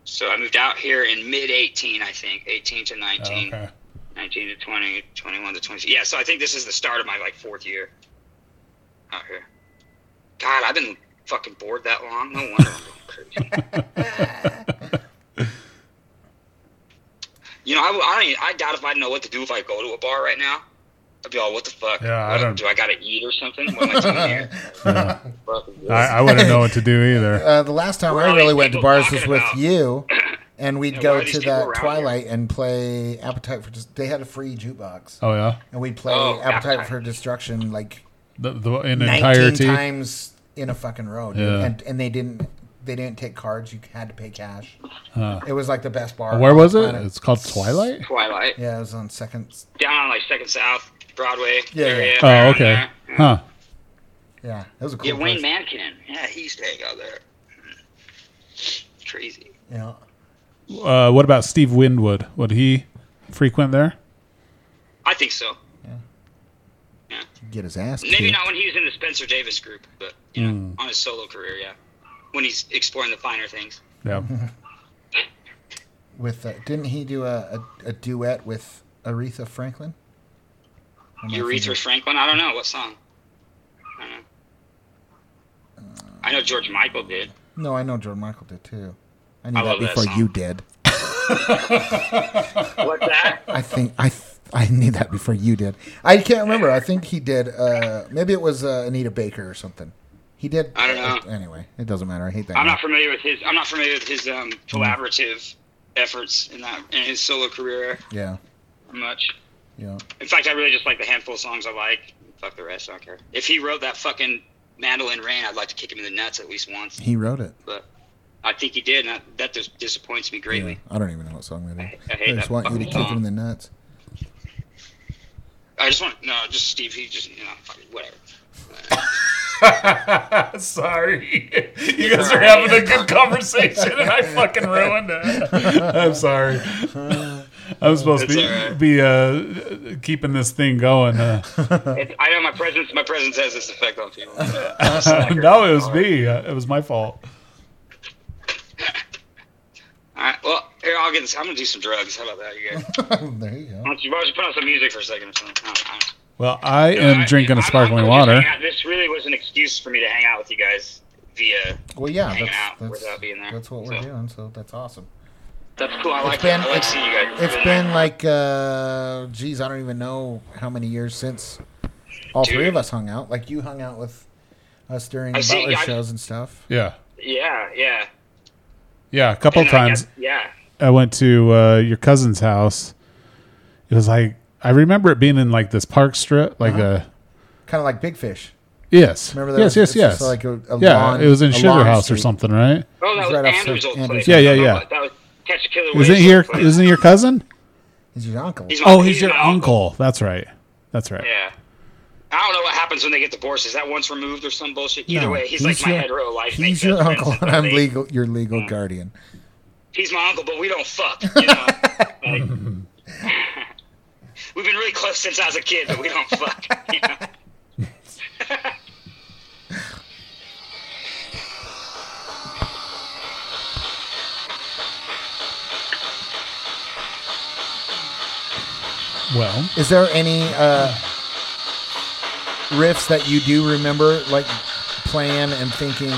Speaker 1: So I moved out here in mid 18, I think, 18 to 19.
Speaker 7: Oh,
Speaker 2: Oh,
Speaker 5: Okay.
Speaker 1: 19 to 20, 21 to 20. Yeah, so I think this is the start of my like fourth year out here. God, I've been fucking bored that long. No wonder I'm going crazy. you know, I, w- I don't. Even, I doubt if I'd know what to do if I go to a bar right now. I'd be all, what the fuck?
Speaker 5: Yeah, I
Speaker 1: What-
Speaker 5: don't-
Speaker 1: Do I gotta eat or something? What am I doing here? Fucking
Speaker 5: I, I wouldn't know what to do either.
Speaker 2: uh, the last time I
Speaker 1: Right,
Speaker 2: really went to
Speaker 1: people
Speaker 2: bars
Speaker 1: talking
Speaker 2: was with
Speaker 1: about-
Speaker 2: you, and we'd
Speaker 1: Yeah, why
Speaker 2: go
Speaker 1: are these
Speaker 2: to
Speaker 1: people
Speaker 2: that
Speaker 1: around
Speaker 2: Twilight and play Appetite for. Dis- They had a free jukebox,
Speaker 5: Oh yeah.
Speaker 2: and we'd play
Speaker 1: Oh,
Speaker 2: Appetite,
Speaker 1: Appetite.
Speaker 2: for Destruction like
Speaker 5: The, the in
Speaker 2: nineteen
Speaker 5: entirety.
Speaker 2: times in a fucking row, dude.
Speaker 5: Yeah.
Speaker 2: And and they didn't they didn't take cards. You had to pay cash. It was like the best bar.
Speaker 5: Where
Speaker 2: on the
Speaker 5: was it?
Speaker 2: planet.
Speaker 5: It's called Twilight.
Speaker 1: Twilight.
Speaker 2: Yeah, it was on second.
Speaker 1: Down on like Second South Broadway
Speaker 2: Yeah, yeah.
Speaker 1: area.
Speaker 5: Oh
Speaker 1: around
Speaker 5: okay.
Speaker 1: there.
Speaker 5: Huh.
Speaker 2: Yeah, that was a cool.
Speaker 1: Yeah, Wayne
Speaker 2: place.
Speaker 1: Mankin. Yeah, he used to hang out there. Hmm. Crazy.
Speaker 2: Yeah.
Speaker 5: Uh, what about Steve Winwood? Would he frequent there?
Speaker 1: I think so.
Speaker 2: Get his ass
Speaker 1: Maybe
Speaker 2: kicked.
Speaker 1: not when he was in the Spencer Davis group, but you know, on his solo career, yeah. When he's exploring the finer things.
Speaker 5: Yeah.
Speaker 2: With uh, didn't he do a, a, a duet with Aretha Franklin? Am I
Speaker 1: Urethra
Speaker 2: thinking-
Speaker 1: Franklin. I don't know what song. I don't know. I know George Michael did.
Speaker 2: No, I know Jordan Michael did too. I knew
Speaker 1: I
Speaker 2: that
Speaker 1: love that
Speaker 2: before
Speaker 1: song.
Speaker 2: you did.
Speaker 1: What's that?
Speaker 2: I think I th- I knew that before you did. I can't remember. I think he did. Uh, maybe it was uh, Anita Baker or something. He did.
Speaker 1: I don't know.
Speaker 2: anyway, it doesn't matter. I hate that.
Speaker 1: I'm
Speaker 2: guy.
Speaker 1: not familiar with his. I'm not familiar with his um, collaborative efforts in that in his solo career
Speaker 2: Yeah.
Speaker 1: much.
Speaker 2: Yeah.
Speaker 1: In fact, I really just like the handful of songs I like. Fuck the rest, I don't care. If he wrote that fucking Mandolin Rain, I'd like to kick him in the nuts at least once.
Speaker 2: He wrote it.
Speaker 1: But I think he did, and that, that just disappoints me
Speaker 2: Yeah.
Speaker 1: greatly.
Speaker 2: I don't even know what song that is.
Speaker 1: I- I hate
Speaker 2: I, just
Speaker 1: that
Speaker 2: want you to
Speaker 1: fucking
Speaker 2: kick
Speaker 1: song.
Speaker 2: him in the nuts.
Speaker 1: I just want no, just Steve. He just you know, fucking whatever.
Speaker 7: Sorry. You guys are having a good conversation and I fucking ruined it.
Speaker 5: I'm sorry. I'm supposed to
Speaker 1: It's
Speaker 5: be, be uh, keeping this thing going. Uh,
Speaker 1: It's, I know my presence. My presence has this effect on people.
Speaker 5: no, it was me. Uh, It was my fault.
Speaker 1: All right. Well, here I'll get this. I'm gonna do some drugs. How about that, you guys? Why
Speaker 2: there you go.
Speaker 1: don't you, why don't you put on some music for a second or something? I don't- I don't-
Speaker 5: Well, I
Speaker 1: Yeah,
Speaker 5: am
Speaker 1: I-
Speaker 5: drinking
Speaker 1: I'm-
Speaker 5: a
Speaker 1: I'm
Speaker 5: sparkling
Speaker 1: just
Speaker 5: water.
Speaker 1: hanging out. This really was an excuse for me to hang out with you guys via.
Speaker 2: Well, yeah,
Speaker 1: Hanging
Speaker 2: that's
Speaker 1: out
Speaker 2: that's,
Speaker 1: without being there,
Speaker 2: that's what we're
Speaker 1: so.
Speaker 2: doing. So that's awesome.
Speaker 1: That's cool. I like.
Speaker 2: been-
Speaker 1: it. I like
Speaker 2: it's-
Speaker 1: seeing you guys.
Speaker 2: It's been like, uh, geez, I don't even know how many years since all three of us hung out. Like you hung out with us during
Speaker 1: I've seen
Speaker 2: Butler
Speaker 1: you- I've-
Speaker 2: shows and stuff.
Speaker 5: Yeah.
Speaker 1: Yeah, yeah.
Speaker 5: Yeah, a couple
Speaker 1: And I
Speaker 5: times.
Speaker 1: guess- yeah.
Speaker 5: I went to uh, your cousin's house. It was like I remember it being in like this park strip, like
Speaker 1: Uh-huh.
Speaker 5: a
Speaker 2: Kind of like Big Fish.
Speaker 5: yes,
Speaker 2: Remember that
Speaker 5: yes,
Speaker 2: was- it's
Speaker 5: yes, yes.
Speaker 2: just like a- a
Speaker 5: yeah,
Speaker 2: lawn-
Speaker 5: it was
Speaker 2: a
Speaker 5: in Sugar
Speaker 2: lawn
Speaker 5: House or
Speaker 2: street.
Speaker 5: something, right?
Speaker 1: Oh, that
Speaker 2: He's
Speaker 1: was
Speaker 2: right off
Speaker 1: Andrew's
Speaker 2: Sir
Speaker 1: old
Speaker 2: Andrew's.
Speaker 1: place.
Speaker 5: Yeah, yeah,
Speaker 1: No, no,
Speaker 5: yeah.
Speaker 1: no, That was Catch a Killer.
Speaker 5: Isn't
Speaker 1: Wave's
Speaker 5: your
Speaker 1: old place.
Speaker 5: isn't your cousin?
Speaker 2: He's your uncle.
Speaker 1: He's my-
Speaker 5: Oh, he's your
Speaker 1: my
Speaker 5: uncle. That's right. That's right.
Speaker 1: Yeah. I don't know what happens when they get divorced. Is that once removed or some bullshit? Either
Speaker 2: No,
Speaker 1: way, he's,
Speaker 2: he's
Speaker 1: like my
Speaker 2: your-
Speaker 1: hetero life. mate.
Speaker 2: He's your
Speaker 1: That's-
Speaker 2: uncle,
Speaker 1: that's
Speaker 2: and
Speaker 1: what
Speaker 2: I'm
Speaker 1: they-
Speaker 2: legal. Your legal guardian.
Speaker 1: He's my uncle, but we don't fuck. You know? Like, we've been really close since I was a kid, but we don't fuck. You know?
Speaker 5: Well,
Speaker 2: Is there any uh, riffs that you do remember, like playing and thinking,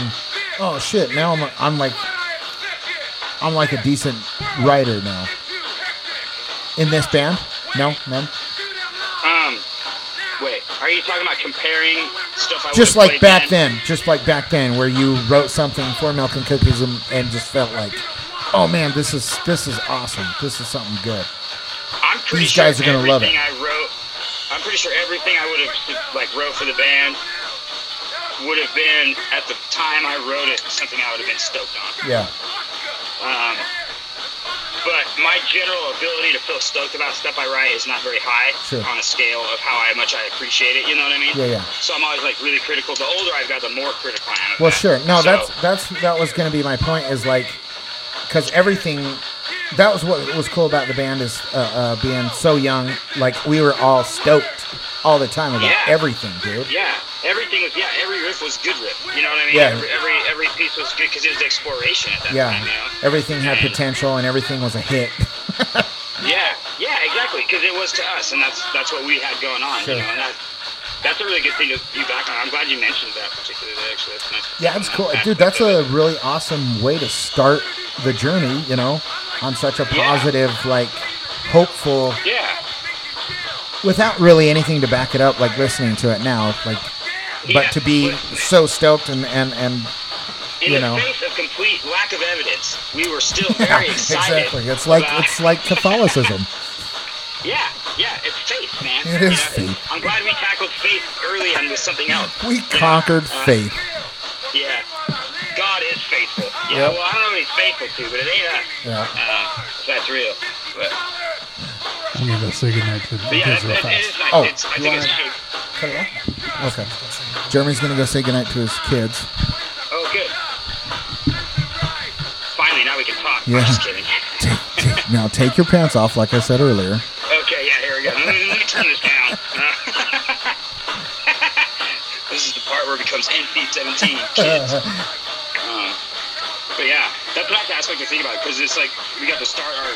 Speaker 2: "Oh shit!" Now I'm I'm like I'm like a decent writer now in this band. No, none.
Speaker 1: Um, wait, are you talking about comparing stuff? I would've
Speaker 2: Just like
Speaker 1: played
Speaker 2: back then, just like back then, where you wrote something for Milk and Cookies and, and just felt like, "Oh man, this is this is awesome. This is something good."
Speaker 1: I'm pretty
Speaker 2: These guys
Speaker 1: sure
Speaker 2: are gonna love
Speaker 1: everything I wrote, I'm pretty sure everything I would have like wrote for the band would have been at the time I wrote it something I would have been stoked on.
Speaker 2: Yeah,
Speaker 1: Um, but my general ability to feel stoked about stuff I write is not very high
Speaker 2: Sure.
Speaker 1: on a scale of how I- much I appreciate it. You know what I mean?
Speaker 2: Yeah, yeah.
Speaker 1: So I'm always like really critical. The older I've got, the more critical I am. of
Speaker 2: Well,
Speaker 1: that.
Speaker 2: sure. No,
Speaker 1: So-
Speaker 2: that's that's that was going to be my point. Is like because everything that was what was cool about the band is uh, uh, being so young. Like we were all stoked all the time about
Speaker 1: Yeah.
Speaker 2: everything, dude.
Speaker 1: Yeah, everything was. Yeah, every riff was good riff. You know what I mean?
Speaker 2: Yeah.
Speaker 1: Every every, every piece was good because it was exploration at that
Speaker 2: Yeah,
Speaker 1: time. You know? uh,
Speaker 2: everything had potential and everything was a hit.
Speaker 1: Yeah, yeah, exactly. Because it was to us, and that's that's what we had going on.
Speaker 2: Sure.
Speaker 1: You know, and that, that's a really good thing to be back on. I'm glad you mentioned that particularly. Actually, that's nice.
Speaker 2: Yeah, it's cool, dude. That's a really awesome way to start the journey. You know, on such a
Speaker 1: Yeah.
Speaker 2: positive, like hopeful,
Speaker 1: Yeah,
Speaker 2: without really anything to back it up. Like listening to it now, like but
Speaker 1: Yeah.
Speaker 2: to be so stoked and and and
Speaker 1: in
Speaker 2: you
Speaker 1: the
Speaker 2: know.
Speaker 1: face of complete lack of evidence, we were still very excited.
Speaker 2: exactly. It's like
Speaker 1: about-
Speaker 2: it's like Catholicism.
Speaker 1: yeah, yeah. It's faith, man.
Speaker 2: It
Speaker 1: You
Speaker 2: is
Speaker 1: know,
Speaker 2: faith.
Speaker 1: I'm glad we tackled faith early on with something else.
Speaker 2: We conquered faith.
Speaker 1: Yeah. God is faithful. Yeah.
Speaker 2: Yep.
Speaker 1: Well, I don't know what he's faithful to, but it ain't us.
Speaker 2: Yeah.
Speaker 1: Uh, if that's real. But,
Speaker 5: I'm gonna say goodnight to the
Speaker 1: but yeah, that's,
Speaker 5: kids real
Speaker 1: it, it
Speaker 5: fast.
Speaker 1: is nice.
Speaker 2: Oh,
Speaker 1: it's, I
Speaker 2: you
Speaker 1: think
Speaker 2: wanna-
Speaker 1: it's good.
Speaker 2: Okay. Jeremy's going to go say goodnight to his kids.
Speaker 1: Oh, good. Finally, now we can talk.
Speaker 2: Yeah.
Speaker 1: I'm just kidding.
Speaker 2: Take, take, now take your pants off, like I said earlier.
Speaker 1: Okay, yeah, here we go. Let me, let me turn this down. this is the part where it becomes NP-17, kids. Um, but yeah, that's that's the aspect to think about because it's like we got to start our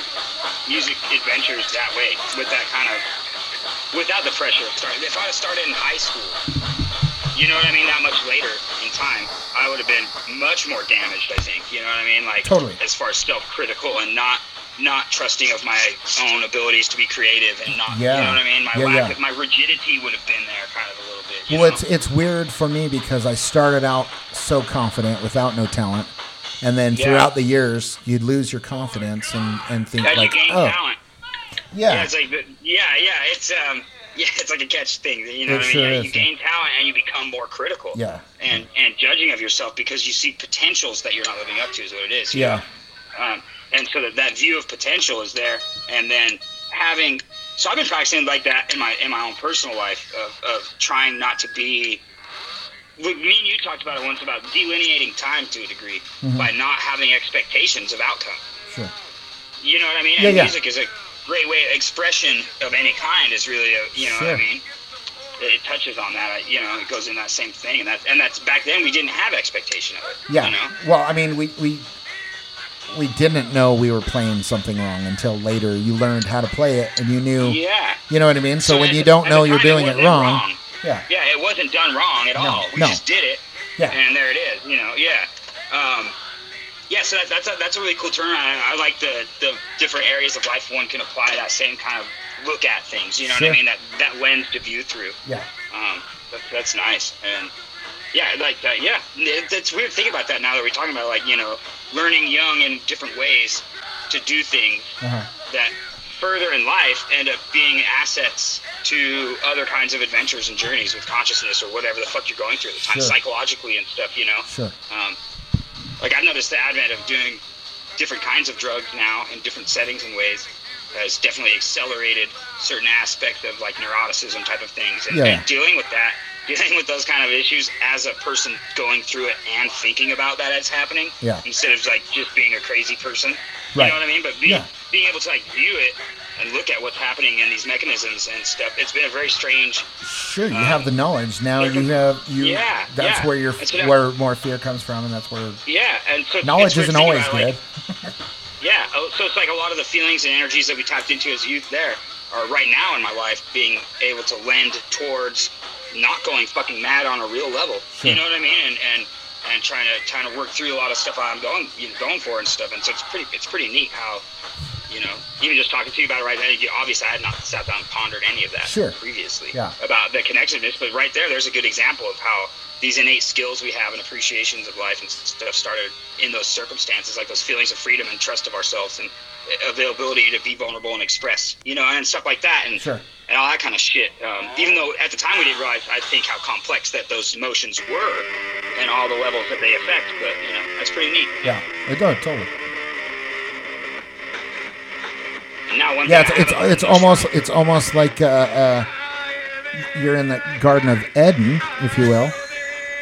Speaker 1: music adventures that way with that kind of without the pressure of starting. If I had started in high school, you know what I mean, that much later in time, I would have been much more damaged. I think you know what I mean, like
Speaker 2: Totally.
Speaker 1: as far as self-critical and not not trusting of my own abilities to be creative and not
Speaker 2: Yeah.
Speaker 1: you know what I mean. My
Speaker 2: Yeah,
Speaker 1: lack
Speaker 2: yeah.
Speaker 1: of my rigidity would have been there kind of a little bit. you
Speaker 2: Well,
Speaker 1: know?
Speaker 2: it's it's weird for me because I started out so confident without no talent, and then
Speaker 1: Yeah.
Speaker 2: throughout the years you'd lose your confidence and and think
Speaker 1: as
Speaker 2: like,
Speaker 1: you gain
Speaker 2: oh
Speaker 1: talent. Yeah,
Speaker 2: yeah,
Speaker 1: it's like the- yeah, yeah. It's um, yeah, it's like a catch thing. You know what
Speaker 2: It
Speaker 1: I mean?
Speaker 2: sure
Speaker 1: Yeah,
Speaker 2: is.
Speaker 1: you gain talent and you become more critical.
Speaker 2: Yeah.
Speaker 1: And and judging of yourself because you see potentials that you're not living up to is what it is. you
Speaker 2: yeah,
Speaker 1: know? Um, and so that, that view of potential is there, and then having. So I've been practicing like that in my in my own personal life of, of trying not to be. Look, Me and you talked about it once about delineating time to a degree
Speaker 2: Mm-hmm.
Speaker 1: by not having expectations of outcome.
Speaker 2: sure,
Speaker 1: You know what I mean?
Speaker 2: Yeah,
Speaker 1: and
Speaker 2: yeah.
Speaker 1: music is a great way expression of any kind is really a, you know what
Speaker 2: Sure.
Speaker 1: I mean? It, it touches on that, I- you know, it goes in that same thing and that and that's back then we didn't have expectation of it.
Speaker 2: yeah.
Speaker 1: You know?
Speaker 2: Well, I mean, we we we didn't know we were playing something wrong until later. You learned how to play it, and you knew,
Speaker 1: Yeah.
Speaker 2: you know what I mean. So, when
Speaker 1: at
Speaker 2: you
Speaker 1: the-
Speaker 2: don't
Speaker 1: at the
Speaker 2: know you're
Speaker 1: time,
Speaker 2: doing it
Speaker 1: wasn't
Speaker 2: wrong, yeah,
Speaker 1: Yeah, it wasn't done wrong at all. We
Speaker 2: no.
Speaker 1: just did it.
Speaker 2: Yeah.
Speaker 1: And there it is, you know, yeah. Um yeah, so that, that's a, that's a really cool turnaround. I, I like the, the different areas of life one can apply that same kind of look at things. You know what
Speaker 2: Sure.
Speaker 1: I mean? That that lens to view through.
Speaker 2: yeah,
Speaker 1: Um, that's, that's nice. And yeah, like that. Yeah, it, it's weird thinking about that now that we're talking about like you know learning young in different ways to do things
Speaker 2: uh-huh.
Speaker 1: that further in life end up being assets to other kinds of adventures and journeys with consciousness or whatever the fuck you're going through at the time
Speaker 2: Sure.
Speaker 1: psychologically and stuff. You know.
Speaker 2: sure,
Speaker 1: Um, like I've noticed the advent of doing different kinds of drugs now in different settings and ways has definitely accelerated certain aspects of like neuroticism type of things and,
Speaker 2: Yeah.
Speaker 1: and dealing with that dealing with those kind of issues as a person going through it and thinking about that as happening
Speaker 2: Yeah.
Speaker 1: instead of like just being a crazy person
Speaker 2: Right.
Speaker 1: you know what i mean but being,
Speaker 2: Yeah.
Speaker 1: being able to like view it and look at what's happening in these mechanisms and stuff it's been a very strange
Speaker 2: sure. You have the knowledge now. You have you.
Speaker 1: Uh-huh. Yeah,
Speaker 2: that's
Speaker 1: yeah.
Speaker 2: where your
Speaker 1: That's what I-
Speaker 2: where more fear comes from, and that's where
Speaker 1: yeah and so it's- it's
Speaker 2: knowledge
Speaker 1: weird
Speaker 2: isn't
Speaker 1: thinking
Speaker 2: always
Speaker 1: about it, like,
Speaker 2: good.
Speaker 1: Yeah, oh, so it's like a lot of the feelings and energies that we tapped into as youth there are right now in my life being able to lend towards not going fucking mad on a real level.
Speaker 2: Sure.
Speaker 1: You know what I mean? And and and trying to trying to work through a lot of stuff I'm going you know, going for and stuff. And so it's pretty it's pretty neat how you know even just talking to you about it right now. You, obviously, I had not sat down and pondered any of that
Speaker 2: Sure.
Speaker 1: previously
Speaker 2: Yeah.
Speaker 1: about the connectedness. But right there, there's a good example of how these innate skills we have and appreciations of life and stuff started in those circumstances, like those feelings of freedom and trust of ourselves and uh, availability to be vulnerable and express, you know, and stuff like that, and
Speaker 2: Sure.
Speaker 1: and all that kind of shit. Um, even though at the time we didn't realize, I think how complex that those emotions were and all the levels that they affect. But you know, that's pretty neat.
Speaker 2: Yeah, it does totally.
Speaker 1: And now one
Speaker 2: Yeah, it's
Speaker 1: thing I
Speaker 2: it's,
Speaker 1: love-
Speaker 2: it's almost it's almost like uh, uh, you're in the Garden of Eden, if you will,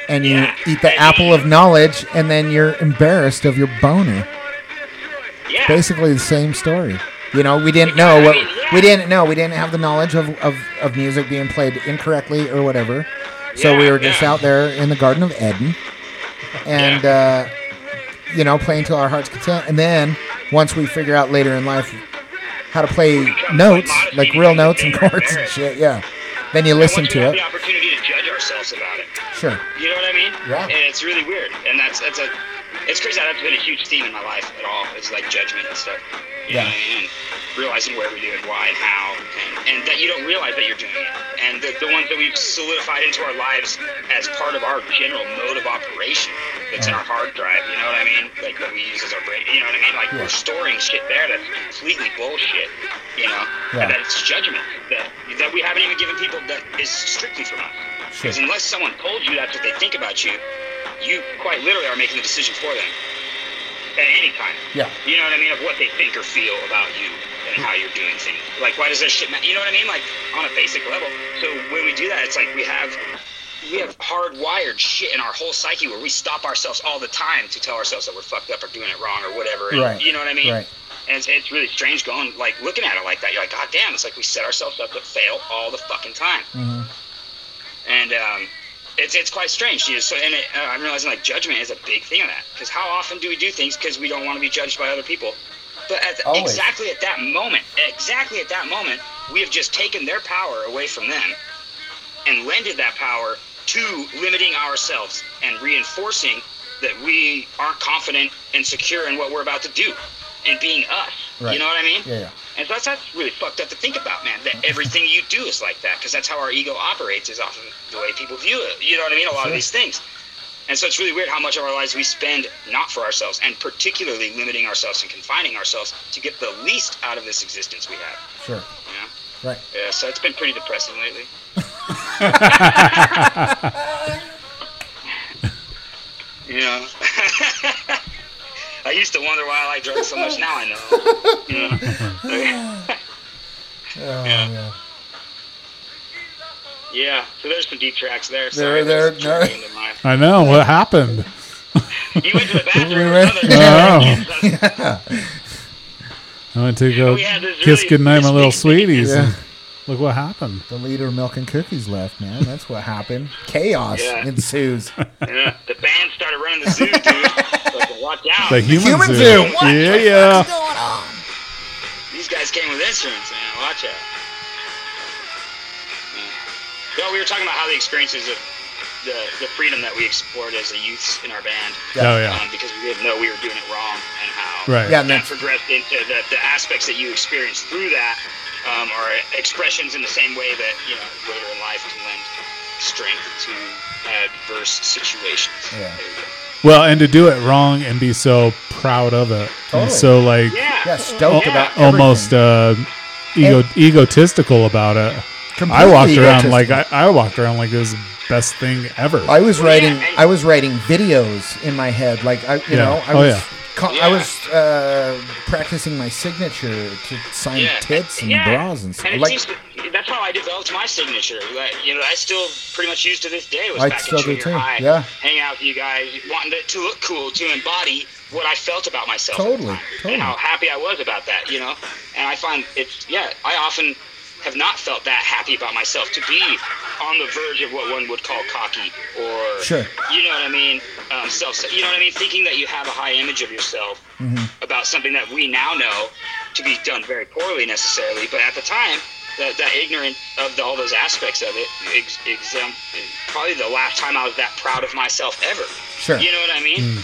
Speaker 2: and you
Speaker 1: Yeah.
Speaker 2: eat the apple of knowledge, and then you're embarrassed of your boner.
Speaker 1: yeah.
Speaker 2: Basically, the same story. You know, we didn't know what we didn't know. We didn't have the knowledge of, of, of music being played incorrectly or whatever. So we
Speaker 1: Yeah,
Speaker 2: were just
Speaker 1: yeah.
Speaker 2: out there in the Garden of Eden, and uh, you know, playing to our heart's content. And then once we figure out later in life how to play notes, like real notes and chords and shit, yeah, then you listen
Speaker 1: once we
Speaker 2: to
Speaker 1: have
Speaker 2: it.
Speaker 1: The opportunity to judge ourselves about it.
Speaker 2: Sure.
Speaker 1: You know what I mean?
Speaker 2: Yeah.
Speaker 1: And it's really weird. And that's that's a it's crazy how that's been a huge theme in my life at all. It's like judgment and stuff. You
Speaker 2: Yeah.
Speaker 1: Know what I mean? And realizing where we do it, why and how, and, and that you don't realize that you're doing it. And the, the ones that we've solidified into our lives as part of our general mode of operation that's in our hard drive, you know what I mean? Like that we use as our brain, you know what I mean? Like we're storing shit there that's completely bullshit, you know? And
Speaker 2: Yeah.
Speaker 1: that it's judgment that, that we haven't even given people that is strictly from us. Because
Speaker 2: Sure.
Speaker 1: unless someone told you that's what they think about you, you quite literally are making the decision for them at any time.
Speaker 2: Yeah.
Speaker 1: You know what I mean? Of what they think or feel about you and how you're doing things. Like, why does that shit matter? You know what I mean? Like, on a basic level. So when we do that, it's like we have we have hardwired shit in our whole psyche where we stop ourselves all the time to tell ourselves that we're fucked up or doing it wrong or whatever. And,
Speaker 2: Right.
Speaker 1: You know what I mean?
Speaker 2: Right.
Speaker 1: And it's, it's really strange going like looking at it like that. You're like, God damn! It's like we set ourselves up to fail all the fucking time. And um, it's it's quite strange. You know, so and it, uh, I'm realizing like judgment is a big thing of that because how often do we do things because we don't want to be judged by other people? But at
Speaker 3: Always.
Speaker 1: exactly at that moment, exactly at that moment, we have just taken their power away from them and lended that power to limiting ourselves and reinforcing that we aren't confident and secure in what we're about to do and being us.
Speaker 2: Right.
Speaker 1: You know what I mean?
Speaker 2: Yeah, yeah.
Speaker 1: And so that's, that's really fucked up to think about, man. That everything you do is like that because that's how our ego operates is often the way people view it. You know what I mean? A lot of these things. And so it's really weird how much of our lives we spend not for ourselves and particularly limiting ourselves and confining ourselves to get the least out of this existence we have.
Speaker 2: Sure.
Speaker 1: You know?
Speaker 2: Right.
Speaker 1: Yeah, so it's been pretty depressing lately. you know, I used to wonder why I like drugs so much. Now I know. You know?
Speaker 2: Oh,
Speaker 1: Yeah.
Speaker 2: yeah.
Speaker 1: yeah, so there's some deep tracks there.
Speaker 2: There-
Speaker 1: Sorry,
Speaker 2: there-
Speaker 1: there's
Speaker 2: no.
Speaker 1: drinking in my-
Speaker 5: I know what happened.
Speaker 1: You went to the bathroom.
Speaker 2: We
Speaker 1: or something.
Speaker 5: I went to go
Speaker 1: We had this
Speaker 5: kiss
Speaker 1: really-
Speaker 5: goodnight my little
Speaker 1: this-
Speaker 5: sweeties.
Speaker 2: Yeah.
Speaker 5: and look what happened.
Speaker 2: The leader of Milk and Cookies left, man. That's what happened. Chaos
Speaker 1: Yeah.
Speaker 2: ensues.
Speaker 1: yeah, the band started running the zoo, dude. Fucking watch out.
Speaker 5: The human,
Speaker 2: Human
Speaker 5: zoo.
Speaker 2: zoo. What
Speaker 5: Yeah, yeah.
Speaker 1: These guys came with insurance, man. Watch out. Yeah. Yo, we were talking about how the experiences of the, the freedom that we explored as the youths in our band.
Speaker 5: Oh, yeah.
Speaker 1: Um, because we didn't know we were doing it wrong and how
Speaker 5: Right.
Speaker 2: Yeah, and
Speaker 1: that
Speaker 2: that's
Speaker 1: progressed into the, the aspects that you experience through that um, are expressions in the same way that, you know, later in life can lend strength to adverse situations. There
Speaker 2: Yeah.
Speaker 1: you go.
Speaker 5: Well, and to do it wrong and be so proud of it, and
Speaker 2: Totally.
Speaker 5: so like
Speaker 1: Yeah.
Speaker 2: yeah, stoked
Speaker 1: Yeah.
Speaker 2: about everything.
Speaker 5: almost uh, ego egotistical about it. I
Speaker 2: Completely
Speaker 5: walked around
Speaker 2: egotistical.
Speaker 5: like I, I walked around like it was the best thing ever.
Speaker 2: I was writing.
Speaker 1: and-
Speaker 2: I was writing videos in my head. Like I, you
Speaker 5: Yeah.
Speaker 2: know, I
Speaker 5: Oh,
Speaker 2: was.
Speaker 5: yeah.
Speaker 2: co-
Speaker 1: Yeah.
Speaker 2: I was uh, practicing my signature to sign tits and bras and stuff.
Speaker 1: it
Speaker 2: like
Speaker 1: seems to- that's how I developed my signature. Like, you know, I still pretty much use to this day. Was
Speaker 2: I
Speaker 1: back
Speaker 2: still
Speaker 1: in
Speaker 2: do
Speaker 1: junior
Speaker 2: too,
Speaker 1: high,
Speaker 2: yeah.
Speaker 1: hanging out with you guys, wanting to, to look cool, to embody what I felt about myself. at the
Speaker 2: Totally,
Speaker 1: time,
Speaker 2: totally.
Speaker 1: And how happy I was about that, you know. And I find it's yeah, I often have not felt that happy about myself to be on the verge of what one would call cocky or
Speaker 2: Sure.
Speaker 1: you know what I mean? Um, self, you know what I mean? Thinking that you have a high image of yourself
Speaker 2: Mm-hmm.
Speaker 1: about something that we now know to be done very poorly necessarily, but at the time, that, that ignorant of the, all those aspects of it, ex, exempt, probably the last time I was that proud of myself ever.
Speaker 2: Sure. Mm.
Speaker 1: You know what I mean?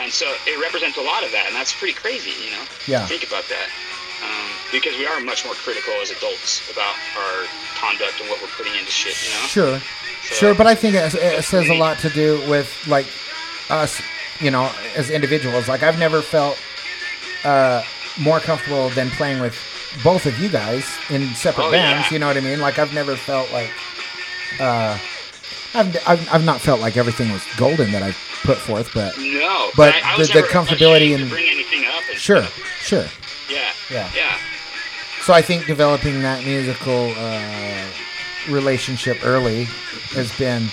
Speaker 1: And so it represents a lot of that, and that's pretty crazy, you know?
Speaker 2: Yeah.
Speaker 1: Think about that. Um, because we are much more critical as adults about our conduct and what we're putting into shit, you know?
Speaker 2: Sure, sure, but I think it, it says a lot to do with like us, you know, as individuals. Like I've never felt uh, more comfortable than playing with both of you guys in separate
Speaker 1: Oh,
Speaker 2: bands.
Speaker 1: yeah.
Speaker 2: You know what I mean? Like I've never felt like uh, I've, I've I've not felt like everything was golden that I put forth, but
Speaker 1: No,
Speaker 2: But
Speaker 1: I, I
Speaker 2: the-
Speaker 1: was
Speaker 2: the
Speaker 1: never
Speaker 2: comfortability
Speaker 1: ashamed
Speaker 2: and-
Speaker 1: to bring anything up. And
Speaker 2: sure, sure.
Speaker 1: Yeah.
Speaker 2: Yeah.
Speaker 1: Yeah.
Speaker 2: So I think developing that musical uh, relationship early has been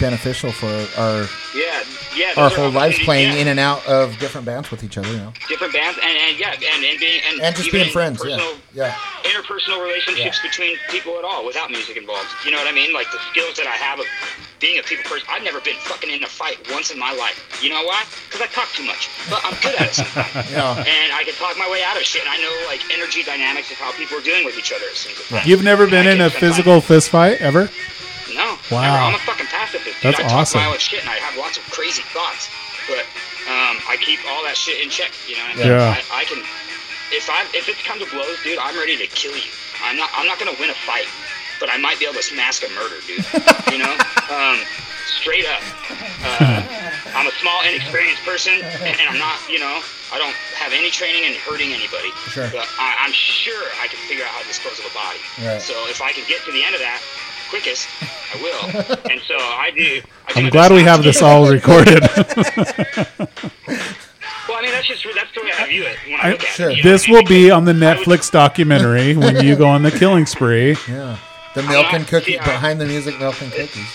Speaker 2: beneficial for our
Speaker 1: Yeah. Yeah.
Speaker 2: our
Speaker 1: those are
Speaker 2: whole lives
Speaker 1: opportunities,
Speaker 2: playing
Speaker 1: yeah.
Speaker 2: in and out of different bands with each other, you know,
Speaker 1: different bands and, and yeah and, and being and,
Speaker 2: and just
Speaker 1: even
Speaker 2: being friends. Yeah,
Speaker 1: personal,
Speaker 2: yeah,
Speaker 1: interpersonal relationships between people at all without music involved you know what i mean like the skills that i have of being a people person i've never been fucking in a fight once in my life you know why because i talk too much but i'm good at it sometimes
Speaker 2: yeah.
Speaker 1: and i can talk my way out of shit and i know like energy dynamics of how people are dealing with each other it seems at
Speaker 5: You've never been
Speaker 1: I
Speaker 5: in a
Speaker 1: guess I'm
Speaker 5: physical fist fight ever?
Speaker 1: No.
Speaker 5: Wow.
Speaker 1: Never. I'm a fucking pacifist. Dude.
Speaker 5: That's
Speaker 1: I talk
Speaker 5: awesome.
Speaker 1: my own shit and I have lots of crazy thoughts, but um, I keep all that shit in check. You know what I mean?
Speaker 5: Yeah.
Speaker 1: I, I can. If I if it's come to blows, dude, I'm ready to kill you. I'm not I'm not gonna win a fight, but I might be able to mask a murder, dude. you know, um, straight up. Uh, I'm a small, inexperienced person, and I'm not, you know, I don't have any training in hurting anybody.
Speaker 2: Sure.
Speaker 1: But I, I'm sure I can figure out how to dispose of a body.
Speaker 2: Right.
Speaker 1: So if I can get to the end of that quickest, I will. and so I do. I do
Speaker 5: I'm
Speaker 1: my
Speaker 5: glad
Speaker 1: best
Speaker 5: we
Speaker 1: not
Speaker 5: have
Speaker 1: to
Speaker 5: this
Speaker 1: get-
Speaker 5: all recorded.
Speaker 1: Well, I mean, that's just that's the way I view it when I,
Speaker 5: I-
Speaker 1: look at
Speaker 2: sure.
Speaker 1: it. you know
Speaker 5: this
Speaker 1: what I
Speaker 5: will
Speaker 1: mean?
Speaker 5: be on the Netflix documentary when you go on the killing spree.
Speaker 2: yeah. The milk and
Speaker 1: not-
Speaker 2: cookies
Speaker 1: yeah.
Speaker 2: behind the music, milk and cookies.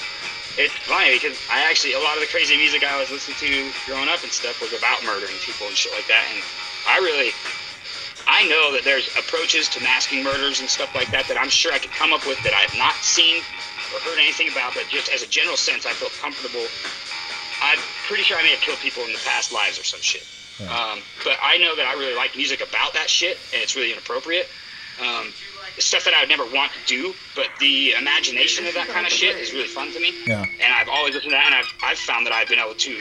Speaker 1: It's funny because I actually a lot of the crazy music I was listening to growing up and stuff was about murdering people and shit like that. And I really, I know that there's approaches to masking murders and stuff like that that I'm sure I could come up with that I have not seen or heard anything about. But just as a general sense, I feel comfortable. I'm pretty sure I may have killed people in the past lives or some shit. Um, but I know that I really like music about that shit, and it's really inappropriate. Um, it's stuff that I would never want to do, but the imagination of that kind of shit is really fun to me.
Speaker 2: Yeah.
Speaker 1: And I've always listened to that, and I've, I've found that I've been able to,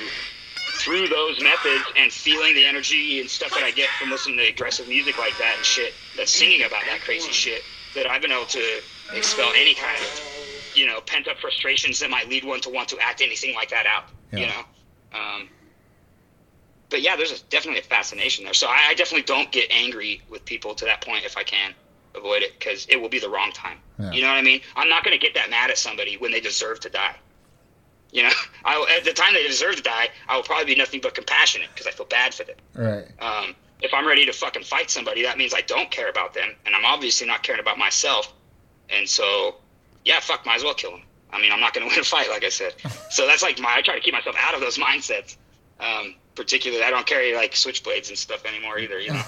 Speaker 1: through those methods and feeling the energy and stuff that I get from listening to aggressive music like that and shit, that's singing about that crazy shit, that I've been able to expel any kind of, you know, pent up frustrations that might lead one to want to act anything like that out, you
Speaker 2: Yeah.
Speaker 1: know? Um, but yeah, there's a, definitely a fascination there. So I, I definitely don't get angry with people to that point if I can avoid it because it will be the wrong time.
Speaker 2: Yeah.
Speaker 1: You know what I mean? I'm not going to get that mad at somebody when they deserve to die. You know, I will, at the time they deserve to die, I will probably be nothing but compassionate because I feel bad for them.
Speaker 2: Right.
Speaker 1: Um, if I'm ready to fucking fight somebody, that means I don't care about them, and I'm obviously not caring about myself. And so, yeah, fuck, might as well kill him. I mean, I'm not going to win a fight, like I said. So that's like my. I try to keep myself out of those mindsets. Um, particularly, I don't carry like switchblades and stuff anymore either. You know,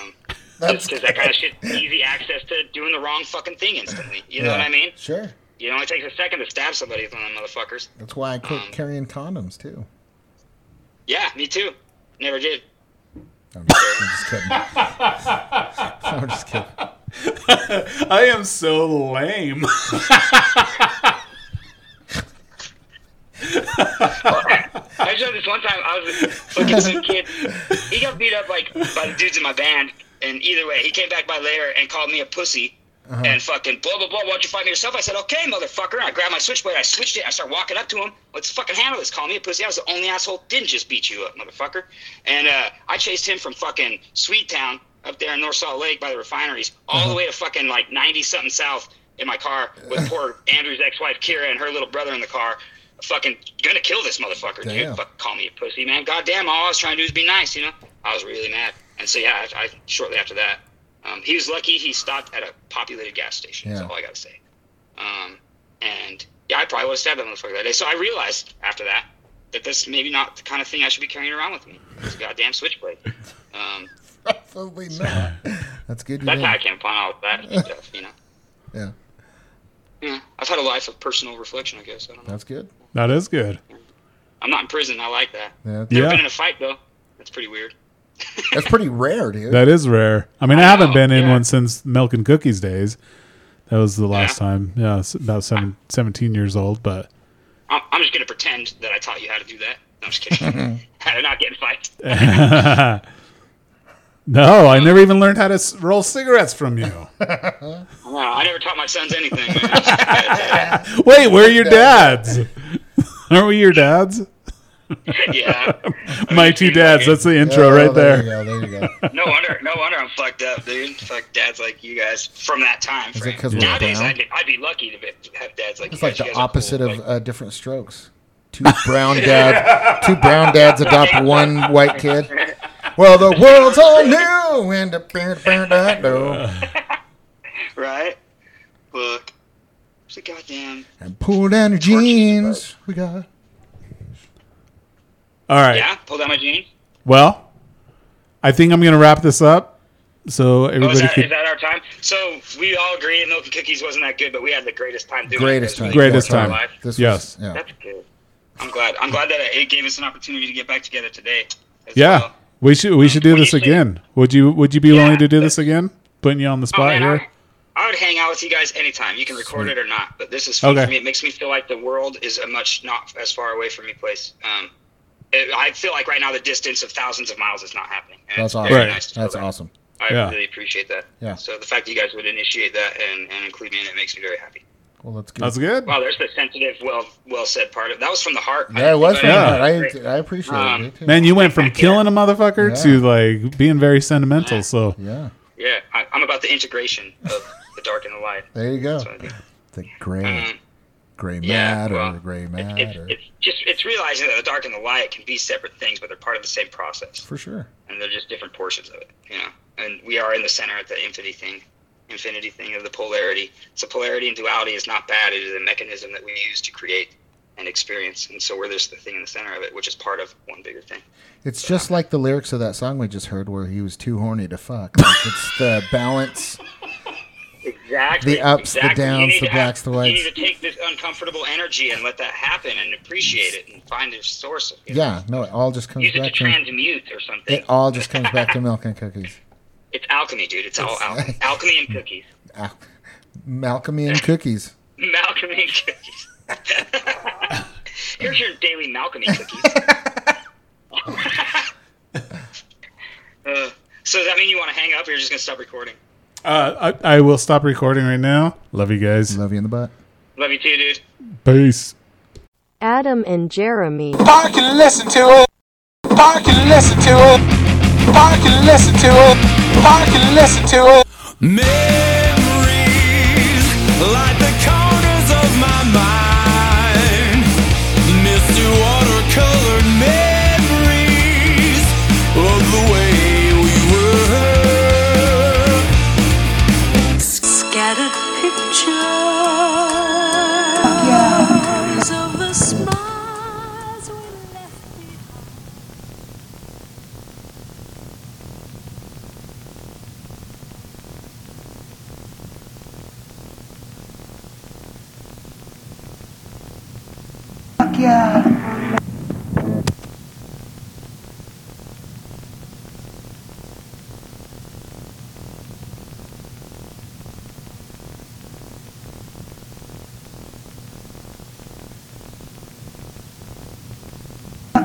Speaker 1: um,
Speaker 2: That's
Speaker 1: because that kind of shit easy access to doing the wrong fucking thing instantly. You know
Speaker 2: Yeah.
Speaker 1: what I mean?
Speaker 2: Sure.
Speaker 1: You know, it takes a second to stab somebody with one of them motherfuckers.
Speaker 2: That's why I quit
Speaker 1: Um,
Speaker 2: carrying condoms too.
Speaker 1: Yeah, me too. Never did.
Speaker 2: I'm just, I'm just kidding. I'm just kidding.
Speaker 5: I am so lame.
Speaker 1: I just had this one time. I was fucking some kid. He got beat up like by the dudes in my band. And either way, he came back by later and called me a pussy. And fucking blah blah blah. Why don't you fight me yourself? I said, okay, motherfucker. And I grabbed my switchblade. I switched it. I started walking up to him. Let's fucking handle this. Call me a pussy. I was the only asshole. Didn't just beat you up, motherfucker. And uh, I chased him from fucking Sweet Town up there in North Salt Lake by the refineries, all the way to fucking like ninety something south in my car with poor Andrew's ex-wife Kira and her little brother in the car. Fucking gonna kill this motherfucker,
Speaker 2: Damn.
Speaker 1: dude. Fuck, call me a pussy, man. Goddamn, all I was trying to do is be nice, you know. I was really mad, and so yeah, I, I shortly after that, um, he was lucky. He stopped at a populated gas station.
Speaker 2: Yeah.
Speaker 1: That's all I gotta say. Um, and yeah, I probably would have stabbed that motherfucker that day. So I realized after that that this maybe not the kind of thing I should be carrying around with me. It's a goddamn switchblade. Um,
Speaker 2: Probably not. That's good. You
Speaker 1: that's how I
Speaker 2: didn't.
Speaker 1: came upon all of that stuff, you know.
Speaker 2: Yeah.
Speaker 1: Yeah, I've had a life of personal reflection, I guess. I don't know.
Speaker 2: That's good.
Speaker 5: That is good.
Speaker 1: I'm not in prison. I like that.
Speaker 2: Yeah.
Speaker 1: Never been
Speaker 5: Yeah,
Speaker 1: in a fight though. That's pretty weird.
Speaker 2: That's pretty rare, dude.
Speaker 5: that is rare. I mean, I,
Speaker 1: I
Speaker 5: haven't
Speaker 1: know,
Speaker 5: been in
Speaker 1: yeah.
Speaker 5: one since milk and cookies days. That was the last
Speaker 1: Yeah.
Speaker 5: time. Yeah, s- about seven, 17 years old. But
Speaker 1: I'm, I'm just gonna pretend that I taught you how to do that. No, I'm just kidding. how to not get in fights.
Speaker 5: no, I never even learned how to s- roll cigarettes from you.
Speaker 1: No, I never taught my sons anything. Man.
Speaker 5: Wait, where are your dads? Aren't we your dads?
Speaker 1: yeah.
Speaker 5: My two dads. That's the intro
Speaker 2: Oh,
Speaker 5: right there.
Speaker 2: There you go. There you go.
Speaker 1: No wonder. No wonder I'm fucked up, dude. Fuck dads like you guys from that time.
Speaker 2: it
Speaker 1: frame.
Speaker 2: 'cause we're
Speaker 1: Nowadays,
Speaker 2: brown?
Speaker 1: I'd, be- I'd be lucky to be, have dads like
Speaker 2: It's
Speaker 1: you guys.
Speaker 2: like
Speaker 1: You
Speaker 2: the
Speaker 1: guys are
Speaker 2: opposite
Speaker 1: cool.
Speaker 2: of
Speaker 1: Like,
Speaker 2: uh, different strokes. Two brown dads. Two brown dads adopt one white kid. Well, the world's all new. And a burn, burn, burn, burn.
Speaker 1: right? Look, it's a goddamn.
Speaker 2: and pull down your jeans. We got.
Speaker 5: All right.
Speaker 1: Yeah, pull down my jeans.
Speaker 5: Well, I think I'm going to wrap this up
Speaker 1: Oh,
Speaker 5: so
Speaker 1: is
Speaker 5: everybody
Speaker 1: that,
Speaker 5: can.
Speaker 1: is that our time? So we all agree milk and cookies wasn't that good, but we had the greatest time doing
Speaker 2: Greatest
Speaker 1: it. It was
Speaker 2: time.
Speaker 1: really
Speaker 5: Greatest
Speaker 1: good for our
Speaker 5: time.
Speaker 1: life.
Speaker 2: This was-
Speaker 5: Yes.
Speaker 2: yeah.
Speaker 1: That's good. I'm glad. I'm glad that it gave us an opportunity to get back together today. as
Speaker 5: yeah.
Speaker 1: well. Oh,
Speaker 5: We should we should do
Speaker 1: What do
Speaker 5: this
Speaker 1: you think?
Speaker 5: again. Would you would you be willing to do this again? Putting you on the
Speaker 1: Oh,
Speaker 5: spot
Speaker 1: man,
Speaker 5: here.
Speaker 1: I, I would hang out with you guys anytime. You can record it or not, but this is fun
Speaker 5: Okay.
Speaker 1: for me. It makes me feel like the world is a much not as far away from me place. Um, it, I feel like right now the distance of thousands of miles is not happening. and
Speaker 2: That's
Speaker 1: it's
Speaker 2: awesome.
Speaker 1: very
Speaker 5: Right.
Speaker 1: nice to feel
Speaker 2: That's
Speaker 1: that.
Speaker 2: awesome.
Speaker 1: I
Speaker 5: Yeah.
Speaker 1: really appreciate that.
Speaker 2: Yeah.
Speaker 1: So the fact that you guys would initiate that and, and include me in it makes me very happy.
Speaker 2: Well, that's good.
Speaker 5: That's good.
Speaker 1: Wow, there's the sensitive, well well said part of that was from the heart. I
Speaker 2: Yeah, it
Speaker 1: didn't
Speaker 2: was.
Speaker 1: think
Speaker 2: from
Speaker 1: about
Speaker 2: that.
Speaker 1: it.
Speaker 2: I, I appreciate
Speaker 1: Um,
Speaker 2: it. too.
Speaker 5: Man, you went from killing a motherfucker
Speaker 2: Yeah.
Speaker 5: to like being very sentimental. So
Speaker 2: Yeah.
Speaker 1: Yeah, I, I'm about the integration of the dark and the light.
Speaker 2: There you go.
Speaker 1: So I think-
Speaker 2: The gray,
Speaker 1: Mm.
Speaker 2: gray
Speaker 1: Yeah,
Speaker 2: matter,
Speaker 1: well,
Speaker 2: gray
Speaker 1: it's,
Speaker 2: matter.
Speaker 1: it's just it's realizing that the dark and the light can be separate things, but they're part of the same process,
Speaker 2: For sure.
Speaker 1: and they're just different portions of it. You know, and we are in the center at the infinity thing, infinity thing of the polarity. So polarity and duality is not bad. It is a mechanism that we use to create and experience. And so we're just the thing in the center of it, which is part of one bigger thing.
Speaker 2: It's just like the lyrics of that song we just heard, where he was too horny to fuck. Like it's the balance.
Speaker 1: Exactly.
Speaker 2: The ups, the
Speaker 1: exactly. You
Speaker 2: downs,
Speaker 1: need
Speaker 2: the
Speaker 1: to
Speaker 2: blacks, the whites.
Speaker 1: You need to take this uncomfortable energy and let that happen and appreciate it and find its source. Of it.
Speaker 2: Yeah, no, it all just comes
Speaker 1: Use it to
Speaker 2: back to
Speaker 1: transmute or something.
Speaker 2: it. All just comes back to milk and cookies.
Speaker 1: It's alchemy, dude. It's all alchemy. alchemy and cookies.
Speaker 2: Al- Malcolmy and cookies.
Speaker 1: Malcolm and cookies. Here's your daily Malcolm and cookies. uh, so does that mean you want to hang up, or you're just gonna stop recording?
Speaker 5: Uh, I, I will stop recording right now. Love you guys.
Speaker 2: Love you in the butt.
Speaker 1: Love you too, dude.
Speaker 5: Peace.
Speaker 9: Adam and Jeremy.
Speaker 10: Park and listen to it. Park and listen to it. Park and listen to it. Park and listen to it.
Speaker 4: Memories light the corners of my mind. Misty watercolored memories of the way we were.
Speaker 9: Scattered pictures of the smiles we left behind.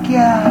Speaker 10: Yeah.